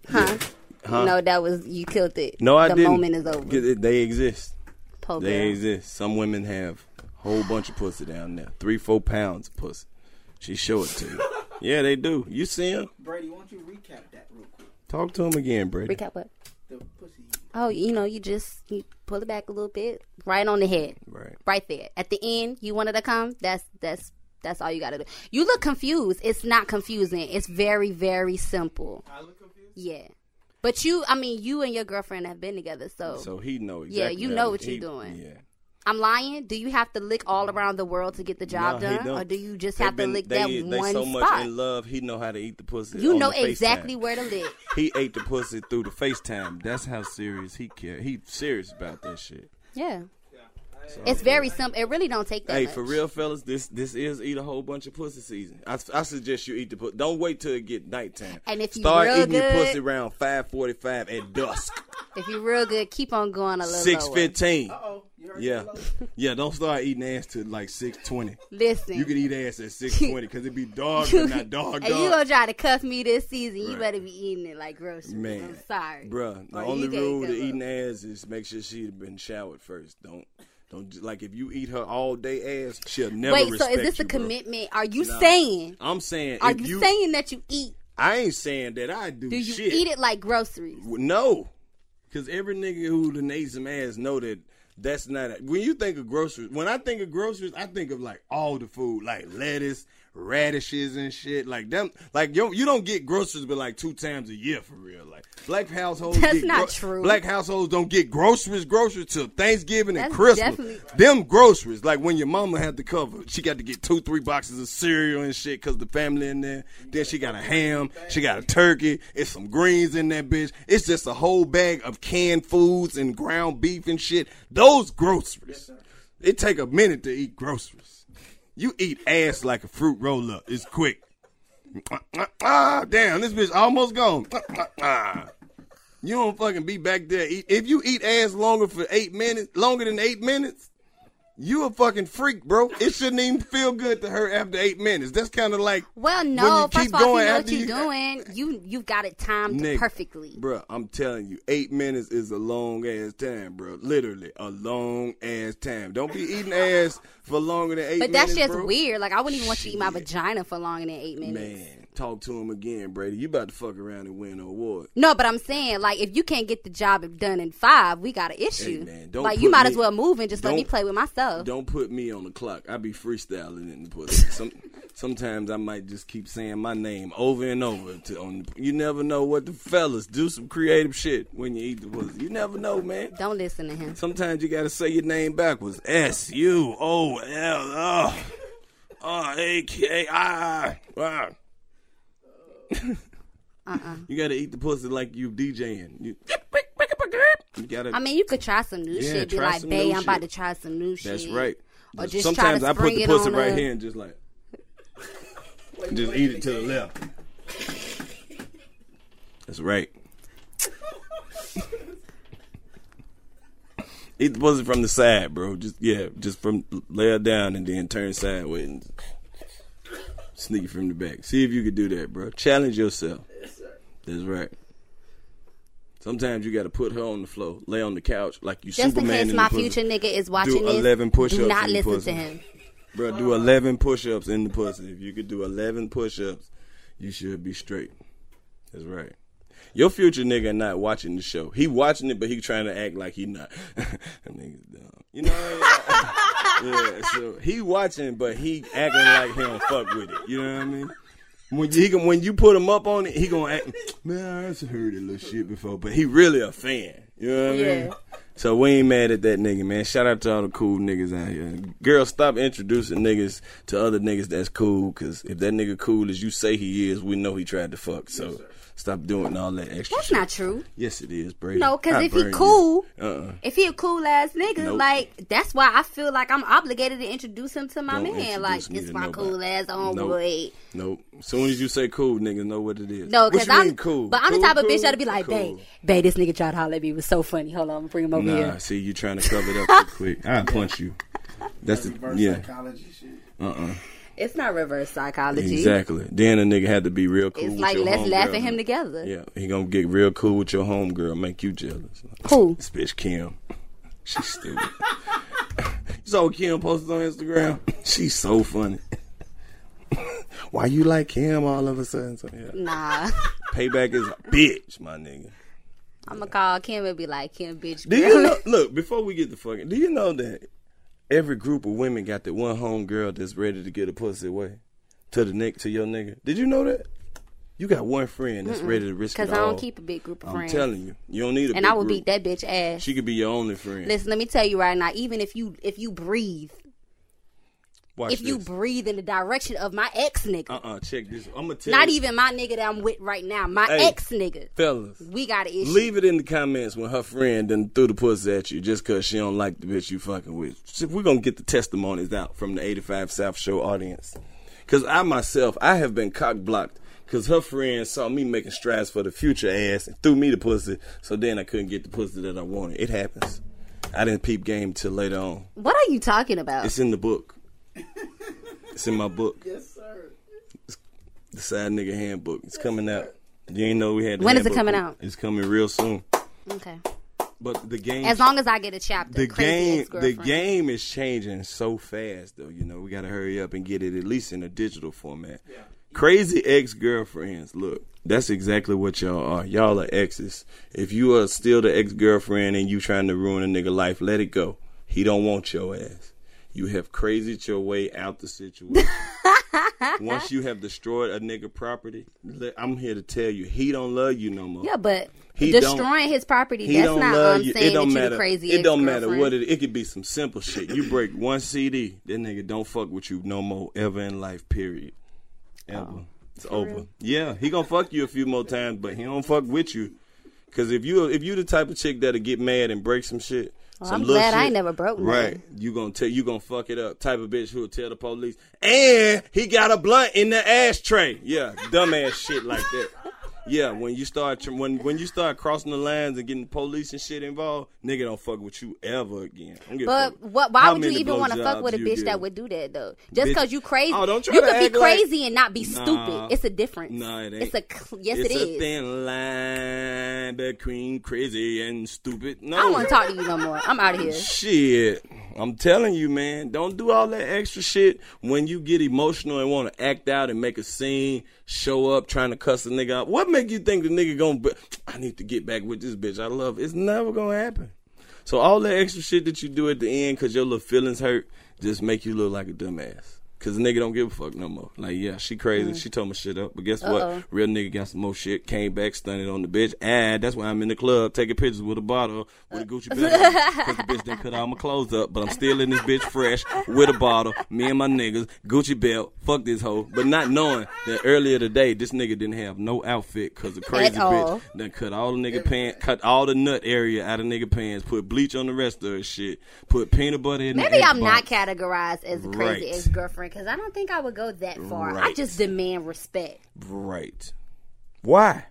S3: Huh?
S1: Huh?
S3: No, that was you killed it.
S1: No, I
S3: the
S1: didn't.
S3: moment is over.
S1: Get it- They exist.
S3: Poor
S1: they
S3: girl.
S1: exist. Some women have a whole bunch of pussy down there. Three, four pounds of pussy. She show it to you. yeah, they do. You see them?
S4: Brady, why don't you recap that real quick?
S1: Talk to them again, Brady.
S3: Recap what?
S4: The pussy.
S3: Oh, you know, you just you pull it back a little bit, right on the head,
S1: Right.
S3: right there. At the end, you wanted to come. That's that's that's all you got to do. You look confused. It's not confusing. It's very very simple.
S4: I look confused.
S3: Yeah, but you, I mean, you and your girlfriend have been together, so,
S1: So he know exactly.
S3: Yeah, you
S1: how
S3: know
S1: to-
S3: what you're
S1: he-
S3: doing.
S1: Yeah.
S3: I'm lying. Do you have to lick all around the world to get the job
S1: No, he
S3: done,
S1: don't.
S3: or do you just
S1: They
S3: have
S1: been-
S3: to lick
S1: they,
S3: that
S1: they
S3: one
S1: so
S3: spot?
S1: much in love, he know how to eat the pussy.
S3: you
S1: on
S3: know
S1: the FaceTime.
S3: exactly where to lick.
S1: He ate the pussy through the FaceTime. That's how serious he care. He serious about that shit.
S3: Yeah.
S1: So-
S3: It's very simple. It really don't take that
S1: Hey,
S3: much.
S1: for real, fellas, this this is eat a whole bunch of pussy season. I, I suggest you eat the pussy. Don't wait till it get nighttime.
S3: And if you
S1: start
S3: real
S1: eating your
S3: good-
S1: pussy around five forty five at dusk,
S3: If you're real good, keep on going a little
S1: six
S3: lower.
S1: fifteen.
S4: Oh, you heard
S1: Yeah, yeah. Don't start eating ass till like six twenty.
S3: Listen.
S1: You can eat ass at six twenty because it be dog,
S3: You-
S1: but not dog.
S3: and you
S1: dog.
S3: gonna try to cuff me this season? You
S1: Right.
S3: better be eating it like groceries.
S1: Man,
S3: I'm sorry,
S1: Bruh, the
S3: Or you
S1: only
S3: can't
S1: rule
S3: go
S1: to
S3: up.
S1: eating ass is make sure she had been showered first. Don't, don't ju- like if you eat her all day ass, she'll never.
S3: Wait, so
S1: respect
S3: is this
S1: you,
S3: a
S1: bro.
S3: commitment? Are you
S1: Nah.
S3: saying?
S1: I'm saying,
S3: Are
S1: if
S3: you,
S1: you,
S3: saying that you eat?
S1: I ain't saying that I do.
S3: Do you
S1: shit.
S3: eat it like groceries?
S1: W- No, because every nigga who done ate some ass know that that's not. A, when you think of groceries, when I think of groceries, I think of like all the food, like lettuce, radishes, and shit. Like them, like you, you don't get groceries, but like two times a year for real. Like black households.
S3: That's
S1: get
S3: not true.
S1: Black households don't get groceries, groceries till Thanksgiving and
S3: That's
S1: Christmas.
S3: definitely-
S1: Them groceries, like when your mama had to cover, she got to get two, three boxes of cereal and shit because the family in there. Then she got a ham, she got a turkey, it's some greens in that bitch. It's just a whole bag of canned foods and ground beef and shit. Those groceries. It take a minute to eat groceries. You eat ass like a fruit roll up. It's quick. Ah, damn, this bitch almost gone. Ah. You don't fucking be back there. Eat. If you eat ass longer for eight minutes, longer than eight minutes, you a fucking freak, bro. It shouldn't even feel good to her after eight minutes. That's kind of like
S3: Well,
S1: when
S3: no.
S1: you
S3: First
S1: keep
S3: of all,
S1: going
S3: if you know
S1: after
S3: what you're doing, you you've got it timed
S1: Nigga,
S3: perfectly.
S1: Bruh, I'm telling you, eight minutes is a long ass time, bro. Literally, a long ass time. Don't be eating ass for longer than eight
S3: But that's
S1: minutes.
S3: just
S1: bro.
S3: weird. Like I wouldn't even want you to eat my vagina for longer than eight minutes.
S1: Man, talk to him again, Brady. You about to fuck around and win an award.
S3: No, but I'm saying like if you can't get the job done in five, we got an issue.
S1: man, don't
S3: like you
S1: put
S3: might
S1: me-
S3: as well move and just let me
S1: don't-
S3: play with myself.
S1: Don't put me on the clock. I be freestyling in the pussy. Some, sometimes I might just keep saying my name over and over. To, on the, you never know what the fellas do. Some creative shit when you eat the pussy. You never know, man.
S3: Don't listen to him.
S1: Sometimes you gotta say your name backwards. S U O L O R A K I. Wow.
S3: Uh-uh.
S1: You gotta eat the pussy like you DJing. You, you gotta.
S3: I mean, you could try some new
S1: Yeah,
S3: shit. Be
S1: try
S3: like,
S1: some
S3: babe,
S1: new
S3: I'm about
S1: shit."
S3: to try some new shit.
S1: that's right.
S3: Or just try
S1: Sometimes
S3: to
S1: I put
S3: spring
S1: the
S3: it
S1: pussy
S3: on
S1: right
S3: a-
S1: here and just like, just eat it to the left. That's right. Eat the pussy from the side, bro. Just yeah, just from lay her down and then turn sideways and sneak it from the back. See if you could do that, bro. Challenge yourself. That's right. Sometimes you got to put her on the floor, lay on the couch like you
S3: Just in
S1: Superman
S3: case
S1: the
S3: my
S1: pussy.
S3: future nigga is watching this,
S1: 11 push-ups
S3: do not
S1: in the
S3: listen
S1: pussy.
S3: to him.
S1: Bro, do 11 push ups in the pussy. If you could do 11 push ups, you should be straight. That's right. Your future nigga not watching the show. He watching it, but he trying to act like he not. that nigga's dumb. You know? yeah, so he watching, but he acting like he don't fuck with it. You know what I mean? When you, he can, when you put him up on it, he gonna act. Man, I just heard that little shit before, but he really a fan. You know what I mean?
S10: Yeah.
S1: So we ain't mad at that nigga, man. Shout out to all the cool niggas out here. Girl, stop introducing niggas to other niggas that's cool, cause if that nigga cool as you say he is, we know he tried to fuck. So stop doing all that extra.
S3: That's
S1: shit.
S3: not true.
S1: Yes, it is, Brady.
S3: No, 'cause
S1: I
S3: if he
S1: burned you.
S3: cool-
S1: uh-uh.
S3: If he a cool ass nigga,
S1: Nope.
S3: like that's why I feel like I'm obligated to introduce him to my
S1: Don't
S3: man.
S1: introduce
S3: Like
S1: me
S3: it's
S1: to
S3: my
S1: nobody.
S3: cool ass on
S1: Nope.
S3: boy.
S1: Nope. soon as you say cool, niggas know what it is.
S3: No,
S1: What
S3: because
S1: you
S3: I'm
S1: mean cool.
S3: But I'm
S1: Cool,
S3: the type of
S1: cool?
S3: bitch that'll be like, babe, babe, this nigga tried to holler at me. It was so funny. Hold on, I'm gonna bring him over
S1: nah,
S3: here.
S1: see, you trying to cover it up too quick. I punch you. That's the
S3: Reverse
S1: yeah.
S3: psychology
S1: Uh uh
S3: It's not reverse psychology.
S1: Exactly. Then a nigga had to be real cool.
S3: It's
S1: with
S3: like
S1: your
S3: let's laugh
S1: homegirl.
S3: at him together.
S1: Yeah, he gonna get real cool with your homegirl, make you jealous.
S3: Who?
S1: This bitch Kim. She's stupid. you saw what Kim posted on Instagram? She's so funny. Why you like Kim all of a sudden? So, yeah.
S3: Nah,
S1: Payback is a bitch, my nigga.
S3: I'm gonna call Kim and be like, Kim, bitch.
S1: Do
S3: girl.
S1: you know, look before we get the fucking? Do you know that every group of women got that one home girl that's ready to get a pussy away to the nick to your nigga? Did you know that? You got one friend that's
S3: Mm-mm.
S1: ready to risk it all.
S3: I don't keep a big group of
S1: I'm
S3: friends.
S1: telling you, you don't need a.
S3: and
S1: big
S3: I will beat
S1: group.
S3: that bitch ass.
S1: She could be your only friend.
S3: Listen, let me tell you right now. Even if you if you breathe,
S1: Watch
S3: if you breathe in the direction of my ex nigga,
S1: uh uh check this. I'm gonna tell
S3: not
S1: you-
S3: even my nigga that I'm with right now, my
S1: Hey.
S3: ex nigga,
S1: fellas.
S3: we got an issue.
S1: Leave it in the comments when her friend done threw the pussy at you just because she don't like the bitch you fucking with. So We're going to get the testimonies out from the 85 South Show audience. Because I myself, I have been cock blocked because her friend saw me making strides for the future ass and threw me the pussy. So then I couldn't get the pussy that I wanted. It happens. I didn't peep game till later on.
S3: What are you talking about?
S1: It's in the book. It's in my book. Yes, sir. the Side Nigga Handbook. It's coming out. You ain't know we had the
S3: When is it
S1: handbook.
S3: coming out?
S1: It's coming real soon.
S3: okay.
S1: But the game
S3: As long as I get a chapter,
S1: the
S3: crazy
S1: game the
S3: ex-girlfriend.
S1: game is changing so fast though, you know. We gotta hurry up and get it at least in a digital format. Crazy ex girlfriends, look. That's exactly what y'all are. Y'all are exes. If you are still the ex girlfriend and you trying to ruin a nigga life, let it go. He don't want your ass. You have crazied your way out the situation. Once you have destroyed a nigga property, le- I'm here to tell you, he don't love you no more.
S3: Yeah, but
S1: He
S3: destroying
S1: don't-
S3: his property.
S1: He
S3: That's
S1: don't
S3: not
S1: love
S3: um,
S1: you.
S3: saying
S1: It don't
S3: that you
S1: matter.
S3: the crazy.
S1: it don't
S3: ex-girlfriend.
S1: matter what it. It could be some simple shit. You break one CD, that nigga don't fuck with you no more ever in life. Period. Ever.
S3: Oh.
S1: it's over. Yeah, he gonna fuck you a few more times, but he don't fuck with you. Cause if you if you the type of chick that'll get mad and break some shit,
S3: Well, I'm
S1: Some little
S3: glad I
S1: shit.
S3: ain't never broke nothing.
S1: Right. You gonna tell you gonna fuck it up. Type of bitch who'll tell the police. And he got a blunt in the ashtray. Yeah, dumbass shit like that. Yeah, when you start tr- when when you start crossing the lines and getting police and shit involved, nigga don't fuck with you ever again. I don't give a fuck
S3: But
S1: with-
S3: what, why
S1: How
S3: would you
S1: many
S3: even want to fuck
S1: blowjobs
S3: with a
S1: you
S3: bitch
S1: give?
S3: that would do that though? Just
S1: Bitch.
S3: because you crazy,
S1: Oh, don't try
S3: you
S1: to
S3: could be
S1: act like-
S3: crazy and not be
S1: Nah.
S3: stupid. It's a difference.
S1: Nah, it ain't.
S3: It's a cl- yes,
S1: it's
S3: it
S1: a
S3: is.
S1: thin line between crazy and stupid. No,
S3: I don't want to talk to you no more. I'm out of here.
S1: Shit. I'm telling you, man. Don't do all that extra shit when you get emotional and want to act out and make a scene, show up trying to cuss a nigga out. What make you think the nigga gonna be- I need to get back with this bitch I love? It's never gonna happen. So all that extra shit that you do at the end cause your little feelings hurt just make you look like a dumbass. Cause a nigga don't give a fuck no more. Like, yeah, she crazy.
S10: Mm.
S1: She told my shit up. But guess
S10: Uh-oh.
S1: what? Real nigga got some more shit. Came back, stunning on the bitch. And that's why I'm in the club taking pictures with a bottle with a Gucci belt. on. Cause the bitch done cut all my clothes up, but I'm still in this bitch fresh with a bottle. Me and my niggas, Gucci belt. Fuck this hoe. But not knowing that earlier today, this nigga didn't have no outfit cause the crazy
S10: At all. Mm.
S1: bitch done cut all the nigga pants, cut all the nut area out of nigga pants, put bleach on the rest of his shit, put peanut butter in.
S3: Maybe
S1: the
S3: I'm
S1: Xbox.
S3: not categorized as a crazy
S1: Right.
S3: ex girlfriend because I don't think I would go that far. I
S1: Right.
S3: just demand respect.
S1: Right. Why?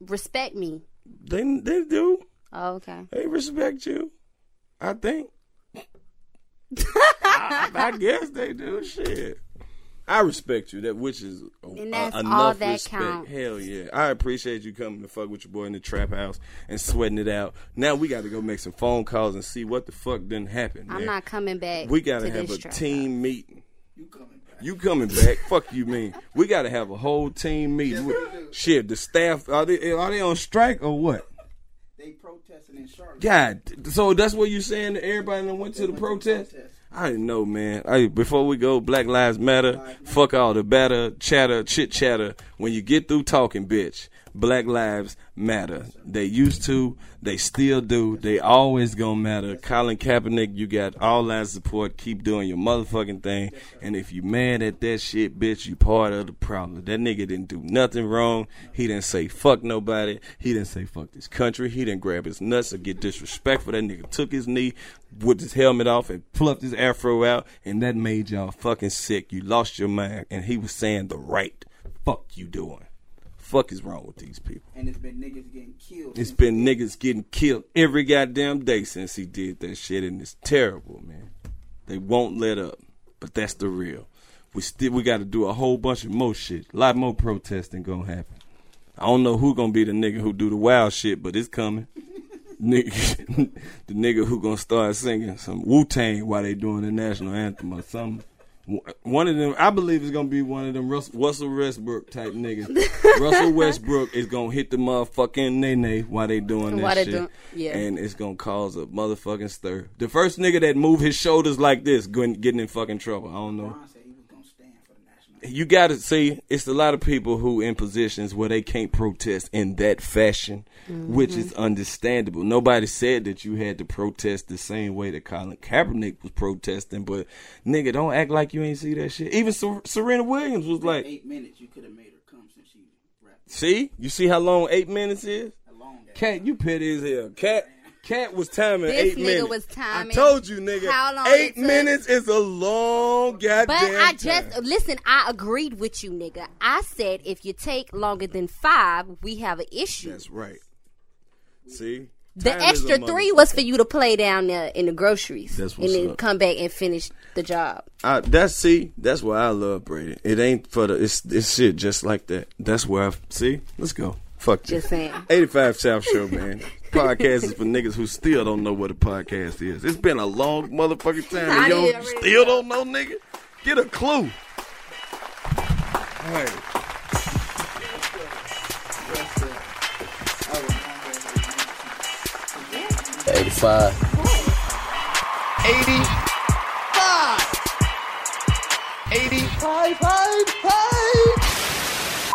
S3: Respect me.
S1: They they do.
S3: Oh, okay.
S1: They respect you. I think. I, I guess they do. Shit. I respect you. That which is a-
S3: And that's
S1: a- enough
S3: all that
S1: respect.
S3: counts.
S1: Hell yeah. I appreciate you coming to fuck with your boy in the trap house and sweating it out. Now we got to go make some phone calls and see what the fuck didn't happen.
S3: I'm
S1: man.
S3: not coming back.
S1: We gotta
S3: to
S1: have
S3: this
S1: a
S3: trap.
S1: team meeting. You coming back? Fuck you, mean. We gotta have a whole team meeting. Shit, the staff are they are they on strike or what? They protesting in Charlotte. God, so that's what you saying? That everybody that went to the protest? I didn't know, man. I, before we go, Black Lives Matter. Fuck all the batter, chatter, chit chatter. When you get through talking, bitch, Black Lives Matter. They used to, they still do, they always gonna matter. Colin Kaepernick, you got all lives support. Keep doing your motherfucking thing. And if you mad at that shit, bitch, you part of the problem. That nigga didn't do nothing wrong. He didn't say fuck nobody. He didn't say fuck this country. He didn't grab his nuts or get disrespectful. That nigga took his knee, whipped his helmet off, and plucked his afro out. And that made y'all fucking sick. You lost your mind. And he was saying the right fuck you doing. Fuck is wrong with these people.
S4: And it's been niggas getting killed.
S1: It's been niggas getting killed every goddamn day since he did that shit, and it's terrible, man. They won't let up, but that's the real. We still we got to do a whole bunch of more shit. A lot more protesting gonna happen. I don't know who gonna be the nigga who do the wild shit, but it's coming. nigga, the nigga who gonna start singing some Wu Tang while they doing the national anthem or something. One of them, I believe, is gonna be one of them Rus- Russell Westbrook type niggas. Russell Westbrook is gonna hit the motherfucking nay nay while they doing that
S10: While they
S1: shit,
S10: doing- yeah.
S1: and it's gonna cause a motherfucking stir. The first nigga that move his shoulders like this, going, getting in fucking trouble. I don't know. You gotta see, it's a lot of people who in positions where they can't protest in that fashion, which
S10: Mhm.
S1: is
S3: Mm-hmm.
S1: understandable. Nobody said that you had to protest the same way that Colin Kaepernick was protesting, but nigga, don't act like you ain't see that shit. Even Ser- Serena Williams was like,
S4: eight minutes. You could have made her come since she rapped.
S1: "See, you see how long eight minutes is? Cat, you petty as hell. Cat, cat was timing
S3: This
S1: eight
S3: nigga
S1: minutes.
S3: was timing.
S1: I told you, nigga.
S3: how long it
S1: eight
S3: took.
S1: minutes is a long goddamn.
S3: But I
S1: time.
S3: just listen. I agreed with you, nigga. I said if you take longer than five, we have an issue.
S1: That's right. See,
S3: The
S1: Time is a
S3: extra three was for you to play down there in the groceries,
S1: That's
S3: and
S1: what's
S3: then
S1: up.
S3: come back and finish the job.
S1: I, that's see, that's why I love Brady. It ain't for the it's it's shit just like that. That's where I see. Let's go. Fuck this.
S3: Just saying.
S1: 85 South Show, man. podcast is for niggas who still don't know what a podcast is. It's been a long motherfucking time.
S10: I
S1: And you
S10: did
S1: don't- you still don't know, nigga? Get a clue. Hey.
S11: Eighty-five.
S10: 85. 85, five, five.